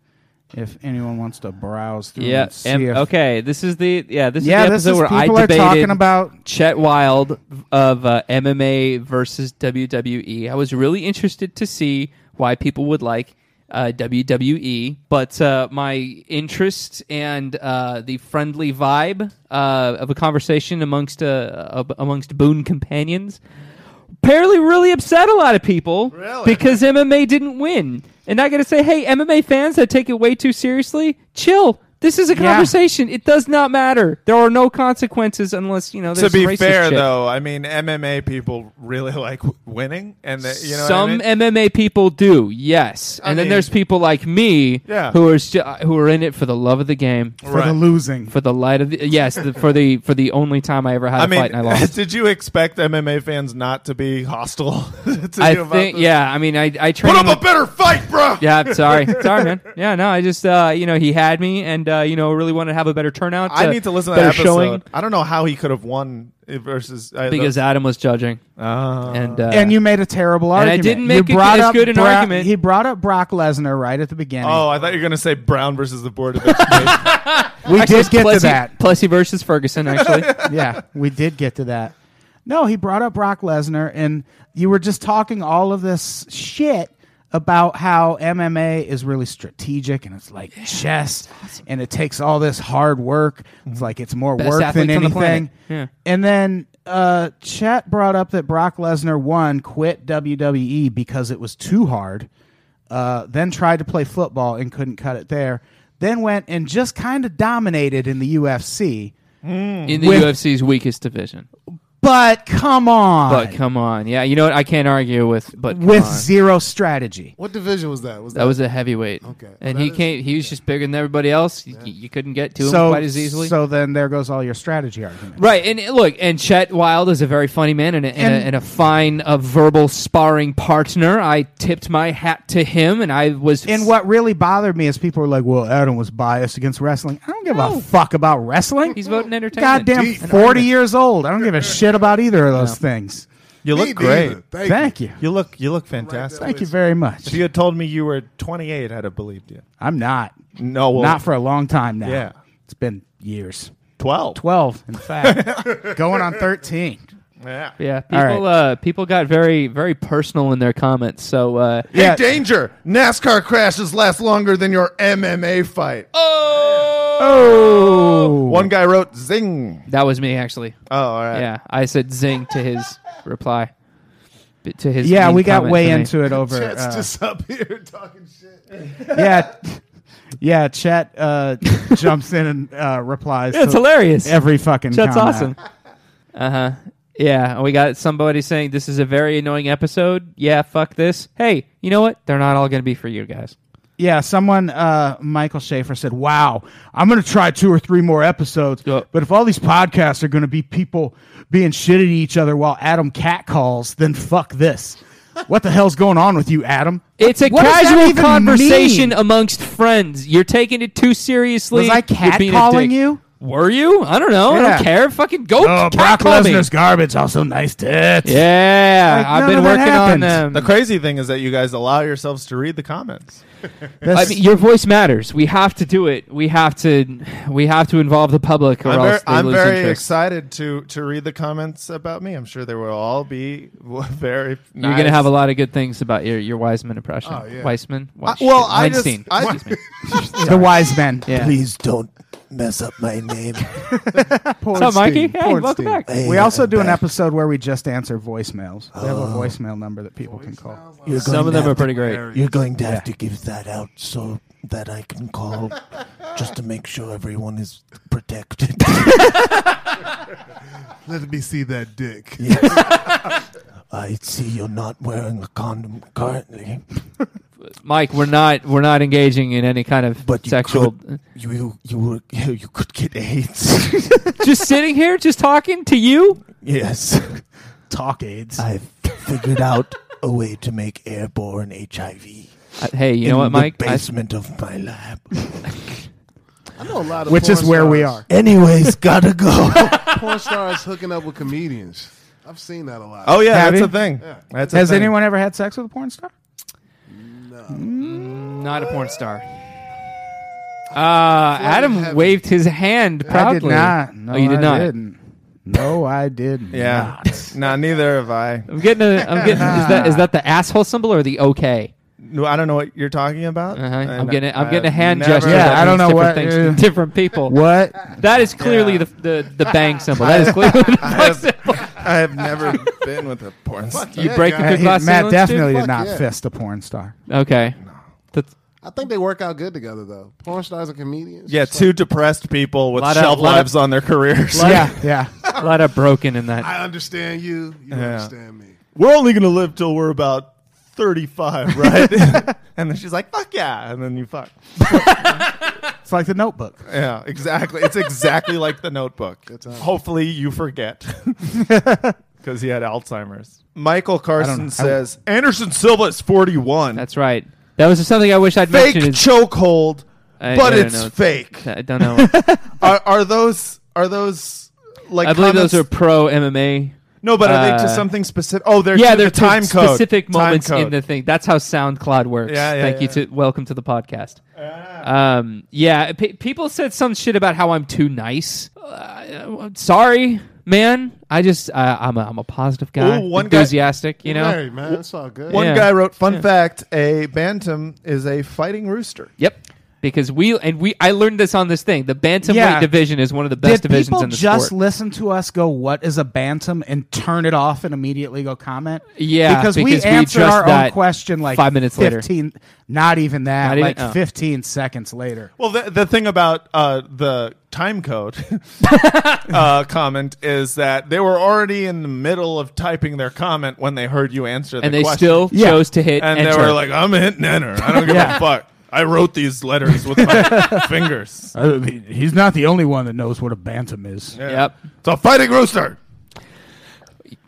Speaker 4: if anyone wants to browse through
Speaker 3: Yeah.
Speaker 4: and see
Speaker 3: And,
Speaker 4: if.
Speaker 3: okay. This is the yeah. This
Speaker 4: Yeah,
Speaker 3: is the
Speaker 4: this
Speaker 3: episode
Speaker 4: is
Speaker 3: where I
Speaker 4: people are
Speaker 3: debated
Speaker 4: talking about.
Speaker 3: Chet Wild of uh, MMA versus WWE. I was really interested to see why people would like uh, WWE, but uh, my interest and uh, the friendly vibe uh, of a conversation amongst uh, ab- amongst boon companions apparently really upset a lot of people really? because MMA didn't win. And I got to say, hey, MMA fans that take it way too seriously, chill. This is a conversation. It does not matter. There are no consequences unless you know.
Speaker 2: To
Speaker 3: There's some
Speaker 2: be
Speaker 3: racist
Speaker 2: fair,
Speaker 3: shit.
Speaker 2: though, I mean MMA people really like w- winning, and they, you know what I
Speaker 3: some
Speaker 2: mean?
Speaker 3: MMA people do, yes.
Speaker 2: I
Speaker 3: and
Speaker 2: mean-
Speaker 3: then there's people like me
Speaker 2: Yeah.
Speaker 3: who are st- uh, who are in it for the love of the game,
Speaker 4: For the losing.
Speaker 3: for the light of the uh, yes, the, for the for the only time I ever had a
Speaker 2: I mean,
Speaker 3: fight and I lost.
Speaker 2: did you expect MMA fans not to be hostile to
Speaker 3: I
Speaker 2: you about
Speaker 3: think
Speaker 2: this?
Speaker 3: yeah. I mean, I I
Speaker 2: Put
Speaker 3: train
Speaker 2: up
Speaker 3: him-
Speaker 2: a better fight, bro.
Speaker 3: Yeah, I'm sorry. sorry, man. Yeah, no, I just uh, you know, he had me and uh, you know, really wanted to have a better turnout. uh,
Speaker 2: I need to listen to
Speaker 3: better
Speaker 2: that episode.
Speaker 3: showing
Speaker 2: I don't know how he could have won it versus I,
Speaker 3: because Adam was judging.
Speaker 2: uh,
Speaker 3: And uh,
Speaker 4: and you made a terrible
Speaker 3: And I
Speaker 4: argument.
Speaker 3: didn't
Speaker 4: You
Speaker 3: make a-
Speaker 4: brought
Speaker 3: as
Speaker 4: up
Speaker 3: good an
Speaker 4: Brock-
Speaker 3: argument.
Speaker 4: He brought up Brock Lesnar right at the beginning.
Speaker 2: oh, I thought you were gonna say Brown versus the Board of Education.
Speaker 4: we did get to
Speaker 3: Plessy,
Speaker 4: that.
Speaker 3: Plessy versus Ferguson actually.
Speaker 4: yeah, we did get to that. No, he brought up Brock Lesnar, and you were just talking all of this shit about how MMA is really strategic and it's like chess and it takes all this hard work. It's like it's more
Speaker 3: Best
Speaker 4: work than
Speaker 3: athletes on the
Speaker 4: anything.
Speaker 3: planet.
Speaker 4: And then uh, Chet brought up that Brock Lesnar one quit WWE because it was too hard. Uh, then tried to play football and couldn't cut it there. Then went and just kind of dominated in the UFC.
Speaker 3: In the
Speaker 4: With-
Speaker 3: UFC's weakest division.
Speaker 4: But come on.
Speaker 3: But come on. Yeah, you know what? I can't argue with but come
Speaker 4: with
Speaker 3: on.
Speaker 4: zero strategy.
Speaker 5: What division was that? Was that,
Speaker 3: that was a heavyweight.
Speaker 5: Okay.
Speaker 3: And
Speaker 5: That
Speaker 3: he
Speaker 5: is-
Speaker 3: came he was just bigger than everybody else. You, you couldn't get to him
Speaker 4: So,
Speaker 3: quite as easily.
Speaker 4: so then there goes all your strategy argument.
Speaker 3: Right, and uh, look, and Chet Wild is a very funny man and a, and,
Speaker 4: And-
Speaker 3: a, and a fine uh, verbal sparring partner. I tipped my hat to him, and I was
Speaker 4: And what really bothered me is people were like, "Well, Adam was biased against wrestling." I don't give
Speaker 3: No.
Speaker 4: a fuck about wrestling.
Speaker 3: he's voting entertainment.
Speaker 4: goddamn forty years old. I don't give a shit about either of those things.
Speaker 2: you
Speaker 5: Me
Speaker 2: look great.
Speaker 5: neither. Thank,
Speaker 4: Thank you,
Speaker 2: You look you look fantastic.
Speaker 4: thank you very much.
Speaker 2: If you had told me you were 28, I'd have believed you.
Speaker 4: I'm not,
Speaker 2: No, well,
Speaker 4: not for a long time now.
Speaker 2: Yeah.
Speaker 4: it's been years.
Speaker 2: 12.
Speaker 4: Twelve, in fact, going on thirteen.
Speaker 2: Yeah.
Speaker 3: Yeah,
Speaker 4: All right.
Speaker 3: people uh, people got very very personal in their comments. So uh,
Speaker 2: Hey,
Speaker 4: Yeah.
Speaker 2: danger! NASCAR crashes last longer than your MMA fight.
Speaker 4: Oh,
Speaker 2: One guy wrote zing.
Speaker 3: that was me actually.
Speaker 2: Oh, all right.
Speaker 3: Yeah, I said zing to his reply. B- To his
Speaker 4: yeah,
Speaker 3: mean
Speaker 4: we got
Speaker 3: comment
Speaker 4: way
Speaker 3: to me.
Speaker 4: into it over.
Speaker 5: It's
Speaker 4: uh,
Speaker 5: just up here talking shit.
Speaker 4: yeah, yeah. Chet uh, jumps in and uh, replies.
Speaker 3: Yeah, it's
Speaker 4: to
Speaker 3: hilarious.
Speaker 4: Every fucking.
Speaker 3: That's
Speaker 4: comment.
Speaker 3: awesome. Uh huh. Yeah, we got somebody saying this is a very annoying episode. Yeah, fuck this. Hey, you know what? They're not all going to be for you guys.
Speaker 4: Yeah, someone, uh, Michael Schaefer said, "Wow, I'm gonna try two or three more episodes,
Speaker 3: Yeah.
Speaker 4: but if all these podcasts are gonna be people being shitty to each other while Adam cat calls, then fuck this. what the hell's going on with you, Adam?
Speaker 3: It's a
Speaker 4: What does that
Speaker 3: casual
Speaker 4: even
Speaker 3: conversation
Speaker 4: mean?
Speaker 3: amongst friends. You're taking it too seriously.
Speaker 4: Was I
Speaker 3: You're being a
Speaker 4: catcalling
Speaker 3: dick.
Speaker 4: you?
Speaker 3: Were you? I don't know. I
Speaker 4: Yeah.
Speaker 3: don't care. Fucking go
Speaker 4: Oh, Brock
Speaker 3: catcall me.
Speaker 4: Lesnar's garbage. Also, nice tits.
Speaker 3: Yeah,
Speaker 4: Like,
Speaker 3: I've
Speaker 4: none
Speaker 3: been
Speaker 4: of that
Speaker 3: working on
Speaker 4: happened.
Speaker 3: them.
Speaker 2: The crazy thing is that you guys allow yourselves to read the comments.
Speaker 3: I
Speaker 4: That's-
Speaker 3: mean, your voice matters. We have to do it. We have to. We have to involve the public, or
Speaker 2: I'm
Speaker 3: else
Speaker 2: very,
Speaker 3: they
Speaker 2: I'm
Speaker 3: lose
Speaker 2: very
Speaker 3: interest.
Speaker 2: excited to to read the comments about me. I'm sure they will all be very.
Speaker 3: You're gonna have a lot of good things about your your Wiseman impression.
Speaker 5: Oh, yeah.
Speaker 3: Weisman.
Speaker 2: Uh, well, I just-
Speaker 3: Weinstein.
Speaker 2: I-
Speaker 3: Excuse me.
Speaker 4: the wise men.
Speaker 3: Yeah.
Speaker 6: Please don't mess up my name.
Speaker 4: Porn
Speaker 3: What's up, Mikey?
Speaker 4: sting,
Speaker 3: Hey,
Speaker 4: porn
Speaker 3: welcome
Speaker 4: sting.
Speaker 3: back. Oh.
Speaker 6: Hey,
Speaker 4: We also
Speaker 6: I'm
Speaker 4: do an
Speaker 6: back.
Speaker 4: episode where we just answer voicemails. We have a voicemail number that people can call.
Speaker 6: You're going
Speaker 3: Some of
Speaker 6: to
Speaker 3: them are
Speaker 6: have to-
Speaker 3: pretty great.
Speaker 6: You're going to have to give that out so that I can call just to make sure everyone is protected.
Speaker 7: Let me see that dick.
Speaker 6: I see you're not wearing a condom currently,
Speaker 3: Mike, we're not we're not engaging in any kind of
Speaker 6: but you
Speaker 3: sexual.
Speaker 6: could, you you were, you could get AIDS.
Speaker 3: just sitting here, just talking to you.
Speaker 6: yes,
Speaker 4: Talk AIDS.
Speaker 6: I've figured out a way to make airborne HIV.
Speaker 3: Uh, hey, you know what,
Speaker 6: in
Speaker 3: Mike?
Speaker 6: The
Speaker 3: I-
Speaker 6: basement of my lab.
Speaker 5: I know a lot of
Speaker 4: Which is
Speaker 5: porn
Speaker 4: where we
Speaker 5: stars-
Speaker 4: are.
Speaker 6: Anyways, gotta go.
Speaker 5: Porn stars hooking up with comedians. I've seen that a lot.
Speaker 2: Oh yeah,
Speaker 4: Have
Speaker 2: that's
Speaker 4: you?
Speaker 2: a thing. That's a
Speaker 4: Has
Speaker 2: thing.
Speaker 4: anyone ever had sex with a porn star?
Speaker 3: not a porn star. Uh, Adam
Speaker 5: heaven.
Speaker 3: waved his hand
Speaker 4: I
Speaker 3: proudly.
Speaker 4: did not. No,
Speaker 3: oh, you did
Speaker 4: I
Speaker 3: not.
Speaker 4: Didn't. No, I did
Speaker 2: Yeah.
Speaker 4: not.
Speaker 2: no, neither have I.
Speaker 3: I'm getting. A, I'm getting. is that is that the asshole symbol or the okay?
Speaker 2: No, I don't know what you're talking about.
Speaker 3: Uh-huh. I'm
Speaker 2: And
Speaker 3: getting. I'm
Speaker 2: I've
Speaker 3: getting a hand
Speaker 2: never-
Speaker 3: gesture.
Speaker 4: Yeah,
Speaker 3: that
Speaker 4: I don't
Speaker 3: means
Speaker 4: know
Speaker 3: different
Speaker 4: what-
Speaker 3: things to different people.
Speaker 4: What?
Speaker 3: That is clearly
Speaker 2: Yeah.
Speaker 3: the, the the bang symbol. That is clearly. the
Speaker 2: I
Speaker 3: bang symbol.
Speaker 2: have, I have never been with a porn star.
Speaker 3: You break the
Speaker 5: guys.
Speaker 3: good
Speaker 4: He-
Speaker 3: glass
Speaker 4: Matt
Speaker 3: ceilings,
Speaker 4: definitely
Speaker 3: dude?
Speaker 4: did not
Speaker 5: yeah.
Speaker 4: fist a porn star.
Speaker 3: Okay. That's
Speaker 5: I think they work out good together though. Porn stars and comedians.
Speaker 2: Yeah,
Speaker 5: It's like-
Speaker 2: two depressed people with
Speaker 3: Lot of-
Speaker 2: shelf
Speaker 3: lot of-
Speaker 2: lives on their careers.
Speaker 4: yeah, yeah.
Speaker 3: a lot of broken in that.
Speaker 5: I understand you. You don't understand me.
Speaker 2: We're only gonna live till we're about thirty-five, right? and then she's like, "Fuck yeah!" And then you fuck.
Speaker 4: It's like the Notebook.
Speaker 2: Yeah, exactly. It's exactly like the Notebook.
Speaker 5: awesome.
Speaker 2: Hopefully, you forget because he had Alzheimer's. Michael
Speaker 4: I
Speaker 2: Carson
Speaker 4: don't-
Speaker 2: says Anderson Silva is forty-one.
Speaker 3: That's right. That was something I wish I'd
Speaker 2: fake
Speaker 3: mentioned. is-
Speaker 2: chokehold,
Speaker 3: I-
Speaker 2: but
Speaker 3: I don't
Speaker 2: it's
Speaker 3: know.
Speaker 2: fake.
Speaker 3: I don't know.
Speaker 2: are, are those are those like
Speaker 3: I believe
Speaker 2: comments-
Speaker 3: those are pro MMA.
Speaker 2: no, but are they
Speaker 3: uh,
Speaker 2: to something specific? Oh, they're
Speaker 3: Yeah,
Speaker 2: to
Speaker 3: there's
Speaker 2: the time code
Speaker 3: specific
Speaker 2: Time
Speaker 3: moments in
Speaker 2: code.
Speaker 3: the thing. That's how SoundCloud works.
Speaker 2: Yeah, yeah,
Speaker 3: Thank
Speaker 2: yeah. Ah.
Speaker 3: you to welcome to the podcast. Um, yeah, pe people said some shit about how I'm too nice. Uh, I'm sorry, man. I just uh, I'm a, I'm a positive guy,
Speaker 2: Ooh, one guy-
Speaker 3: enthusiastic. you know.
Speaker 5: Hey man, it's all good.
Speaker 2: One
Speaker 3: Yeah.
Speaker 2: guy wrote, "Fun fact: a bantam is a fighting rooster."
Speaker 3: Yep. Because we and we, I learned this on this thing. The bantamweight
Speaker 4: Yeah.
Speaker 3: division is one of the best
Speaker 4: Did
Speaker 3: divisions
Speaker 4: people
Speaker 3: in the
Speaker 4: just
Speaker 3: sport.
Speaker 4: listen to us go, "What is a bantam?" and turn it off and immediately go comment?
Speaker 3: Yeah, because
Speaker 4: because, we
Speaker 3: we
Speaker 4: answered
Speaker 3: addressed
Speaker 4: our own
Speaker 3: that
Speaker 4: question like
Speaker 3: five minutes later.
Speaker 4: 15, Not even that.
Speaker 3: Not even-
Speaker 4: like
Speaker 3: oh.
Speaker 4: fifteen seconds later.
Speaker 2: Well, the, the thing about uh, the time code uh, comment is that they were already in the middle of typing their comment when they heard you answer the
Speaker 3: and they
Speaker 2: question.
Speaker 3: still
Speaker 4: Yeah.
Speaker 3: chose to hit
Speaker 2: and
Speaker 3: enter.
Speaker 2: they were like, "I'm hitting enter. I don't give
Speaker 4: Yeah.
Speaker 2: a fuck. I wrote these letters with my fingers.
Speaker 4: Uh, he's not the only one that knows what a bantam is.
Speaker 3: "Yep."
Speaker 2: It's a fighting rooster."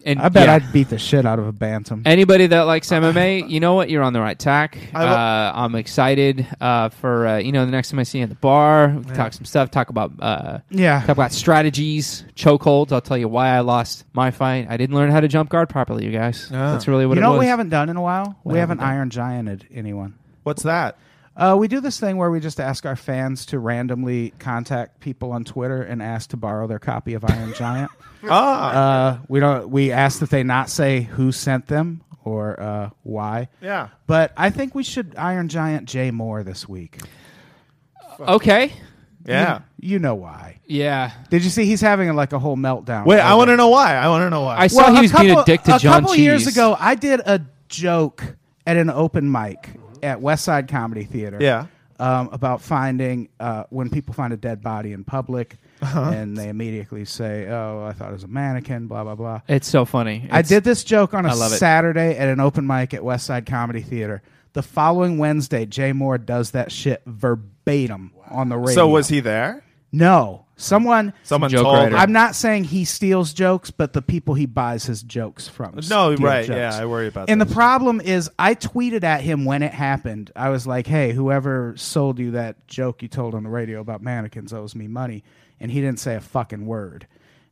Speaker 3: And
Speaker 4: I bet
Speaker 3: yeah.
Speaker 4: I'd beat the shit out of a bantam.
Speaker 3: Anybody that likes MMA, you know what? You're on the right tack. Uh, I'm excited uh, for uh, you know the next time I see you at the bar, we can talk some stuff, talk about uh,
Speaker 4: Yeah.
Speaker 3: talk about strategies, chokeholds. I'll tell you why I lost my fight. I didn't learn how to jump guard properly, you guys. That's really what it
Speaker 4: you know what
Speaker 3: was.
Speaker 4: we haven't done in a while? we haven't iron gianted anyone.
Speaker 2: What's that?
Speaker 4: Uh, we do this thing where we just ask our fans to randomly contact people on Twitter and ask to borrow their copy of Iron Giant.
Speaker 2: Ah,
Speaker 4: Uh, we don't. We ask that they not say who sent them or uh, why.
Speaker 2: Yeah.
Speaker 4: But I think we should Iron Giant Jay Moore this week.
Speaker 3: okay,
Speaker 2: yeah.
Speaker 4: You know why?
Speaker 3: yeah.
Speaker 4: Did you see he's having like a whole meltdown?
Speaker 2: Wait, I want to know why. I want to know why.
Speaker 3: I saw he was being a dick to
Speaker 4: a
Speaker 3: John
Speaker 4: couple
Speaker 3: Cheese.
Speaker 4: years ago, I did a joke at an open mic at West Side Comedy Theater.
Speaker 2: Yeah.
Speaker 4: Um, about finding uh, when people find a dead body in public,
Speaker 2: Uh-huh.
Speaker 4: and they immediately say, "Oh, I thought it was a mannequin." Blah blah blah.
Speaker 3: It's so funny.
Speaker 4: I
Speaker 3: It's-
Speaker 4: did this joke on a
Speaker 3: I love it.
Speaker 4: Saturday at an open mic at Westside Comedy Theater. The following Wednesday, Jay Moore does that shit verbatim on the radio.
Speaker 2: so was he there?
Speaker 4: No, someone.
Speaker 2: Someone
Speaker 3: Joke
Speaker 2: told
Speaker 3: writer.
Speaker 2: him.
Speaker 4: I'm not saying he steals jokes, but the people he buys his jokes from.
Speaker 2: No,
Speaker 4: steal
Speaker 2: right,
Speaker 4: jokes.
Speaker 2: yeah, I worry about
Speaker 4: And
Speaker 2: that.
Speaker 4: the problem is, I tweeted at him when it happened. I was like, "Hey, whoever sold you that joke you told on the radio about mannequins owes me money," and he didn't say a fucking word.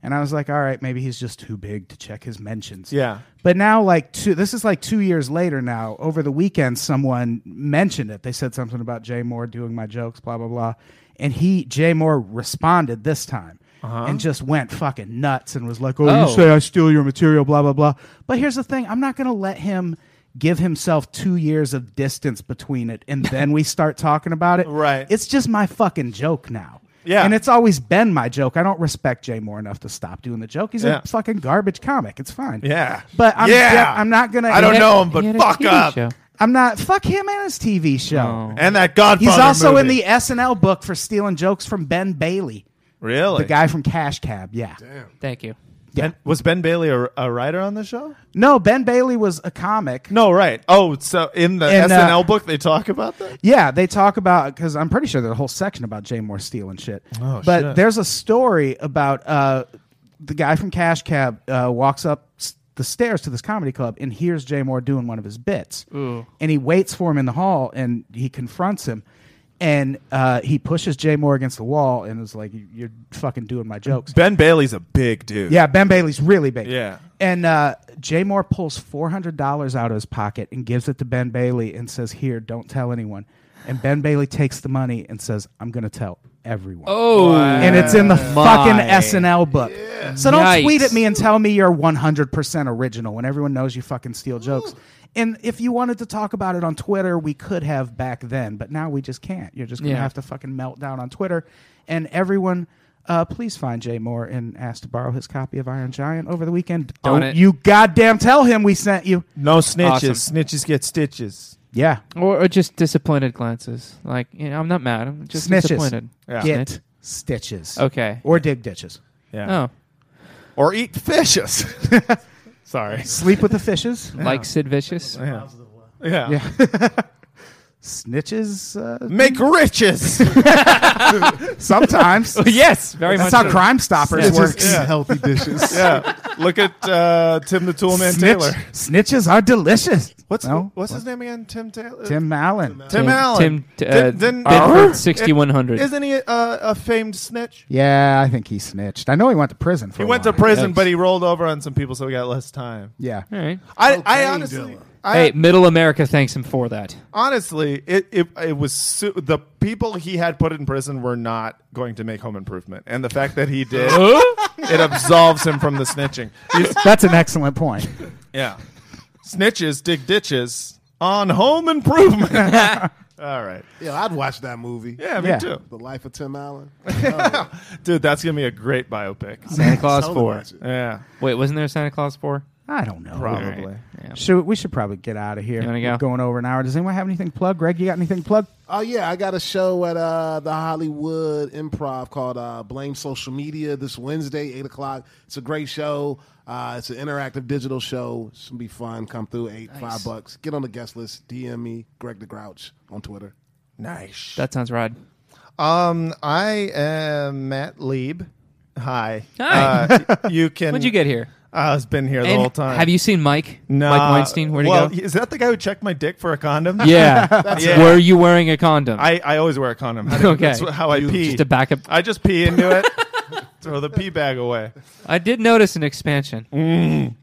Speaker 4: And I was like, "All right, maybe he's just too big to check his mentions."
Speaker 2: Yeah.
Speaker 4: But now, like two, this is like two years later now. Over the weekend, someone mentioned it. They said something about Jay Moore doing my jokes, blah blah blah, and he Jay Moore responded this time
Speaker 2: Uh-huh.
Speaker 4: and just went fucking nuts and was like, "Oh,
Speaker 3: Oh.
Speaker 4: you say I steal your material, blah blah blah." But here's the thing: I'm not gonna let him give himself two years of distance between it, and then we start talking about it.
Speaker 2: Right.
Speaker 4: It's just my fucking joke now.
Speaker 2: Yeah.
Speaker 4: And it's always been my joke. I don't respect Jay Moore enough to stop doing the joke. He's
Speaker 2: Yeah.
Speaker 4: a fucking garbage comic. It's fine.
Speaker 2: Yeah.
Speaker 4: But I'm
Speaker 2: Yeah.
Speaker 4: de- I'm not gonna
Speaker 2: I don't
Speaker 4: hit-
Speaker 2: know him, but
Speaker 3: He had a
Speaker 2: fuck
Speaker 3: TV
Speaker 2: up.
Speaker 3: show.
Speaker 4: I'm not fuck him and his TV show.
Speaker 2: And that Godfather.
Speaker 4: He's also in
Speaker 2: movie.
Speaker 4: the SNL book for stealing jokes from Ben Bailey,
Speaker 2: really
Speaker 4: the guy from Cash Cab. Yeah.
Speaker 3: Thank you.
Speaker 2: Ben, was Ben Bailey a, a writer on the show?
Speaker 4: No, Ben Bailey was a comic.
Speaker 2: No, right. Oh, so in the
Speaker 4: And, uh,
Speaker 2: SNL book they talk about that.
Speaker 4: Yeah, they talk about because I'm pretty sure there's a whole section about Jay Moore stealing shit. Oh, but there's a story about uh, the guy from Cash Cab uh, walks up s- the stairs to this comedy club and hears Jay Moore doing one of his bits, and he waits for him in the hall and he confronts him. And uh, he pushes Jay Moore against the wall and is like, "You're fucking doing my jokes."
Speaker 2: Ben Bailey's a big dude.
Speaker 4: Yeah, Ben Bailey's really big.
Speaker 2: Yeah.
Speaker 4: And uh, Jay Moore pulls four hundred dollars out of his pocket and gives it to Ben Bailey and says, "Here, don't tell anyone." And Ben Bailey takes the money and says, "I'm going to tell everyone."
Speaker 3: Oh,
Speaker 4: And it's in the
Speaker 3: Ah, my.
Speaker 4: fucking SNL book. So don't
Speaker 3: Yikes.
Speaker 4: tweet at me and tell me you're 100% original when everyone knows you fucking steal jokes. And if you wanted to talk about it on Twitter, we could have back then, but now we just can't. You're just going to
Speaker 3: Yeah.
Speaker 4: have to fucking melt down on Twitter. And everyone, uh, please find Jay Moore and ask to borrow his copy of Iron Giant over the weekend.
Speaker 3: On
Speaker 4: Don't
Speaker 3: it.
Speaker 4: you goddamn tell him we sent you.
Speaker 2: No snitches.
Speaker 3: Awesome.
Speaker 2: Snitches get stitches.
Speaker 4: Yeah.
Speaker 3: Or, or just disappointed glances. Like, you know, I'm not mad. I'm just
Speaker 4: Snitches.
Speaker 3: disappointed.
Speaker 2: Yeah.
Speaker 4: Get stitches.
Speaker 3: Okay.
Speaker 4: Or dig ditches.
Speaker 2: Yeah.
Speaker 3: Oh,
Speaker 2: Or eat fishes. Sorry.
Speaker 4: Sleep with the fishes.
Speaker 3: like Sid Vicious.
Speaker 2: Yeah.
Speaker 4: Yeah. Snitches. Uh,
Speaker 2: Make riches.
Speaker 3: Oh,
Speaker 4: sometimes.
Speaker 3: yes, very
Speaker 4: That's
Speaker 3: much.
Speaker 4: how Crime Stoppers
Speaker 5: It's
Speaker 4: works.
Speaker 5: just eat healthy dishes.
Speaker 2: yeah. Look at uh, Tim the Toolman
Speaker 4: Snitch-
Speaker 2: Taylor.
Speaker 4: Snitches are delicious.
Speaker 2: What's
Speaker 4: no?
Speaker 2: what's his name again? Tim Taylor.
Speaker 4: Tim Allen?
Speaker 2: Tim, Allen.
Speaker 3: Tim, t- uh,
Speaker 2: Didn't-
Speaker 3: Bedford 6100.
Speaker 2: Isn't he a, a famed snitch?
Speaker 4: Yeah, I think he snitched. I know he went to prison
Speaker 1: Oh
Speaker 4: for.
Speaker 2: He
Speaker 4: a
Speaker 2: went to
Speaker 4: while.
Speaker 2: prison,
Speaker 3: Yikes.
Speaker 2: but he rolled over on some people, so he got less time.
Speaker 4: Yeah,
Speaker 3: All right.
Speaker 2: I, I
Speaker 5: Cocaine
Speaker 2: honestly,
Speaker 5: dealer.
Speaker 2: I,
Speaker 3: Hey, Middle America thanks him for that.
Speaker 2: honestly, it, it it was su- the people he had put in prison were not going to make Home Improvement, and the fact that he did, it absolves him from the snitching. He's-
Speaker 4: that's an excellent point.
Speaker 2: yeah, snitches dig ditches on Home Improvement. All right,
Speaker 5: Yeah, I'd watch that movie.
Speaker 2: yeah, me
Speaker 4: Yeah.
Speaker 2: too,
Speaker 5: The Life of Tim Allen.
Speaker 2: dude. That's gonna be a great biopic.
Speaker 3: Santa Claus
Speaker 5: Tell them
Speaker 3: 4.
Speaker 5: about it.
Speaker 2: Yeah,
Speaker 3: Wait, wasn't there a Santa Claus 4?
Speaker 4: I don't know.
Speaker 2: probably.
Speaker 4: Should we should probably get out of here?
Speaker 3: You wanna go?
Speaker 4: We're Going over an hour. Does anyone have anything plugged? Greg, you got anything plugged?
Speaker 5: Oh yeah, I got a show at uh, the Hollywood Improv called uh, Blame Social Media this Wednesday, eight o'clock. It's a great show. Uh, it's an interactive digital show. It's gonna be fun. Come through, eight five bucks. Get on the guest list. DM me, Greg the Grouch on Twitter.
Speaker 2: Nice.
Speaker 3: That sounds rad.
Speaker 2: Um, I am Matt Lieb. Hi.
Speaker 3: Hi.
Speaker 2: Uh, y- you can.
Speaker 3: When'd you get here?
Speaker 2: Uh, I've been here the
Speaker 3: And
Speaker 2: whole time.
Speaker 3: Have you seen Mike?
Speaker 2: Nah.
Speaker 3: Mike Weinstein? Where'd
Speaker 2: well,
Speaker 3: he go?
Speaker 2: Is that the guy who checked my dick for a condom?
Speaker 3: Yeah.
Speaker 2: Yeah.
Speaker 3: Were you wearing a condom?
Speaker 2: I, I always wear a condom. I
Speaker 3: Okay.
Speaker 2: That's how I pee.
Speaker 3: Just to back up.
Speaker 2: I just pee into it. throw the pee bag away.
Speaker 3: I did notice an expansion.
Speaker 2: Mm,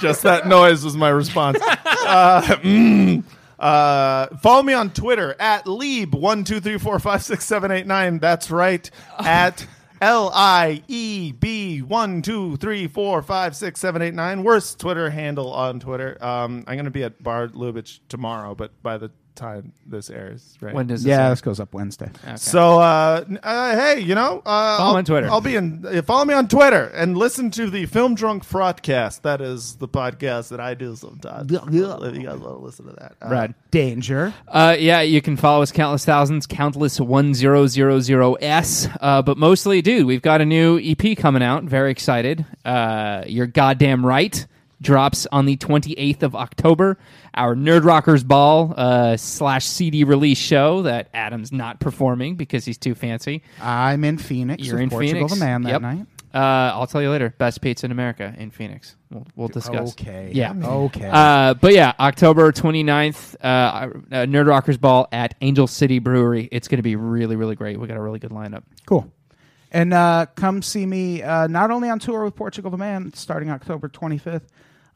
Speaker 2: Just that noise was my response. Uh, mm. Uh, follow me on Twitter at Lieb one two three four five six seven eight nine. That's right at L I E B one two three four five six seven eight nine. Worst Twitter handle on Twitter. Um, I'm gonna be at Bar Lubitsch tomorrow, but by the time this airs, right?
Speaker 3: When does this
Speaker 4: Yeah,
Speaker 3: end?
Speaker 4: this goes up Wedday.
Speaker 2: So uh, n- uh, hey, you know, uh, I'll,
Speaker 3: me on Twitter.
Speaker 2: I'll be in. Uh, follow me on Twitter and listen to the Film Drunk Fraudcast. That is the podcast that I do sometimes. If you guys want to listen to that, uh,
Speaker 3: Rad.
Speaker 4: Danger.
Speaker 3: Uh, yeah, you can follow us countless thousands, countless 1000s. Uh, but mostly, dude, we've got a new EP coming out. Very excited. Uh, you're goddamn right. Drops on the 28th of October. Our Nerd Rockers Ball uh, slash CD release show that Adam's not performing because he's too fancy.
Speaker 4: I'm in Phoenix.
Speaker 3: You're
Speaker 4: with
Speaker 3: in
Speaker 4: Portugal
Speaker 3: Phoenix.
Speaker 4: the man that
Speaker 3: Yep.
Speaker 4: night.
Speaker 3: Uh, I'll tell you later. Best pizza in America in Phoenix. We'll, we'll discuss.
Speaker 4: Okay.
Speaker 3: Yeah.
Speaker 4: Okay.
Speaker 3: Uh, but yeah, October 29th, uh, uh, Nerd Rockers Ball at Angel City Brewery. It's going to be really, really great. We got a really good lineup.
Speaker 4: Cool. And uh, come see me uh, not only on tour with Portugal the Man starting October 25th,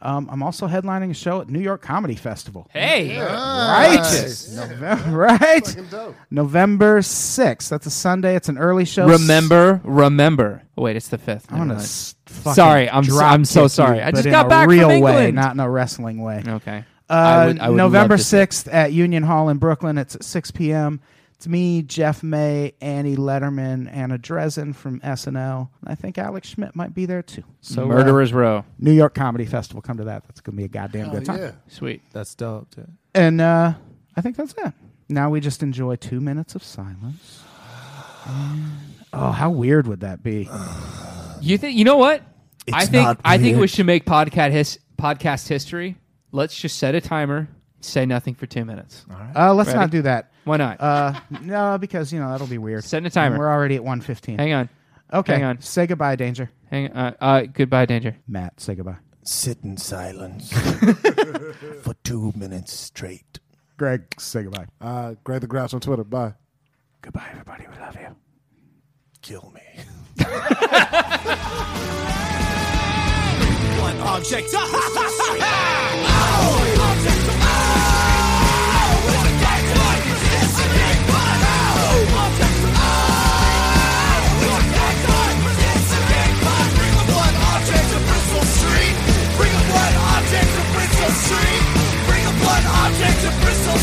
Speaker 4: um, I'm also headlining a show at New York Comedy Festival.
Speaker 3: Hey,
Speaker 4: Right. November, right.
Speaker 5: dope.
Speaker 4: November 6th. That's a Sunday. It's an early show.
Speaker 3: remember, remember. Wait, it's the fifth.
Speaker 4: I'm
Speaker 3: Never
Speaker 4: gonna
Speaker 3: mind.
Speaker 4: s- fucking
Speaker 3: Sorry, I'm s-
Speaker 4: drop
Speaker 3: I'm so
Speaker 4: kick
Speaker 3: sorry.
Speaker 4: you,
Speaker 3: I
Speaker 4: but
Speaker 3: just
Speaker 4: in
Speaker 3: got
Speaker 4: a
Speaker 3: back from
Speaker 4: real way,
Speaker 3: England.
Speaker 4: not in a wrestling way.
Speaker 3: okay.
Speaker 4: Uh, November
Speaker 3: love to see-
Speaker 4: sixth at Union Hall in Brooklyn. It's at six p.m. It's It's me, Jeff May, Annie Letterman, Anna Dresden from SNL. And I think Alex Schmidt might be there too. So uh,
Speaker 3: Murderers Row.
Speaker 4: New York Comedy Festival. Come to that. That's gonna be a goddamn
Speaker 5: Hell
Speaker 4: good time.
Speaker 5: yeah.
Speaker 3: Sweet.
Speaker 1: That's dope, dude.
Speaker 4: And uh, I think that's it. Now we just enjoy two minutes of silence. Oh, how weird would that be?
Speaker 3: You think? You know what? I
Speaker 6: It's
Speaker 3: think
Speaker 6: not
Speaker 3: I think we
Speaker 6: weird.
Speaker 3: should make podcast his, podcast history. Let's just set a timer. Say nothing for two minutes.
Speaker 4: Uh, let's
Speaker 3: Ready?
Speaker 4: not do that.
Speaker 3: Why not?
Speaker 4: Uh, no, because you know that'll be weird.
Speaker 3: Setting a timer.
Speaker 4: And we're already at one fifteen.
Speaker 3: hang on.
Speaker 4: Okay,
Speaker 3: hang on.
Speaker 4: Say goodbye, Danger.
Speaker 3: Hang. Uh, uh, goodbye, danger.
Speaker 4: Matt, say goodbye.
Speaker 6: Sit in silence for two minutes straight.
Speaker 4: Greg, say goodbye.
Speaker 5: Uh, Greg the Grouch on Twitter. Bye.
Speaker 4: Goodbye, everybody. We love you.
Speaker 6: Kill me.
Speaker 8: Object to Bristol Street! Bring a blood object to Bristol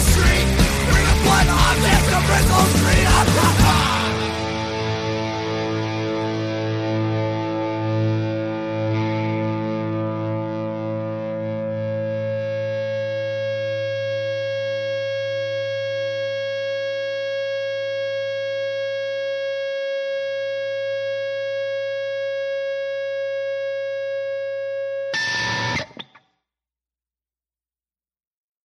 Speaker 8: Street!